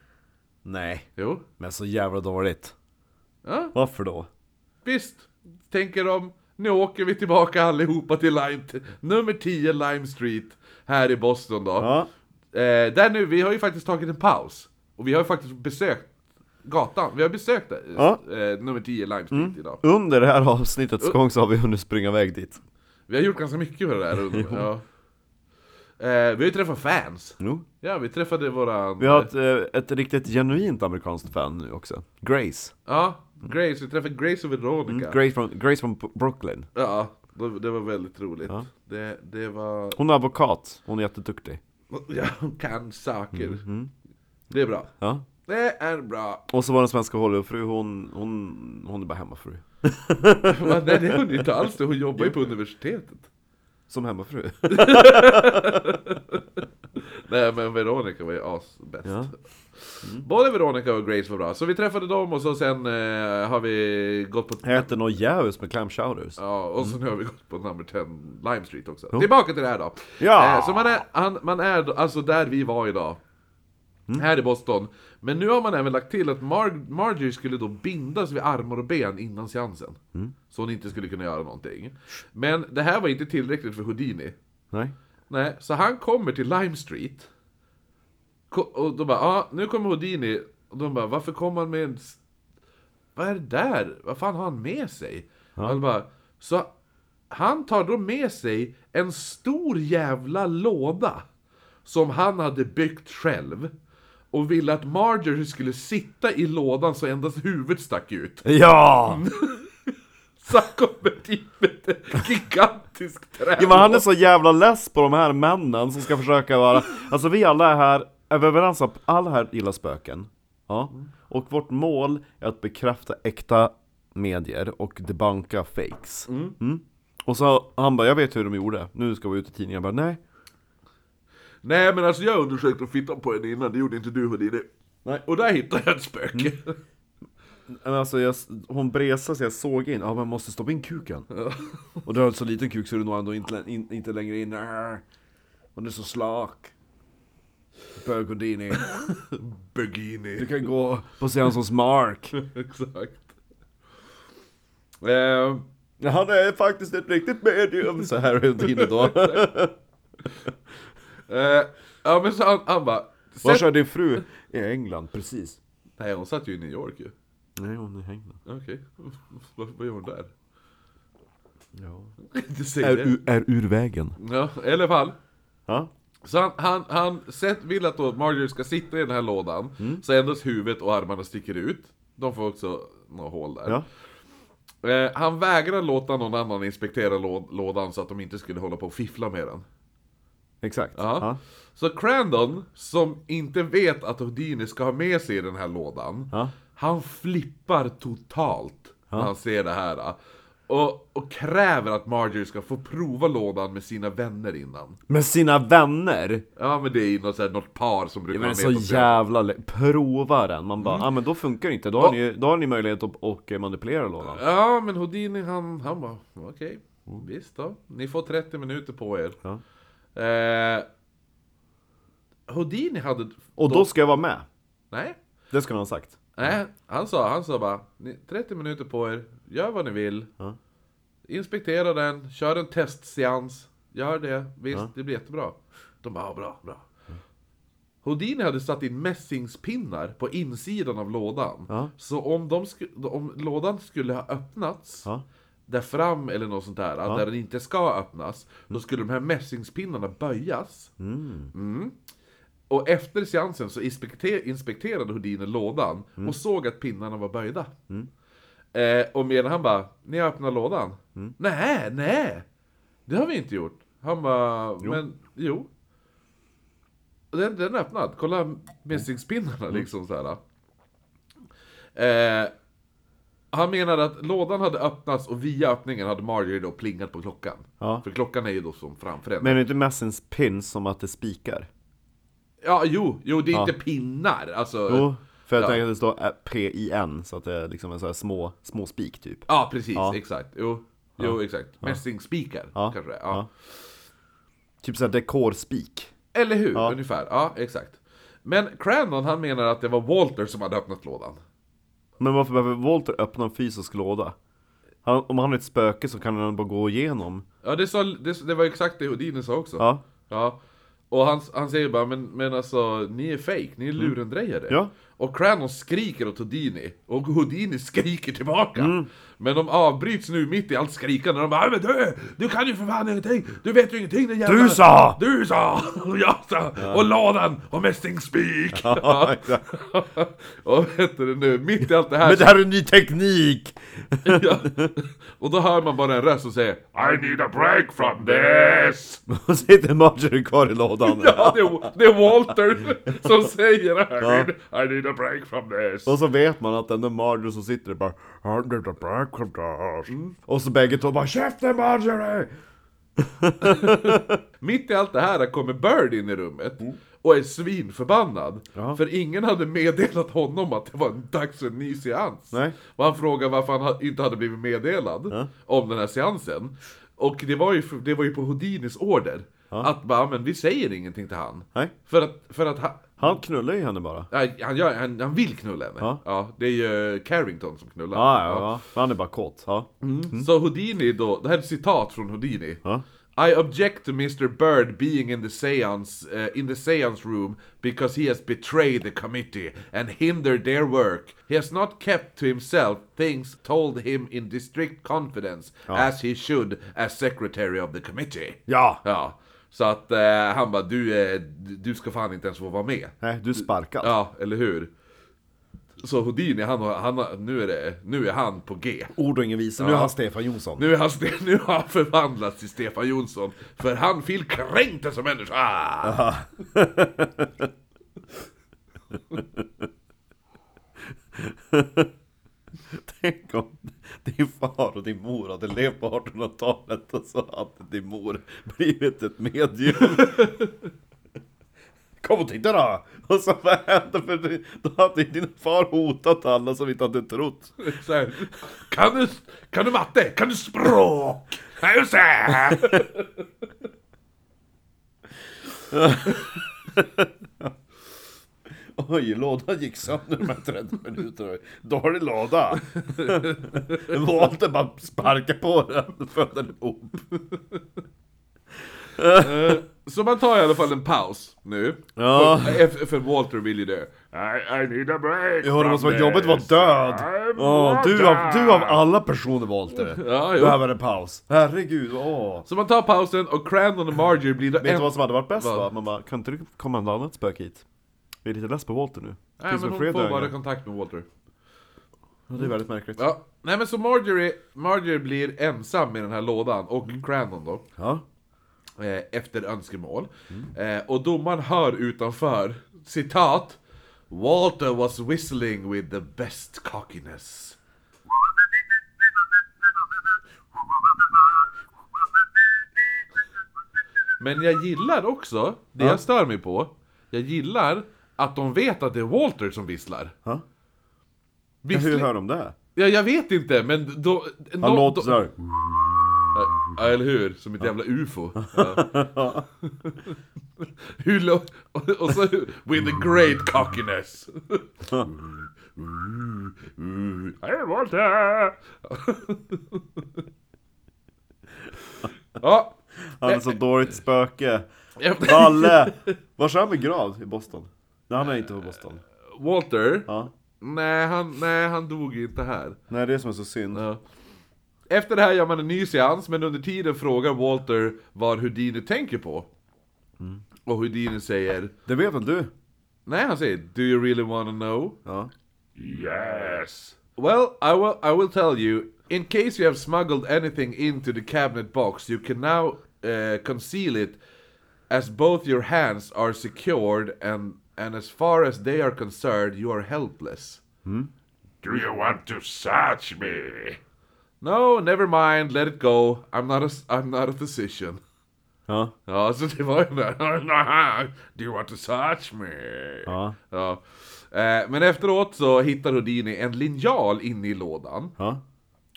S1: Nej,
S2: Jo,
S1: men så jävla dåligt
S2: Ja.
S1: Varför då?
S2: visst. Tänker de. Nu åker vi tillbaka allihopa till Lime, t- nummer 10 Lime Street. Här i Boston då.
S1: Ja,
S2: Eh, där nu, vi har ju faktiskt tagit en paus. Och vi har ju faktiskt besökt gatan. Vi har besökt eh,
S1: Ja. Mm.
S2: eh, nummer 10 Lime Street idag.
S1: under det här avsnittets gång så har vi hunnit springa iväg dit
S2: Vi har gjort ganska mycket för det där
S1: <laughs>
S2: rummet. ja. eh, Vi har ju träffat fans.
S1: Jo.
S2: Ja, vi träffade våran...
S1: Vi har ett, eh, ett riktigt genuint amerikanskt fan nu också Grace
S2: Ja, Grace. Vi träffade Grace och Veronica.
S1: Grace från, Grace från Bro- Brooklyn
S2: ja, det, det var väldigt roligt. Det, det var...
S1: Hon är advokat, hon är jätteduktig.
S2: Ja, hon kan saker.
S1: Mhm.
S2: Det är bra.
S1: Ja.
S2: Det är bra. <laughs>
S1: Och så var den svenska Hollywoodfru, hon, hon, hon är bara hemmafru.
S2: Men Nej, det är hon ju inte alls. Hon jobbar ju på universitetet.
S1: Som <laughs> hemmafru.
S2: Nej, men Veronica var ju asbäst.
S1: Ja.
S2: Både Veronica och Grace var bra. Så vi träffade dem och så sen eh, har vi gått på...
S1: Äter någon jävus med clam chowders.
S2: Ja, och så nu har vi gått på number 10 Lime Street också. Tillbaka till det här då.
S1: Ja.
S2: Eh, så man är, han, man är då- alltså där vi var idag. Här i Boston. Men nu har man även lagt till att Mar Marjorie skulle då bindas vid armar och ben innan seansen. Så hon inte skulle kunna göra någonting. Men det här var inte tillräckligt för Houdini.
S1: Nej.
S2: Nej, så han kommer till Lime Street. Ko- Och de bara, ja, ah, nu kommer Houdini. Och de bara, varför kommer han med en... s- Vad är det där? Vad fan har han med sig? Och de bara, så han tar då med sig en stor jävla låda. Som han hade byggt själv. Och ville att Marjorie skulle sitta i lådan så endast huvudet stack ut. <laughs>
S1: Ja!
S2: Så han kommer dit med en gigantisk trä.
S1: ja men han är så jävla less på de här männen som ska försöka vara... Alltså vi alla är här, är vi överens om att alla här gillar spöken? Ja. Och vårt mål är att bekräfta äkta medier och debunka fakes. Mm. Och så han bara, jag vet hur de gjorde, nu ska vi ut i tidningen. Jag bara, nej.
S2: Nej men alltså jag undersökte fittan på henne innan, det gjorde inte du Houdini.
S1: Nej.
S2: Och där hittade jag ett spöke.
S1: Men alltså jag, hon bresade så jag såg in, ja man måste stoppa in kuken. Och du har en så liten kuk så du når ändå inte, in, inte längre in. Arr. Hon är så slak. Bögodini. Du
S2: <laughs> Bögini.
S1: kan gå på seans hos Mark.
S2: Exakt. Eh,
S1: Ja, han är faktiskt ett riktigt medium. Så här är Houdini då.
S2: <laughs> eh, ja men så han, han bara...
S1: Var
S2: Sätt...
S1: kör din fru? I England, precis.
S2: Nej hon satt ju i New York ju.
S1: Nej hon är i England.
S2: Okej. Vad, vad gör hon där? <laughs>
S1: Ja.
S2: Inte säg
S1: Är,
S2: det.
S1: u- är ur vägen.
S2: Ja, i alla fall.
S1: Ja.
S2: Så han, han, han sett, vill att då Marjorie ska sitta i den här lådan,
S1: Mm.
S2: så endast huvudet och armarna sticker ut. De får också några hål där.
S1: Ja.
S2: Eh, han vägrar låta någon annan inspektera lå- lådan så att de inte skulle hålla på och fiffla med den.
S1: Exakt.
S2: Ja.
S1: Ja.
S2: Så Crandon, som inte vet att Houdini ska ha med sig den här lådan,
S1: Ja.
S2: han flippar totalt när han ser det här. eh, Och, och kräver att Marjorie ska få prova lådan med sina vänner innan.
S1: Med sina vänner.
S2: Ja men det är ju något, så här, något par som brukar
S1: Men det
S2: vara
S1: är så
S2: med på scen.
S1: jävla lätt. Prova den. Man bara, ja ah, men då funkar det inte. Då har,
S2: Och-
S1: ni, då har ni möjlighet att och eh, manipulera lådan.
S2: Ja, men Houdini han, han bara, okej, visst då. Ni får 30 minuter på er.
S1: Ja.
S2: Eh, Houdini hade...
S1: Och då ska jag vara med.
S2: Nej,
S1: Det skulle han ha sagt.
S2: nej han, sa, han sa bara, "Ni- 30 minuter på er, gör vad ni vill.
S1: Ja.
S2: Inspektera den, kör en testseans. gör det, visst, det blir jättebra. De bara, ja, bra, bra. Houdini hade satt in mässingspinnar på insidan av lådan.
S1: Ja.
S2: Så om, de sku- om lådan skulle ha öppnats
S1: Ja.
S2: där fram eller något sånt där, där den inte ska öppnas, då skulle de här mässingspinnarna böjas. Mm. Och efter seansen så inspekte- inspekterade Houdini lådan
S1: Mm.
S2: och såg att pinnarna var böjda. Eh, och medan han bara, ni har öppnat lådan?
S1: Mm.
S2: Nej, nej! Det har vi inte gjort. Han bara, men jo. Och Den, den är öppnad, kolla mässingspinnarna
S1: Mm.
S2: liksom så här. Eh, han menade att lådan hade öppnats och via öppningen hade Marjorie då plingat på klockan.
S1: Ja.
S2: För klockan är ju då som framför henne.
S1: Men är det inte mässens pins som att det spikar?
S2: Ja, jo, jo, det är inte pinnar. Alltså,
S1: Jo, för jag
S2: Ja.
S1: tänker att det står eh, ä, P-I-N, så att det är liksom en sån här små, små spik typ.
S2: Ja, precis,
S1: Ja.
S2: exakt. Jo, jo exakt. Mässingspikar,
S1: Ja.
S2: kanske det är. ja.
S1: Ja. Typ såhär dekorspik.
S2: Eller hur? Ungefär. Ja, exakt. Men Crandon han menar att det var Walter som hade öppnat lådan.
S1: Men varför behöver Walter öppna en fysisk låda? Han, om han är ett spöke så kan han bara gå igenom.
S2: Ja, det, sa, det, det var exakt det Houdini sa också.
S1: Ja.
S2: Ja. Och han, han säger bara, men, men alltså, ni är fake, ni är lurendrejare.
S1: Mm. Ja.
S2: Och Crandon skriker åt Houdini, och Houdini skriker tillbaka.
S1: Mm.
S2: Men de avbryts nu mitt i allt skrikande, de bara, "Ja, men du, du kan ju för fan ingenting, du vet ju ingenting den jävla...
S1: Du sa!
S2: Du sa! Och jag sa! Och lådan! Och mässingspik!
S1: <laughs> Ja, exakt.
S2: <laughs> och vet du nu, mitt i allt det här...
S1: Men det här är ny teknik! <laughs>
S2: Ja. <laughs> Och då hör man bara en röst som säger
S3: I need a break from this!
S1: Och sitter Marjorie kvar i lådan.
S2: Ja, det är, det är Walter som säger det här.
S3: I need a break from this!
S1: Och så vet man att den där Marjorie som sitter där bara "Har du inte bakom där?" Och så bägge två bara 'Käften Marjorie!'
S2: Mitt i allt det här kommer Bird in i rummet
S1: Mm.
S2: och är svinförbannad. För ingen hade meddelat honom att det var dags för en ny seans.
S1: Nej.
S2: Och han frågar varför han ha- inte hade blivit meddelad om den här seansen. Och det var ju, för- det var ju på Houdinis order. Att bara, men vi säger ingenting till han.
S1: Nej.
S2: För att, för att han,
S1: Han knullar ju henne bara.
S2: Nej, han, gör, han, han vill knulla henne. Ja.
S1: Ja.
S2: det är ju Carrington som knullar.
S1: Ja, ja, ja. Men Han är bara kåt. Ja.
S2: Så Houdini då, det här är ett citat från Houdini.
S1: Ja.
S2: I object to Mr Bird being in the seance, eh, in the seance room because he has betrayed the committee and hindered their work. He has not kept to himself things told him in district confidence as he should as secretary of the committee.
S1: ja.
S2: Ja, så att eh, han bara du, eh, du du ska fan inte ens få vara med.
S1: Nej, du är sparkad.
S2: Ja, eller hur? Så Houdini, han, har- han, har- nu, är det, nu är han på G.
S1: Ord och ingen visa. Nu är han Stefan Jonsson.
S2: Nu, är han, ste- nu har han förvandlats till Stefan Jonsson, för han fil kränkte som människa! Ah!
S1: Tänk om din far och din mor hade levt på 1800-talet och så hade din mor blivit ett medium. Kom och titta då! Och så vad hände? För det- då hade ju din far hotat alla som inte hade trott.
S2: Så här, kan, du, kan du matte? Kan du språk? Kan du så här?"
S1: Oj, lådan gick sönder de här 30 minuterna. Dålig låda! Walter bara sparkar på den, föder ihop.
S2: Så man tar i alla fall en paus nu.
S1: Ja.
S2: För, eh, för- för Walter vill ju det.
S3: I, I need a break
S1: Ja, det måste vara jobbigt att vara
S3: this.
S1: död!
S3: I'm
S1: Åh,
S3: not
S1: du, av,
S3: done.
S1: du av alla personer, Walter,
S2: Ja, jo.
S1: behöver en paus. Herregud, åh.
S2: Så man tar pausen och Crandon och Marjorie blir då
S1: Vet
S2: en-
S1: du vad som hade varit bäst
S2: Vad?
S1: va? Man bara, kan inte det komma något annat spöke hit? Vi är lite less på Walter nu.
S2: Nej
S1: Tills
S2: men
S1: med
S2: hon får
S1: fredag.
S2: bara kontakt med Walter.
S1: Ja, Det är väldigt märkligt.
S2: Ja, nej men så Marjorie, Marjorie blir ensam i den här lådan, och
S1: Mm.
S2: Crandon då,
S1: Ja.
S2: eh, efter önskemål. Eh, och domaren hör utanför, citat, Walter was whistling with the best cockiness. Men jag gillar också, det jag stör mig på, jag gillar att de vet att det är Walter som visslar.
S1: Ja.
S2: Vissling-
S1: Hur hör de det?
S2: Ja, jag vet inte, men då...
S1: Han
S2: nå-
S1: låter
S2: då-
S1: såhär.
S2: Ja, eller hur? Som ett jävla ufo. Ja. hur lå- och, och så... With a great cockiness.
S3: Hej Walter!
S2: Ja, <laughs>
S1: Han är så dåligt spöke.
S2: Ja,
S1: Valle! Vars är han begravd? I Boston? Nej han är inte från Boston.
S2: Walter?
S1: Ja.
S2: Nej, han, nej, han dog inte här.
S1: Nej det är som är så synd.
S2: Ja. Efter det här gör man en ny seans, men under tiden frågar Walter vad Houdini tänker på. Och Houdini säger,
S1: Det vet väl du?
S2: nej han säger 'Do you really wanna know?'
S1: Ja.
S3: Yes.
S2: Well, I will, I will tell you. In case you have smuggled anything into the cabinet box, you can now uh, conceal it, as both your hands are secured and and as far as they are concerned, you are helpless.
S3: Do you want to search me?
S2: No, never mind. Let it go. I'm not a s- I'm not a physician. <laughs> Ah,
S1: Ja.
S2: Ja, så det var ju där. Do you want to search me?
S1: Ja.
S2: ja. Eh, Men efteråt så hittar Houdini en linjal inne i lådan.
S1: Ja.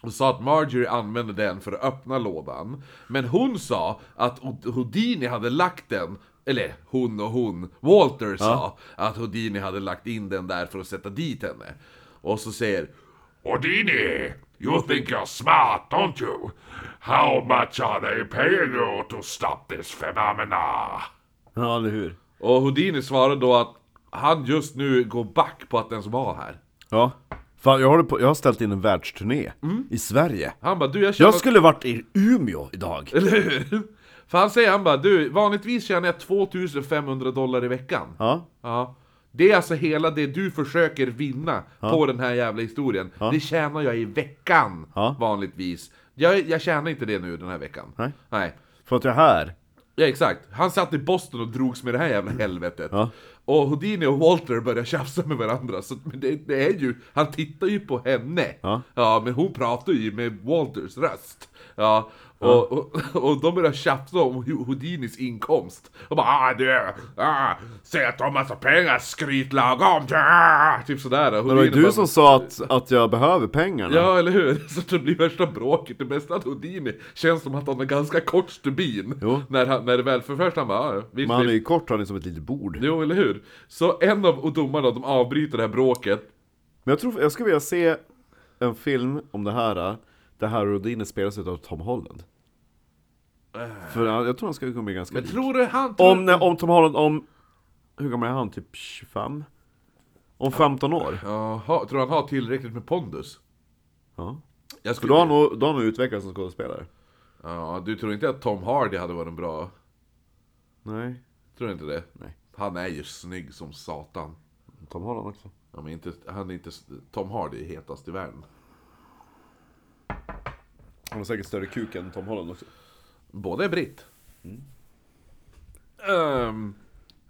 S2: Och sa att Marjorie använde den för att öppna lådan. Men hon sa att Ho- Houdini hade lagt den, eller hon och hon, Walter sa att Houdini hade lagt in den där för att sätta dit henne. Och så säger
S3: Houdini, you think you're smart, don't you? How much are they paying you to stop this phenomena?
S1: Ja eller hur?
S2: och Houdini svarade då att han just nu går back på att ens vara här.
S1: Ja. Fan jag håller på, jag har ställt in en världsturné.
S2: Mm.
S1: I Sverige.
S2: Han bara, du jag känner...
S1: Jag skulle varit i Umeå idag.
S2: <laughs> Eller hur? För han säger, han bara, du vanligtvis tjänar jag 2500 dollar i veckan.
S1: Ja.
S2: Ja. Det är alltså hela det du försöker vinna på den här jävla historien. Det tjänar jag i veckan,
S1: Ja.
S2: vanligtvis. Jag, jag tjänar inte det nu den här veckan.
S1: Nej.
S2: Nej.
S1: För att jag är här.
S2: Ja, exakt. Han satt i Boston och drogs med det här jävla helvetet.
S1: Ja.
S2: Och Houdini och Walter började tjafsa med varandra. Så, men det, det är ju, han tittar ju på henne.
S1: Ja.
S2: men hon pratar ju med Walters röst. Ja, och, och, och de börjar tjafsa om Hu- Houdinis inkomst. Och bara ah du, ah, säg att de har massa pengar, skryt lagom! Ja! Typ sådär.
S1: Men det var ju du som sa att, att jag behöver pengarna.
S2: Ja, eller hur? <laughs> Så det blir värsta bråket. Det bästa att Houdini känns som att han har ganska kort stubin.
S1: Jo.
S2: När, han, när det väl för först han bara, ja, ja, visst,
S1: Men han är
S2: visst.
S1: ju kort, han är som ett litet bord.
S2: Jo, eller hur? Så en av domarna, de avbryter det här bråket.
S1: Men jag tror, jag skulle vilja se en film om det här, det här Rodine spelas utav Tom Holland. För han- jag tror han skulle kunna bli ganska
S2: Äh. Men
S1: lik.
S2: tror du han... Tror...
S1: Om, när- om Tom Holland, om, hur gammal är han? Typ 25? Om 15 år?
S2: Jaha, tror han har tillräckligt med pondus?
S1: Ja.
S2: Jag
S1: För
S2: skulle...
S1: då har han nog, då har han nog utvecklats som skådespelare.
S2: Ja, du tror inte att Tom Hardy hade varit en bra...
S1: Nej.
S2: Tror du inte det?
S1: Nej.
S2: Han är ju snygg som satan.
S1: Tom Holland också.
S2: Ja, men inte, han är inte... Tom Hardy är hetast i världen.
S1: Han har säkert större kuk än Tom Holland också.
S2: Båda är britt. Ehm,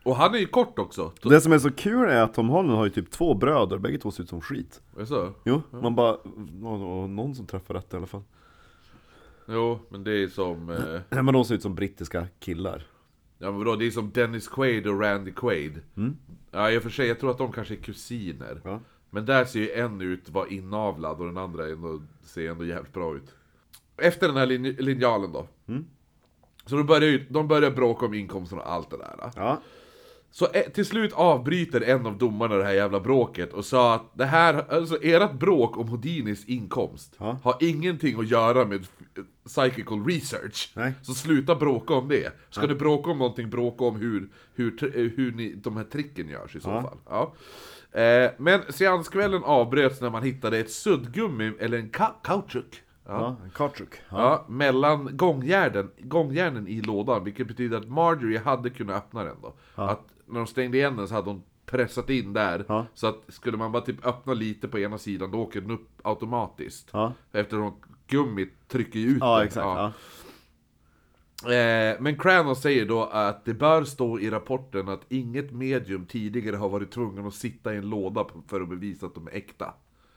S2: och han är ju kort också.
S1: Det som är så kul är att Tom Holland har ju typ två bröder, bägge två ser ut som skit.
S2: Är så?
S1: Jo, man bara, nå- någon som träffar rätt i alla fall.
S2: Jo, men det är som... Eh,
S1: Nej men de ser ut som brittiska killar.
S2: ja men vadå, det är som Dennis Quaid och Randy Quaid. Ja i och för sig, jag tror att de kanske är kusiner.
S1: Ja.
S2: Men där ser ju en ut vara inavlad och den andra är ändå, ser ändå jävligt bra ut. Efter den här lin- linjalen då. Så de börjar, ju- de börjar bråka om inkomsten och allt det där.
S1: Ja.
S2: Så eh, till slut avbryter en av domarna det här jävla bråket och sa att det här, alltså ert bråk om Houdinis inkomst
S1: Ja.
S2: har ingenting att göra med f- eh, psychical research.
S1: Nej.
S2: Så sluta bråka om det. Ska ni bråka om någonting, bråka om hur, hur, tr- eh, hur ni, de här tricken görs i så fall. Ja. Eh, men seanskvällen avbröts när man hittade ett suddgummi, eller en ka- kautschuk. Ja.
S1: Ja, en Kartruk. Ja.
S2: Ja, mellan gångjärnen, gångjärnen i lådan, vilket betyder att Marjorie hade kunnat öppna den då. Att när de stängde igen den så hade hon pressat in där,
S1: Ja.
S2: så att skulle man bara typ öppna lite på ena sidan, då åker den upp automatiskt.
S1: Ja.
S2: Eftersom gummit trycker ju ut
S1: Ja,
S2: den.
S1: exakt.
S2: Ja.
S1: Ja.
S2: Eh, men Cranon säger då att det bör stå i rapporten att inget medium tidigare har varit tvungen att sitta i en låda på- för att bevisa att de är äkta.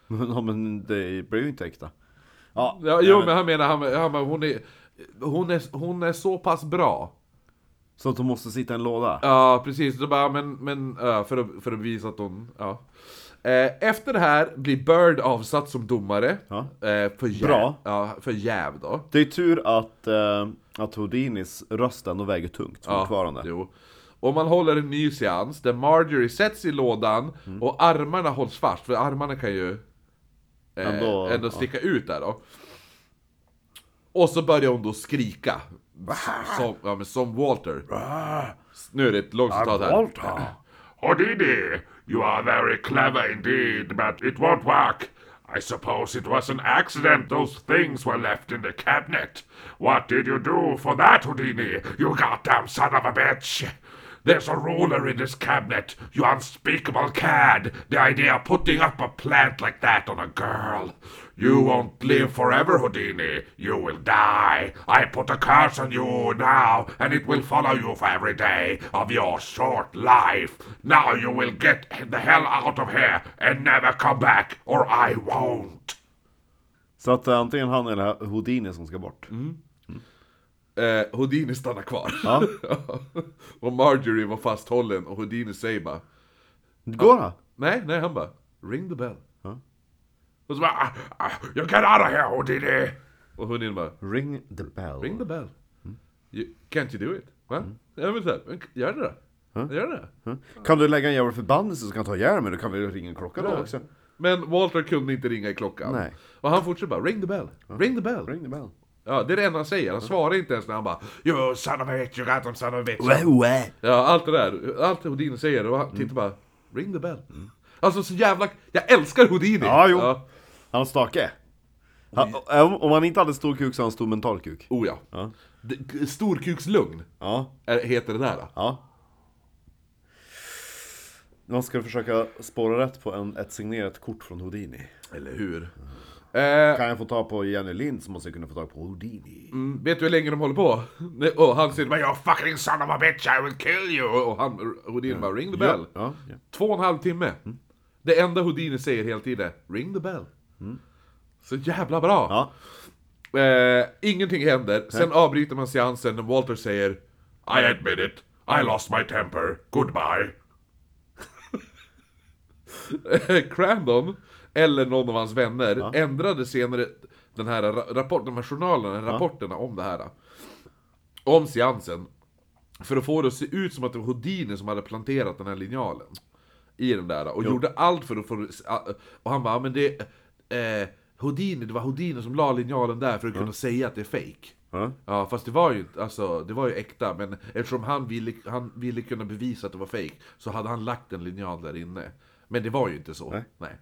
S1: Men, ja, men det blir ju inte äkta. Ja,
S2: Ja, jo, men han menar, han, han, bara, hon, är, hon, är, hon är så pass bra
S1: Så att de måste sitta i en låda?
S2: Ja, precis. Då bara, men, men, ja, för, att, för att visa att de... Ja. Eh, Efter det här blir Bird avsatt som domare.
S1: Ja.
S2: Eh, För jäv,
S1: Bra.
S2: Ja, för jäv då.
S1: Det är tur att, eh, att Houdinis röst ändå väger tungt fortfarande.
S2: Ja, jo. Och man håller en ny seans där Marjorie sätts i lådan
S1: Mm.
S2: och armarna hålls fast, för armarna kan ju eh,
S1: Ändå-
S2: ändå,
S1: ja.
S2: sticka ut där då. Och så börjar hon då skrika Som, ja, men som Walter. Nu är det ett långt citat här.
S3: Walter. Houdini, you are very clever indeed, but it won't work. I suppose it was an accident those things were left in the cabinet. What did you do for that, Houdini, you goddamn son of a bitch? There's a ruler in this cabinet, you unspeakable cad. The idea of putting up a plant like that on a girl. You won't live forever, Houdini. You will die. I put a curse on you now, and it will follow you for every day of your short life. Now you will get the hell out of here and never come back, or I won't.
S1: Så att eh, antingen han eller Houdini som ska bort.
S2: Eh, Houdini stannar kvar.
S1: Ja.
S2: <laughs> och Marjorie var fasthållen och Houdini säger bara
S1: Går han?
S2: Nej, nej han bara Ring the bell.
S3: Och så bara, "Ah, ah, You get out of here, Houdini!
S2: Och Houdini bara
S1: Ring the bell.
S2: Ring the bell.
S1: Mm.
S2: You, can't you do it? Va? Jag vill säga, men gör det då. Gör det. då.
S1: Kan du lägga en jävla förbannelse så kan ta ihjäl mig? Då kan vi ringa en klocka då också.
S2: Men Walter kunde inte ringa i klockan.
S1: Nej.
S2: Och han fortsätter bara ring the bell. Ring the bell.
S1: Ring the bell.
S2: Ja, det är det enda han säger. Han svarar inte ens när han bara
S3: You son of a bitch, you got them, son of a bitch.
S2: Ja, allt det där. Allt det Houdini säger och han
S1: Mm.
S2: tittar bara Ring the bell. Alltså så jävla... Jag älskar Houdini!
S1: Ja, jo. Han har stake. Han, om- om han inte hade stor kuk så har han stor mental kuk.
S2: Oh ja. Det- Storkukslugn
S1: Ja.
S2: är, heter det där. då.
S1: Ja. Man ska försöka spåra rätt på en, ett signerat kort från Houdini.
S2: Eller hur? Eh,
S1: Kan jag få tag på Jenny Lind så måste jag kunna få tag på Houdini.
S2: mm, vet du hur länge de håller på? Nej, Och han sitter bara
S3: You fucking son of a bitch, I will kill you!
S2: och han, Houdini bara ring the bell.
S1: Ja, ja.
S2: Två och en halv timme. Det enda Houdini säger hela tiden är ring the bell. Så jävla bra!
S1: ja.
S2: Eh, ingenting händer, sen avbryter man seansen när Walter säger
S3: I admit it. I lost my temper. Goodbye.
S2: <laughs> Crandon, eller någon av hans vänner, ändrade senare den här ra- rapporten, de här journalerna, rapporterna om det här. Om seansen. För att få det att se ut som att det var Houdini som hade planterat den här linjalen. I den där, och gjorde allt för att få det- Och han bara, men det... Eh, Houdini, det var Houdini som la linjalen där för att kunna säga att det är fake.
S1: Ja.
S2: Ja, fast det var ju alltså, det var ju äkta, men eftersom han ville, han ville kunna bevisa att det var fake så hade han lagt en linjal där inne. Men det var ju inte så. Nej.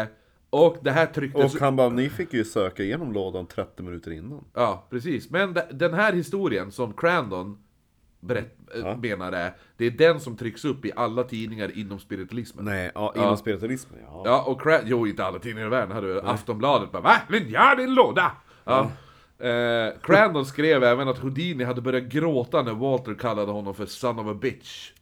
S2: Eh, och det här
S1: Och
S2: trycktes...
S1: han bara, ni fick ju söka igenom lådan 30 minuter innan.
S2: Ja, precis. Men de- den här historien som Crandon berätt,
S1: Mm.
S2: eh, menar är, det är den som trycks upp i alla tidningar inom spiritualismen.
S1: Nej, ja, inom spiritualismen ja.
S2: Ja, och Cra- jo inte alla tidningar i världen hade du. Aftonbladet bara va? Linjal i en låda! Ja. Eh, Crandon skrev även att Houdini hade börjat gråta när Walter kallade honom för 'son of a bitch'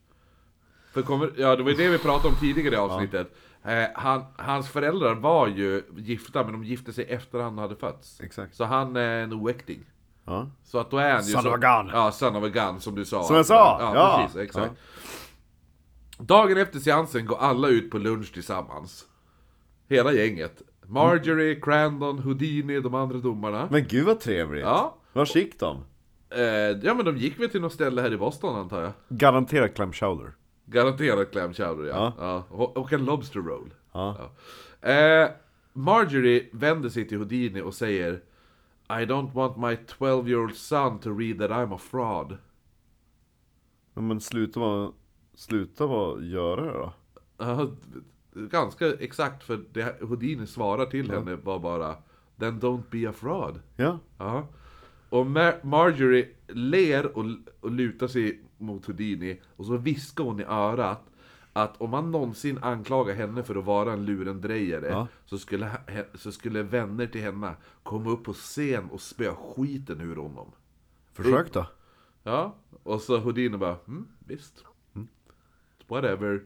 S2: För kommer, ja, det var ju det vi pratade om tidigare i avsnittet. Eh, han, hans föräldrar var ju gifta, men de gifte sig efter han hade fötts.
S1: Exakt.
S2: Så han är en oäkting.
S1: Ja.
S2: Så att då är han ju...
S1: Son
S2: så-
S1: of a gun.
S2: Ja, son of a gun som du sa.
S1: Som jag sa,
S2: Ja,
S1: ja.
S2: precis. Exakt. Dagen efter seansen går alla ut på lunch tillsammans. Hela gänget. Marjorie, Crandon, Houdini, de andra domarna.
S1: Men gud vad trevligt.
S2: Ja.
S1: Var gick de?
S2: Eh, ja men de gick väl till något ställe här i Boston antar jag.
S1: Garanterat clam chowder.
S2: Garanterat clam chowder ja. ja. Och, och en lobster roll.
S1: Ja.
S2: Ja. Eh, Marjorie vänder sig till Houdini och säger I don't want my 12 year old son to read that I'm a fraud.
S1: Ja, Men sluta vad, sluta vad göra det då?
S2: Ja, ganska exakt för det Houdini svarar till henne var bara Then don't be a fraud.
S1: Ja.
S2: Ja. Och Mar- Marjorie ler och, och lutar sig mot Houdini och så viskar hon i örat att om man någonsin anklagar henne för att vara en lurendrejare så, skulle, he- så skulle vänner till henne komma upp på scen och spöa skiten ur honom.
S1: Försök då. <laughs>
S2: Ja, och så Houdini bara, mm, visst. Whatever.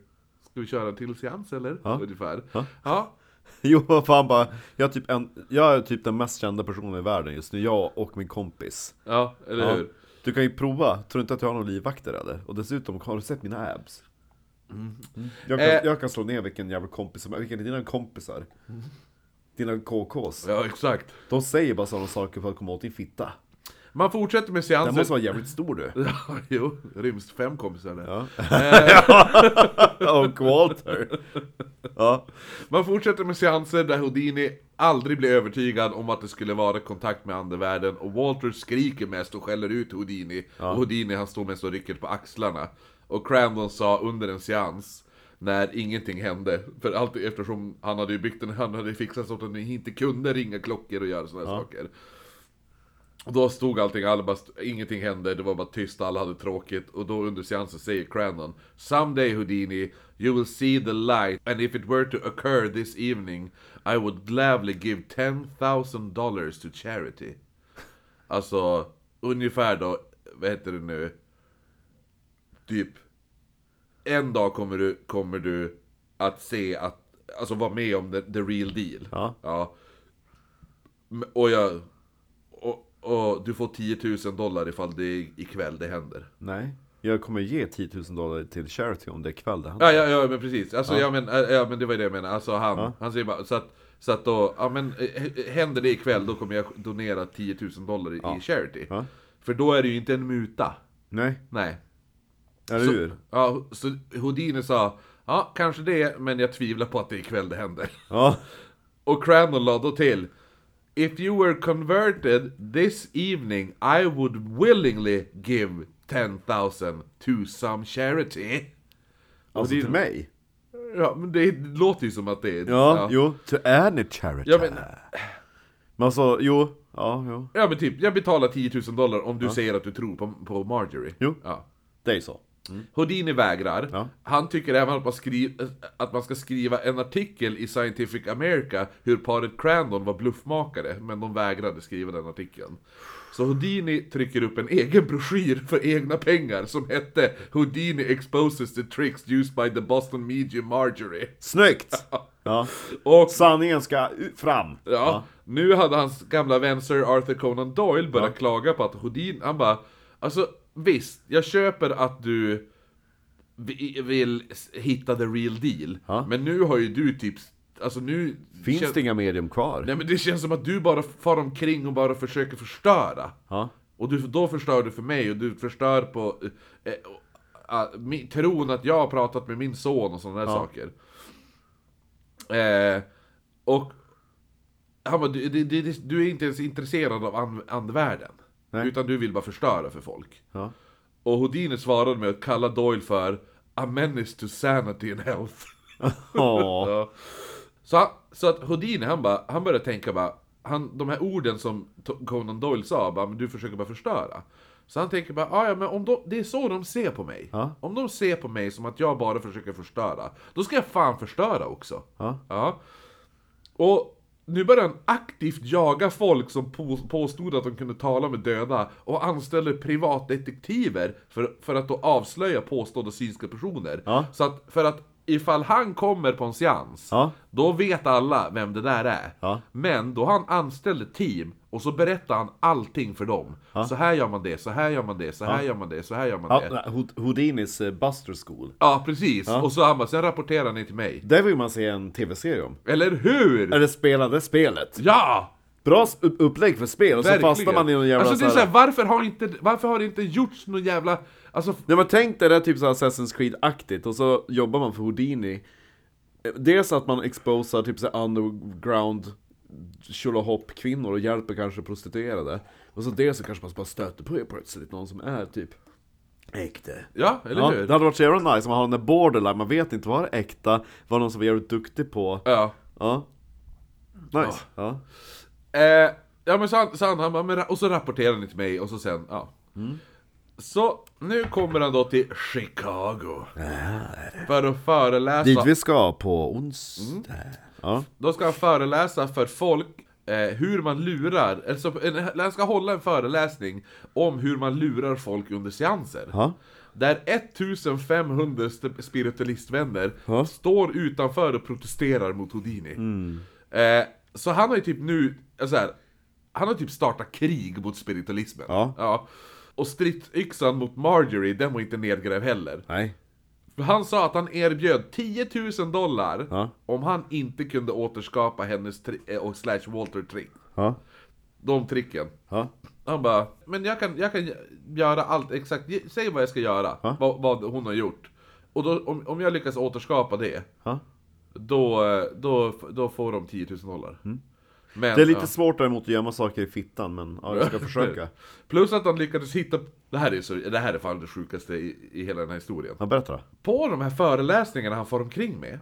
S2: Ska vi köra en till seans eller? Ungefär. Ja.
S1: Jo, vad fan bara. Jag är, typ en, jag är typ den mest kända personen i världen just nu. Jag och min kompis.
S2: ja, eller
S1: Ja.
S2: hur?
S1: Du kan ju prova. Tror du inte att jag har någon livvakter eller? Och dessutom, har du sett mina abs? Jag, kan,
S2: Eh.
S1: jag kan slå ner vilken jävla kompis som Vilken är dina kompisar? Dina KKs.
S2: Ja, exakt.
S1: De säger bara sådana saker för att komma åt din fitta.
S2: Man fortsätter med
S1: Den
S2: seansen...
S1: måste vara jävligt stor <laughs> du.
S2: <laughs> Ja, jo, ryms fem kompisar där.
S1: Och Walter. Ja.
S2: Man fortsätter med seanser där Houdini aldrig blir övertygad om att det skulle vara kontakt med andevärlden och Walter skriker mest och skäller ut Houdini och Houdini han står mest och rycker på axlarna. Och Crandon sa under en seans när ingenting hände, för allt eftersom han hade ju byggt den, han hade fixat så att han inte kunde ringa klockor och göra sådana saker. Och då stod allting alla bara, st- ingenting hände, det var bara tyst, alla hade tråkigt. Och då under seansen säger Crandon Someday Houdini, you will see the light and if it were to occur this evening I would gladly give 10,000 dollars to charity. Alltså, ungefär då, vad heter det nu? Typ, en dag kommer du, kommer du att se att, alltså vara med om the, the real deal.
S1: Ja.
S2: ja. Men- Och jag och, och du får 10 000 dollar ifall det är ikväll det händer.
S1: Nej. Jag kommer ge 10 000 dollar till charity om det är kväll det händer.
S2: Ja, ja, ja men precis. Alltså, ja. men, äh, ja, men det var ju det jag menade. Alltså, han, han säger bara, så att, så att då, ja men eh, händer det ikväll då kommer jag donera 10 000 dollar i, i charity.
S1: Ja.
S2: För då är det ju inte en muta.
S1: Nej,
S2: Nej.
S1: eller
S2: Så,
S1: hur?
S2: ja, så Houdini sa, ja kanske det, men jag tvivlar på att det är ikväll det händer. <laughs>
S1: Ja.
S2: Och Crandall la då till If you were converted this evening I would willingly give 10,000 to some charity.
S1: Alltså till mig?
S2: Ja, men det låter ju som att det är...
S1: Ja, jo. To any charity.
S2: Ja, men,
S1: Men alltså, jo. Ja, jo.
S2: ja, men typ, jag betalar 10 000 dollar om du säger att du tror på, på Marjorie.
S1: Jo.
S2: Ja.
S1: Det är så.
S2: Mm. Houdini vägrar.
S1: Ja.
S2: Han tycker även att man, skri- att man ska skriva en artikel i Scientific America hur paret Crandon var bluffmakare, men de vägrade skriva den artikeln. Så Houdini trycker upp en egen broschyr för egna pengar som hette Houdini exposes the tricks used by the Boston Medium Marjorie.
S1: Snyggt! Ja.
S2: Och
S1: Sanningen ska u- fram.
S2: Ja, nu hade hans gamla vän Sir Arthur Conan Doyle börjat klaga på att Houdin, han bara Alltså visst, jag köper att du vi- vill s- hitta the real deal. Men nu har ju du typ, alltså nu...
S1: Finns
S2: kän-
S1: det inga medium kvar?
S2: Nej men det känns som att du bara far omkring och bara försöker förstöra.
S1: Ja.
S2: Och du, då förstör du för mig och du förstör på eh, eh, eh, min- tron att jag har pratat med min son och sådana där saker. Eh, och han bara, du, du, du, du är inte ens intresserad av and- andvärlden. Utan du vill bara förstöra för folk.
S1: Ja.
S2: Och Houdini svarade med att kalla Doyle för A menace to sanity and health.
S1: Ja.
S2: Ja. Så, han, så att Houdini, han, bara, han började tänka bara, han, de här orden som To- Conan Doyle sa, bara, men du försöker bara förstöra. Så han tänker bara, "Ah, ja men om de, det är så de ser på mig.
S1: Ja.
S2: Om de ser på mig som att jag bara försöker förstöra, då ska jag fan förstöra också.
S1: Ja.
S2: Och nu börjar han aktivt jaga folk som på, påstod att de kunde tala med döda och anställde privatdetektiver för, för att då avslöja påstådda synska personer.
S1: Ja.
S2: Så att, för att ifall han kommer på en seans,
S1: Ja.
S2: då vet alla vem det där är.
S1: Ja.
S2: Men då har han anställt ett team, och så berättar han allting för dem. Så här gör man det, så här gör man det, så här gör man det, så här gör man
S1: Ja,
S2: det.
S1: nej, Houd- Houdinis eh, Buster School.
S2: Ja, precis. Och så han bara, sen rapporterar ni till mig.
S1: Det vill man se en tv-serie om.
S2: Eller hur?
S1: Eller spela det spelet.
S2: Ja!
S1: Bra s- upp- upplägg för spel och så
S2: Verkligen.
S1: fastnar man i någon jävla...
S2: alltså, det är
S1: så här-
S2: såhär, varför har inte, varför har det inte gjorts någon jävla, alltså, f-
S1: Nej men tänk dig det är typ så här Assassin's Creed-aktigt och så jobbar man för Houdini Eh, Dels att man exposar typ så här underground tjolahopp-kvinnor och hjälper kanske prostituerade Och så dels så kanske man bara stöter på plötsligt någon som är typ äkta
S2: ja, eller
S1: Ja,
S2: hur?
S1: det hade varit så jävla nice om man har den där borderline, man vet inte vad det är äkta, vad någon som var jävligt duktig på
S2: Ja.
S1: Ja Nice, ja,
S2: Eh, ja men så han, så han, han bara, men, ra- och så rapporterar ni till mig och så sen, ja.
S1: Mm.
S2: Så nu kommer han då till Chicago. För att föreläsa.
S1: Äh. dit vi ska på onsdag Mm. Ja,
S2: Då ska han föreläsa för folk eh, hur man lurar, alltså, en, han ska hålla en föreläsning om hur man lurar folk under seanser.
S1: Ja.
S2: Där 1500 st- spiritualistvänner
S1: Ja. Mm.
S2: står utanför och protesterar mot Houdini. Eh, så han har ju typ nu, eh, så här, han har typ startat krig mot spiritualismen.
S1: Ja.
S2: Och stridsyxan mot Marjorie, den var inte nedgrävd heller.
S1: nej
S2: För han sa att han erbjöd 10 000 dollar
S1: Ja.
S2: om han inte kunde återskapa hennes tri- eh, och slash Walter trick.
S1: Ja,
S2: de tricken.
S4: Ja.
S2: Han bara, men jag kan, jag kan göra allt exakt, Ge- säg vad jag ska göra, vad, vad hon har gjort. Och då, om, om jag lyckas återskapa det,
S4: Ja.
S2: då, eh, då, då får de 10 000 dollar. Men,
S4: Mm. Det är lite
S2: ja.
S4: svårt däremot att gömma saker i fittan, men ja, jag
S2: <laughs>
S4: ska försöka.
S2: Plus att han lyckades hitta, det här är, så, det här är fan det sjukaste i, i hela den här historien.
S4: Ja, berätta då.
S2: På de här föreläsningarna han far omkring med,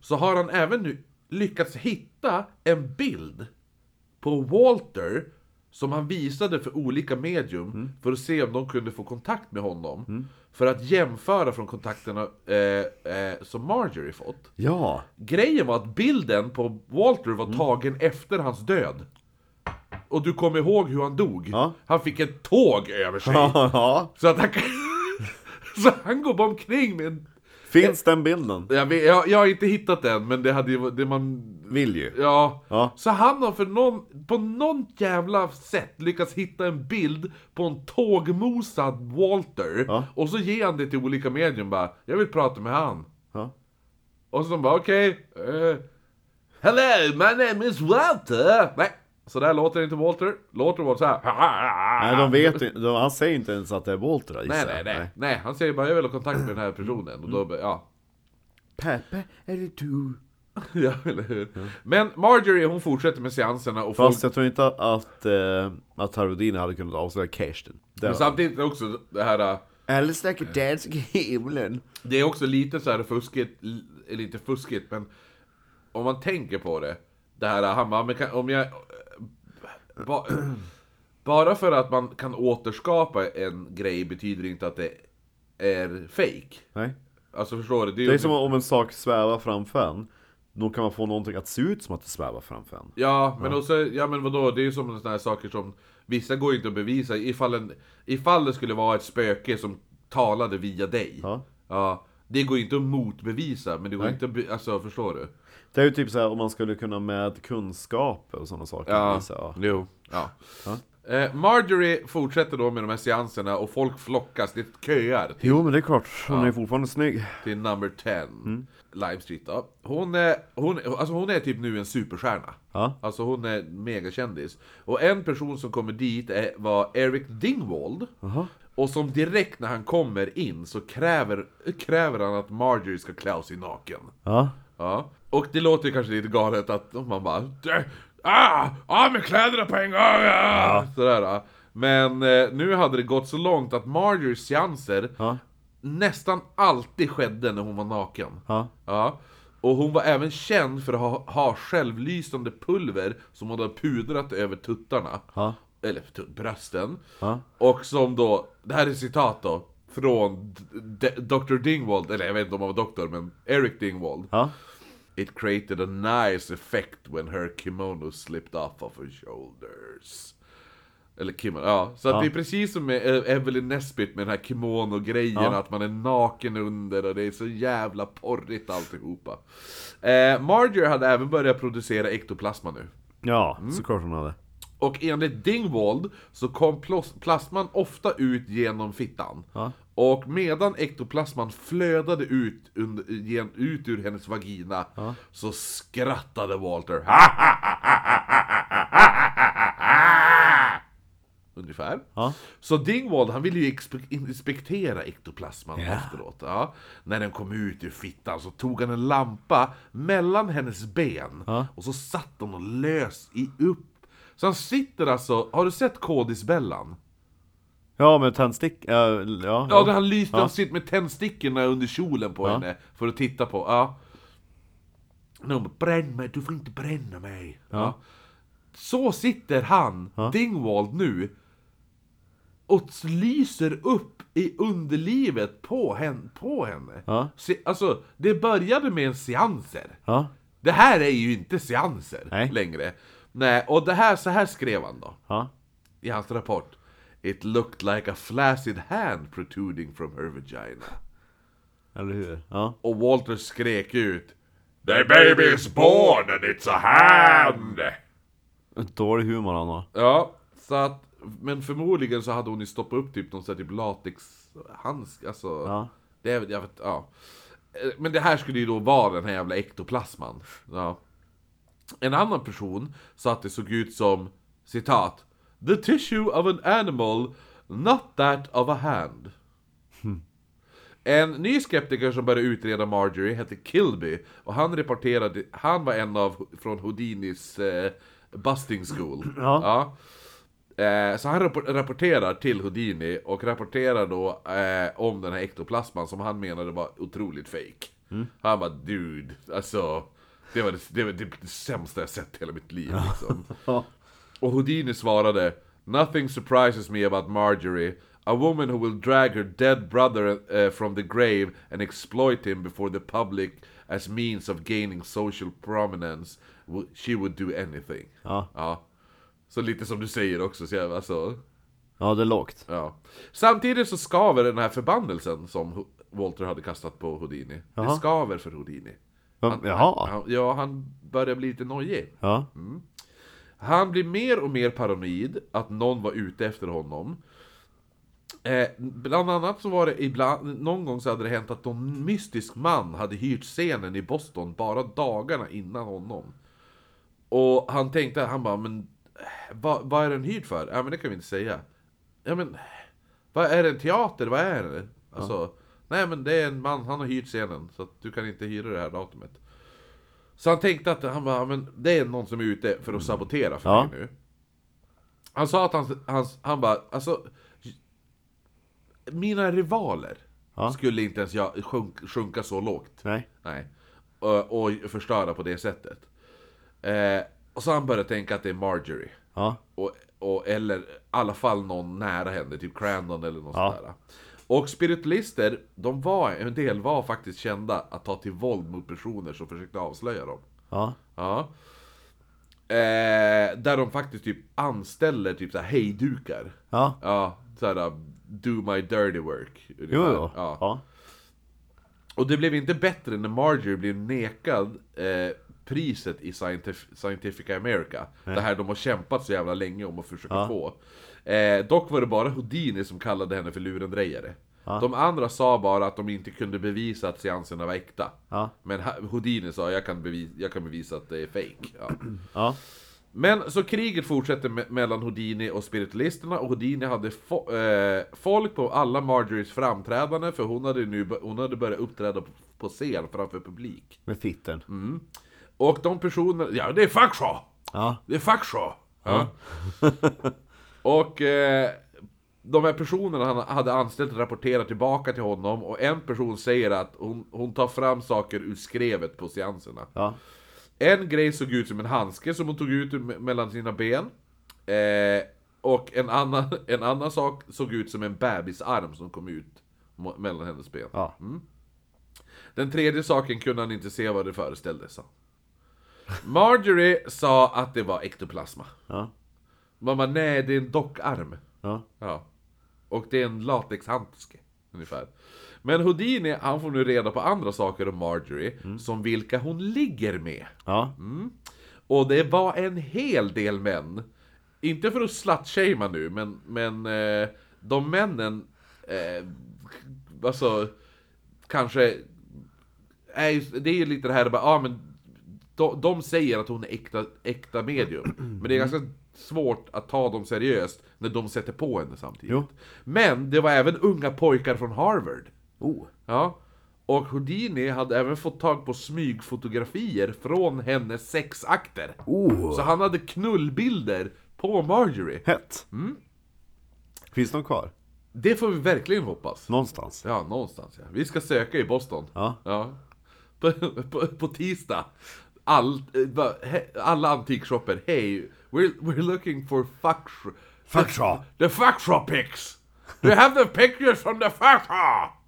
S2: så har han även nu lyckats hitta en bild på Walter som han visade för olika medium
S4: Mm.
S2: för att se om de kunde få kontakt med honom. För att jämföra från kontakterna eh, eh, som Marjorie fått.
S4: Ja,
S2: Grejen var att bilden på Walter var
S4: Mm.
S2: tagen efter hans död. Och du kommer ihåg hur han dog?
S4: Ja.
S2: Han fick ett tåg över sig.
S4: ja.
S2: Så att han kan... <laughs> Så han går bara omkring med en...
S4: Finns den bilden?
S2: Jag, vet, jag, jag har inte hittat den, men det hade ju varit- det man...
S4: Vill ju.
S2: Ja.
S4: Ja.
S2: Så han har för någon, på någon jävla sätt lyckats hitta en bild på en tågmosad Walter.
S4: Ja.
S2: Och så ger han det till olika medium bara, jag vill prata med han.
S4: Ja.
S2: Och så de bara okej, eh, Hello, my name is Walter! Nej, så där låter inte Walter. Låter var så här.
S4: Nej, de vet ju de, Han säger inte ens att det är Walter, gissar
S2: Ah. Nej,
S4: jag.
S2: nej, nej, nej. Han säger bara jag vill ha kontakt med den här personen. Och
S4: Mm.
S2: då, bara, ja. <laughs>
S4: Peppe, är det du?
S2: ja, eller hur? Men Marjorie hon fortsätter med seanserna och folk...
S4: Fast jag tror inte att, eh, att Harudin hade kunnat avslöja Cashton.
S2: Men Eh. samtidigt också det här... äh,
S4: Eller säkert dansk i himlen.
S2: Det är också lite så här fuskigt, l- eller inte fuskigt men... Om man tänker på det. Det här han bara, men kan, om jag... äh, Ba, bara för att man kan återskapa en grej betyder inte att det är fake.
S4: Nej.
S2: Alltså förstår du?
S4: Det är som om en sak svävar framför en. Då kan man få någonting att se ut som att det svävar framför en.
S2: Ja, men också, ja men vadå, det är ju som såna här saker som Vissa går ju inte att bevisa, ifall, en, ifall det skulle vara ett spöke som talade via dig
S4: Ja.
S2: ja, Det går ju inte att motbevisa, men det går
S4: Nej.
S2: inte att, be- alltså förstår du?
S4: Det är ju typ så här om man skulle kunna med kunskaper och sådana saker. visa,
S1: Alltså,
S4: ja.
S2: jo ja. Eh, Marjorie fortsätter då med de här seanserna och folk flockas, det köar
S4: Jo men det är klart, hon är ju fortfarande snygg.
S2: till number 10 Live Street då. Hon är, hon, alltså hon är typ nu en superstjärna
S4: Ja.
S2: Alltså hon är megakändis Och en person som kommer dit är, var Eric Dingwald Och som direkt när han kommer in så kräver, kräver han att Marjorie ska klä av sig naken
S4: Ja.
S2: Ja, och det låter ju kanske lite galet att om man bara "Dö- ah, Av med kläderna på en gång! Ah! Sådär, ja. Men eh, nu hade det gått så långt att Marjories seanser
S4: Ja.
S2: nästan alltid skedde när hon var naken.
S4: Ja.
S2: Ja. Och hon var även känd för att ha, ha självlysande pulver som hon hade pudrat över tuttarna.
S4: Ja.
S2: Eller tut- brösten.
S4: Ja.
S2: Och som då, det här är citat då, från D- D- Dr. Dingwald, eller jag vet inte om han var doktor, men Eric Dingwald.
S4: Ja.
S2: It created a nice effect when her kimono slipped off of her shoulders. Eller kimono, ja. Så att det är precis som med eh, Evelyn Nesbit med den här kimono-grejen, att man är naken under och det är så jävla porrigt alltihopa. Eh, Marger hade även börjat producera ektoplasma nu.
S4: Ja, såklart hon hade.
S2: Och enligt Dingwald så kom plos- plasman ofta ut genom fittan. Och medan ektoplasman flödade ut, under, gen, ut ur hennes vagina så skrattade Walter. Ungefär.
S4: Ja.
S2: Så Dingwald han ville ju expe- inspektera ektoplasman efteråt. Ja. När den kom ut ur fittan så tog han en lampa mellan hennes ben och så satt hon och lös i upp. Så han sitter alltså, har du sett Kodisbällan?
S4: Ja med tändstick, äh, ja. ja.
S2: Ja, där han lyste, han sitter med tändstickorna under kjolen på henne för att titta på. Ja. När hon bara, bränn mig, du får inte bränna mig. Ja. Så sitter han, Dingwald, nu och lyser upp i underlivet på, hen, på henne.
S4: Ja.
S2: Se, alltså, det började med en seanser.
S4: Ja.
S2: Det här är ju inte seanser
S4: Nej.
S2: längre. Nej, och det här, så här skrev han då
S4: Ja.
S2: i hans rapport. It looked like a flaccid hand protruding from her vagina.
S4: Eller hur? Ja.
S2: Och Walter skrek ut.
S3: The baby is born and it's a hand!
S4: Dålig humor han har.
S2: Ja, så att... Men förmodligen så hade hon ju stoppat upp typ någon sån här typ latexhandsk, alltså...
S4: Ja.
S2: Det är väl, jag vet, ja. Eh, Men det här skulle ju då vara den här jävla ektoplasman. Ja. En annan person sa att det såg ut som citat, “The tissue of an animal, not that of a hand”. En ny skeptiker som började utreda Marjorie hette Kilby och han rapporterade, han var en av från Houdinis eh, busting school. Ja. Eh, så han rappor- rapporterar till Houdini och rapporterar då eh, om den här ektoplasman som han menade var otroligt fake. Han var dude, alltså det var det, det var typ det sämsta jag sett i hela mitt liv liksom. Och Houdini svarade Nothing surprises me about Marjorie. A woman who will drag her dead brother eh, from the grave and exploit him before the public as means of gaining social prominence. W- She would do anything.
S4: Ja.
S2: Så lite som du säger också, så jag, alltså,
S4: Ja, det är lågt.
S2: ja. Samtidigt så skaver den här förbannelsen som Ho- Walter hade kastat på Houdini. Det
S4: Jaha.
S2: skaver för Houdini.
S4: Va- Jaha.
S2: Han, ja, Mm. han börjar bli lite nojig.
S4: Ja.
S2: Han blir mer och mer paranoid att någon var ute efter honom. Eh, bland annat så var det ibland, någon gång så hade det hänt att någon mystisk man hade hyrt scenen i Boston bara dagarna innan honom. Och han tänkte, han bara, men eh, vad, vad är den hyrd för? Ja men det kan vi inte säga. Ja men, eh, vad är det, en teater? Vad är det? Alltså, nej men det är en man, han har hyrt scenen. Så att du kan inte hyra det här datumet. Så han tänkte att, han bara, "Ja, men det är någon som är ute för att sabotera för
S4: Ja.
S2: mig nu. Han sa att han, han, han bara, alltså mina rivaler
S4: Ja.
S2: skulle inte ens jag sjunk, sjunka så lågt.
S4: Nej.
S2: Nej. Och, och förstöra på det sättet. Eh, och så han började tänka att det är Marjorie.
S4: Ja.
S2: Och, och, eller i alla fall någon nära henne, typ Crandon eller något
S4: Ja.
S2: sånt där. Och spiritualister, de var, en del var faktiskt kända att ta till våld mot personer som försökte avslöja dem.
S4: Ja.
S2: Ja. Eh, där de faktiskt typ anställer typ så här hejdukar.
S4: Ja.
S2: Ja, såhär uh, do my dirty work.
S4: Jo,
S2: ungefär.
S4: jo.
S2: Ja.
S4: Ja.
S2: Och det blev inte bättre när Marjorie blev nekad eh, priset i Scientif- Scientific America. Det här de har kämpat så jävla länge om att försöka få. Eh, dock var det bara Houdini som kallade henne för lurendrejare. De andra sa bara att de inte kunde bevisa att seanserna var äkta.
S4: Ja.
S2: Men ha- Houdini sa jag kan, bevisa, jag kan bevisa att det är fake. Ja.
S4: Ja.
S2: Men så kriget fortsätter me- mellan Houdini och spiritualisterna och Houdini hade fo- eh, folk på alla Marjories framträdande för hon hade nu bör- hon hade börjat uppträda på- på scen framför publik.
S4: Med fitten.
S2: Mm. Och de personer, ja det är fuck show!
S4: Ja.
S2: Det är fuck show! Ja. <laughs> och eh, de här personerna han hade anställt rapporterar tillbaka till honom och en person säger att hon, hon tar fram saker ur skrevet på seanserna.
S4: Ja.
S2: En grej såg ut som en handske som hon tog ut me- mellan sina ben. Eh, och en annan, <laughs> en annan sak såg ut som en bebisarm som kom ut mo- mellan hennes ben.
S4: Ja.
S2: Den tredje saken kunde han inte se vad det föreställde, sa han. Marjorie sa att det var ektoplasma.
S4: Ja.
S2: Man bara, nej det är en dockarm.
S4: Ja.
S2: Ja. Och det är en latexhandske, ungefär. Men Houdini, han får nu reda på andra saker om Marjorie, som vilka hon ligger med.
S4: Ja.
S2: Mm. Och det var en hel del män. Inte för att slutshamea nu, men, men eh, de männen, eh, alltså, kanske, är, ju- det är ju lite det här, bara, ah, men de, de säger att hon är äkta, äkta medium. Men det är ganska svårt att ta dem seriöst när de sätter på henne samtidigt.
S4: Jo.
S2: Men det var även unga pojkar från Harvard.
S4: Oh.
S2: Ja. Och Houdini hade även fått tag på smygfotografier från hennes sexakter.
S4: Oh.
S2: Så han hade knullbilder på Marjorie.
S4: Hett.
S2: Mm.
S4: Finns de kvar?
S2: Det får vi verkligen hoppas.
S4: Någonstans.
S2: Ja, någonstans ja. Vi ska söka i Boston.
S4: Ja.
S2: <laughs> På, på, på tisdag. All, eh, va- he- alla antikshopper, hej. We're, we're looking for fuck... sh-
S4: Fuck shop.
S2: The fuck shop pics! Do you have the pictures from the fuck
S4: <laughs>
S2: shop?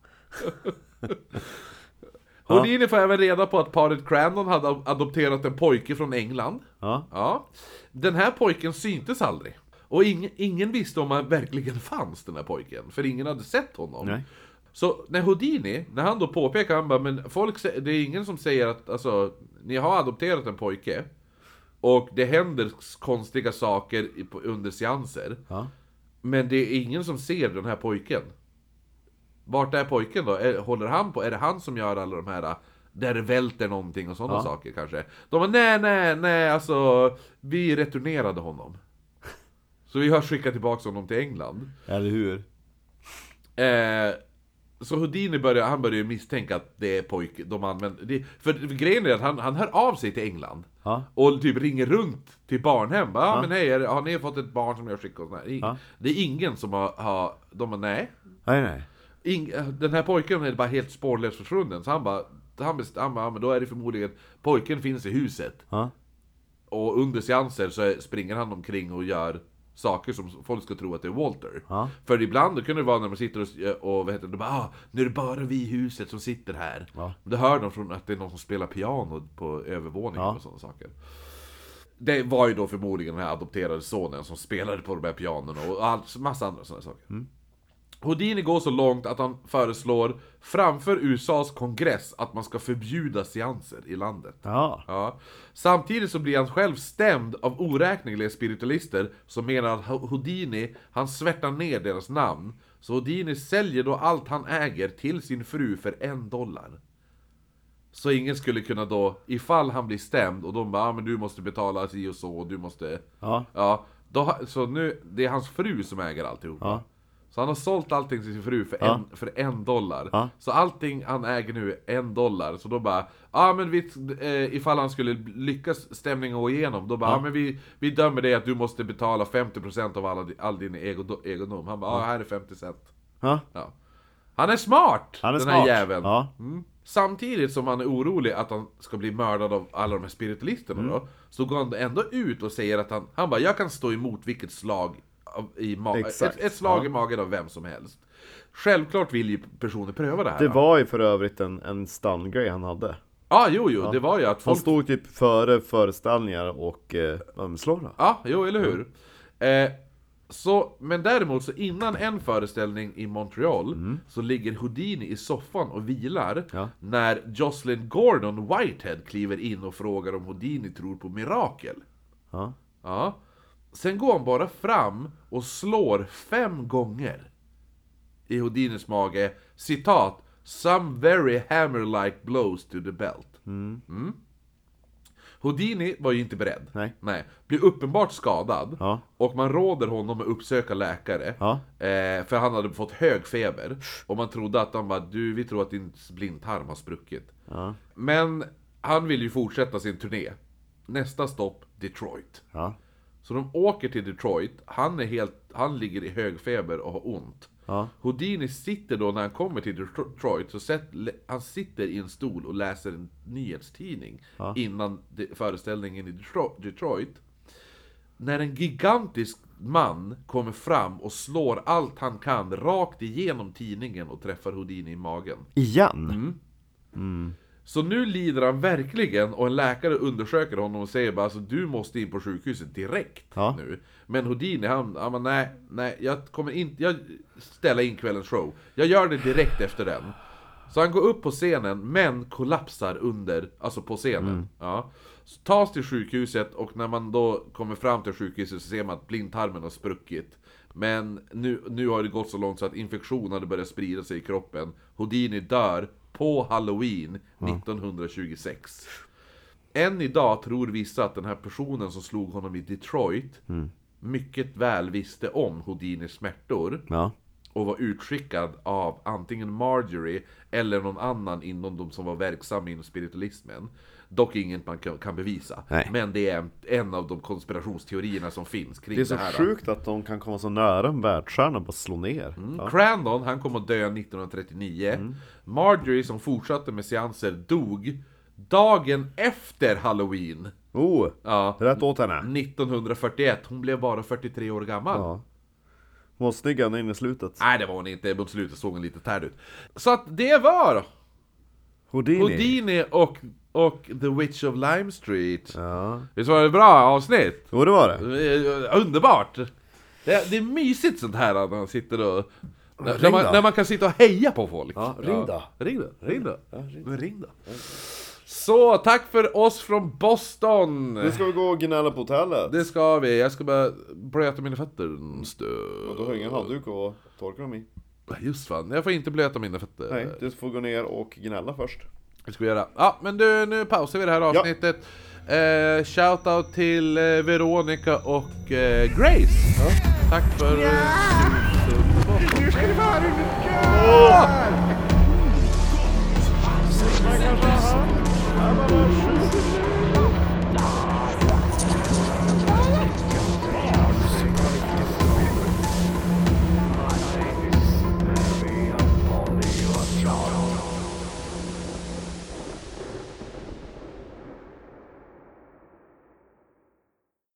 S2: Houdini får även reda på att paret Crandon hade adopterat en pojke från England.
S4: Ja.
S2: Ja. Den här pojken syntes aldrig. Och ing, ingen visste om han verkligen fanns, den här pojken. För ingen hade sett honom.
S4: Nej.
S2: Så när Houdini, när han då påpekar, han bara, men folk, sä- det är ingen som säger att, alltså, ni har adopterat en pojke. Och det händer konstiga saker i- på- under seanser.
S4: Ja.
S2: Men det är ingen som ser den här pojken. Vart är pojken då? Är, håller han på? Är det han som gör alla de här där det välter någonting och sådana saker kanske? De var nej, nej, nej, alltså vi returnerade honom. Så vi har skickat tillbaka honom till England.
S4: Eller hur?
S2: Eh, så Houdini börjar, han börjar ju misstänka att det är pojk, de använder... Det, för grejen är att han, han hör av sig till England.
S4: Ja.
S2: Och typ ringer runt till barnhem. Bara, Ja men hej, är det- har ni fått ett barn som jag skickar? Och sån här. I- Det är ingen som har... har de bara, nej.
S4: Nej, nej.
S2: Ing, eh, den här pojken är bara helt spårlöst försvunnen. Så han bara... Han best- han bara, ja, men då är det förmodligen... Pojken finns i huset.
S4: Ja.
S2: Och under seanser så är- springer han omkring och gör saker som folk ska tro att det är Walter.
S4: Ja.
S2: För ibland då kunde det vara när man sitter och, och vad heter det, de bara ah, nu är det bara vi i huset som sitter här.
S4: Ja.
S2: Då hör de från att det är någon som spelar piano på övervåningen
S4: Ja.
S2: och sådana saker. Det var ju då förmodligen den här adopterade sonen som spelade på de här pianorna och allt, massa andra sådana saker.
S4: Mm.
S2: Houdini går så långt att han föreslår framför USAs kongress att man ska förbjuda seanser i landet.
S4: Ja.
S2: Ja. Samtidigt så blir han själv stämd av oräkneliga spiritualister som menar att Ho- Houdini, han svärtar ner deras namn. Så Houdini säljer då allt han äger till sin fru för en dollar. Så ingen skulle kunna då, ifall han blir stämd och de bara ah, men du måste betala si och så och du måste...
S4: Ja.
S2: ja då, ha- så nu, det är hans fru som äger alltihopa.
S4: Ja.
S2: Så han har sålt allting till sin fru för, en, för en dollar.
S4: Ja.
S2: Så allting han äger nu är en dollar. Så då bara, ja ah, men vi, eh, ifall han skulle lyckas stämningen gå igenom, då bara, ja ah, men vi, vi dömer dig att du måste betala 50% av alla, di- all din ego- egendom. Han bara, ja ah, här är 50 cent.
S4: Ja.
S2: Ja. Han är smart!
S4: Han är
S2: den här
S4: smart.
S2: jäveln.
S4: Ja.
S2: Mm. Samtidigt som han är orolig att han ska bli mördad av alla de här spiritualisterna
S4: Mm.
S2: då, så går han ändå ut och säger att han, han bara, jag kan stå emot vilket slag av, i ma- ett,
S4: Exakt.
S2: ett slag i magen av vem som helst. Självklart vill ju personer pröva det här.
S4: Det var ju för övrigt en, en stallgrej han hade.
S2: Ja, jo, jo, det var ju att
S4: Han
S2: folk...
S4: stod typ före föreställningar och eh, slår
S2: Ja, jo, eller hur? Eh, så, men däremot så innan en föreställning i Montreal så ligger Houdini i soffan och vilar
S4: Ja.
S2: när Jocelyn Gordon Whitehead kliver in och frågar om Houdini tror på mirakel.
S4: Ja.
S2: Ja. Sen går han bara fram och slår fem gånger i Houdinis mage, citat, “Some very hammer-like blows to the belt”. Mm. Houdini var ju inte beredd.
S4: Nej.
S2: Blir uppenbart skadad.
S4: Ja.
S2: Och man råder honom att uppsöka läkare.
S4: Ja.
S2: Eh, för han hade fått hög feber. Och man trodde att han bara, du vi tror att din blindtarm har spruckit.
S4: Ja.
S2: Men han vill ju fortsätta sin turné. Nästa stopp, Detroit.
S4: Ja.
S2: Så de åker till Detroit, han, är helt, han ligger i högfeber och har ont.
S4: Ja.
S2: Houdini sitter då, när han kommer till Detroit, så sett, lä- han sitter i en stol och läser en nyhetstidning innan de, föreställningen i Detro- Detroit. När en gigantisk man kommer fram och slår allt han kan rakt igenom tidningen och träffar Houdini i magen.
S4: Igen?
S2: Så nu lider han verkligen och en läkare undersöker honom och säger bara alltså, du måste in på sjukhuset direkt
S4: Ja.
S2: nu. Men Houdini han, han bara, nej, nej, jag kommer inte, jag ställer in kvällens show. Jag gör det direkt efter den. Så han går upp på scenen men kollapsar under, alltså på scenen. Ja. Så tas till sjukhuset och när man då kommer fram till sjukhuset så ser man att blindtarmen har spruckit. Men nu, nu har det gått så långt så att infektionen hade börjat sprida sig i kroppen. Houdini dör på Halloween 1926. Än idag tror vissa att den här personen som slog honom i Detroit
S4: Mm.
S2: mycket väl visste om Houdinis smärtor
S4: Ja.
S2: och var utskickad av antingen Marjorie eller någon annan inom de som var verksam inom spiritualismen. Dock inget man kan, kan bevisa.
S4: Nej.
S2: Men det är en, en av de konspirationsteorierna som finns kring
S4: Det
S2: det,
S4: är så
S2: här.
S4: sjukt att de kan komma så nära en världsstjärna och bara slå ner. Ja.
S2: Mm.
S4: Mm.
S2: Crandon, han kom att dö 1939. Marjorie som fortsatte med seanser dog dagen efter halloween.
S4: Oh!
S2: Ja,
S4: Rätt åt henne.
S2: 1941. Hon blev bara 43 år gammal.
S4: Mm. Ja. Hon var snygg ända in i slutet.
S2: Nej, det var hon inte. Mot slutet såg hon lite tärd ut. Så att det var
S4: Houdini.
S2: Houdini och, och The Witch of Lime Street.
S4: Ja.
S2: Visst var det ett bra avsnitt?
S4: Jo det var det.
S2: Eh, Underbart! Det, det är mysigt sånt här när man sitter och... När, när,
S4: Ring
S2: man,
S4: då.
S2: när man kan sitta och heja på folk.
S4: Ja, ring då.
S2: Ring då. Ring då. Men ring då. Så, tack för oss från Boston!
S4: Nu ska vi gå och gnälla på hotellet.
S2: Det ska vi. Jag ska bara blöta mina fötter en stund.
S4: Då har jag ingen handduk att torka dem i.
S2: Just fan, jag får inte blöta mina fötter.
S4: Nej, du får gå ner och gnälla först.
S2: Det ska vi göra. Ja, men du, nu pausar vi det här avsnittet. Eh, shoutout till eh, Veronica och eh, Grace. Tack för... eh,
S5: Nu ska du få höra hur det går!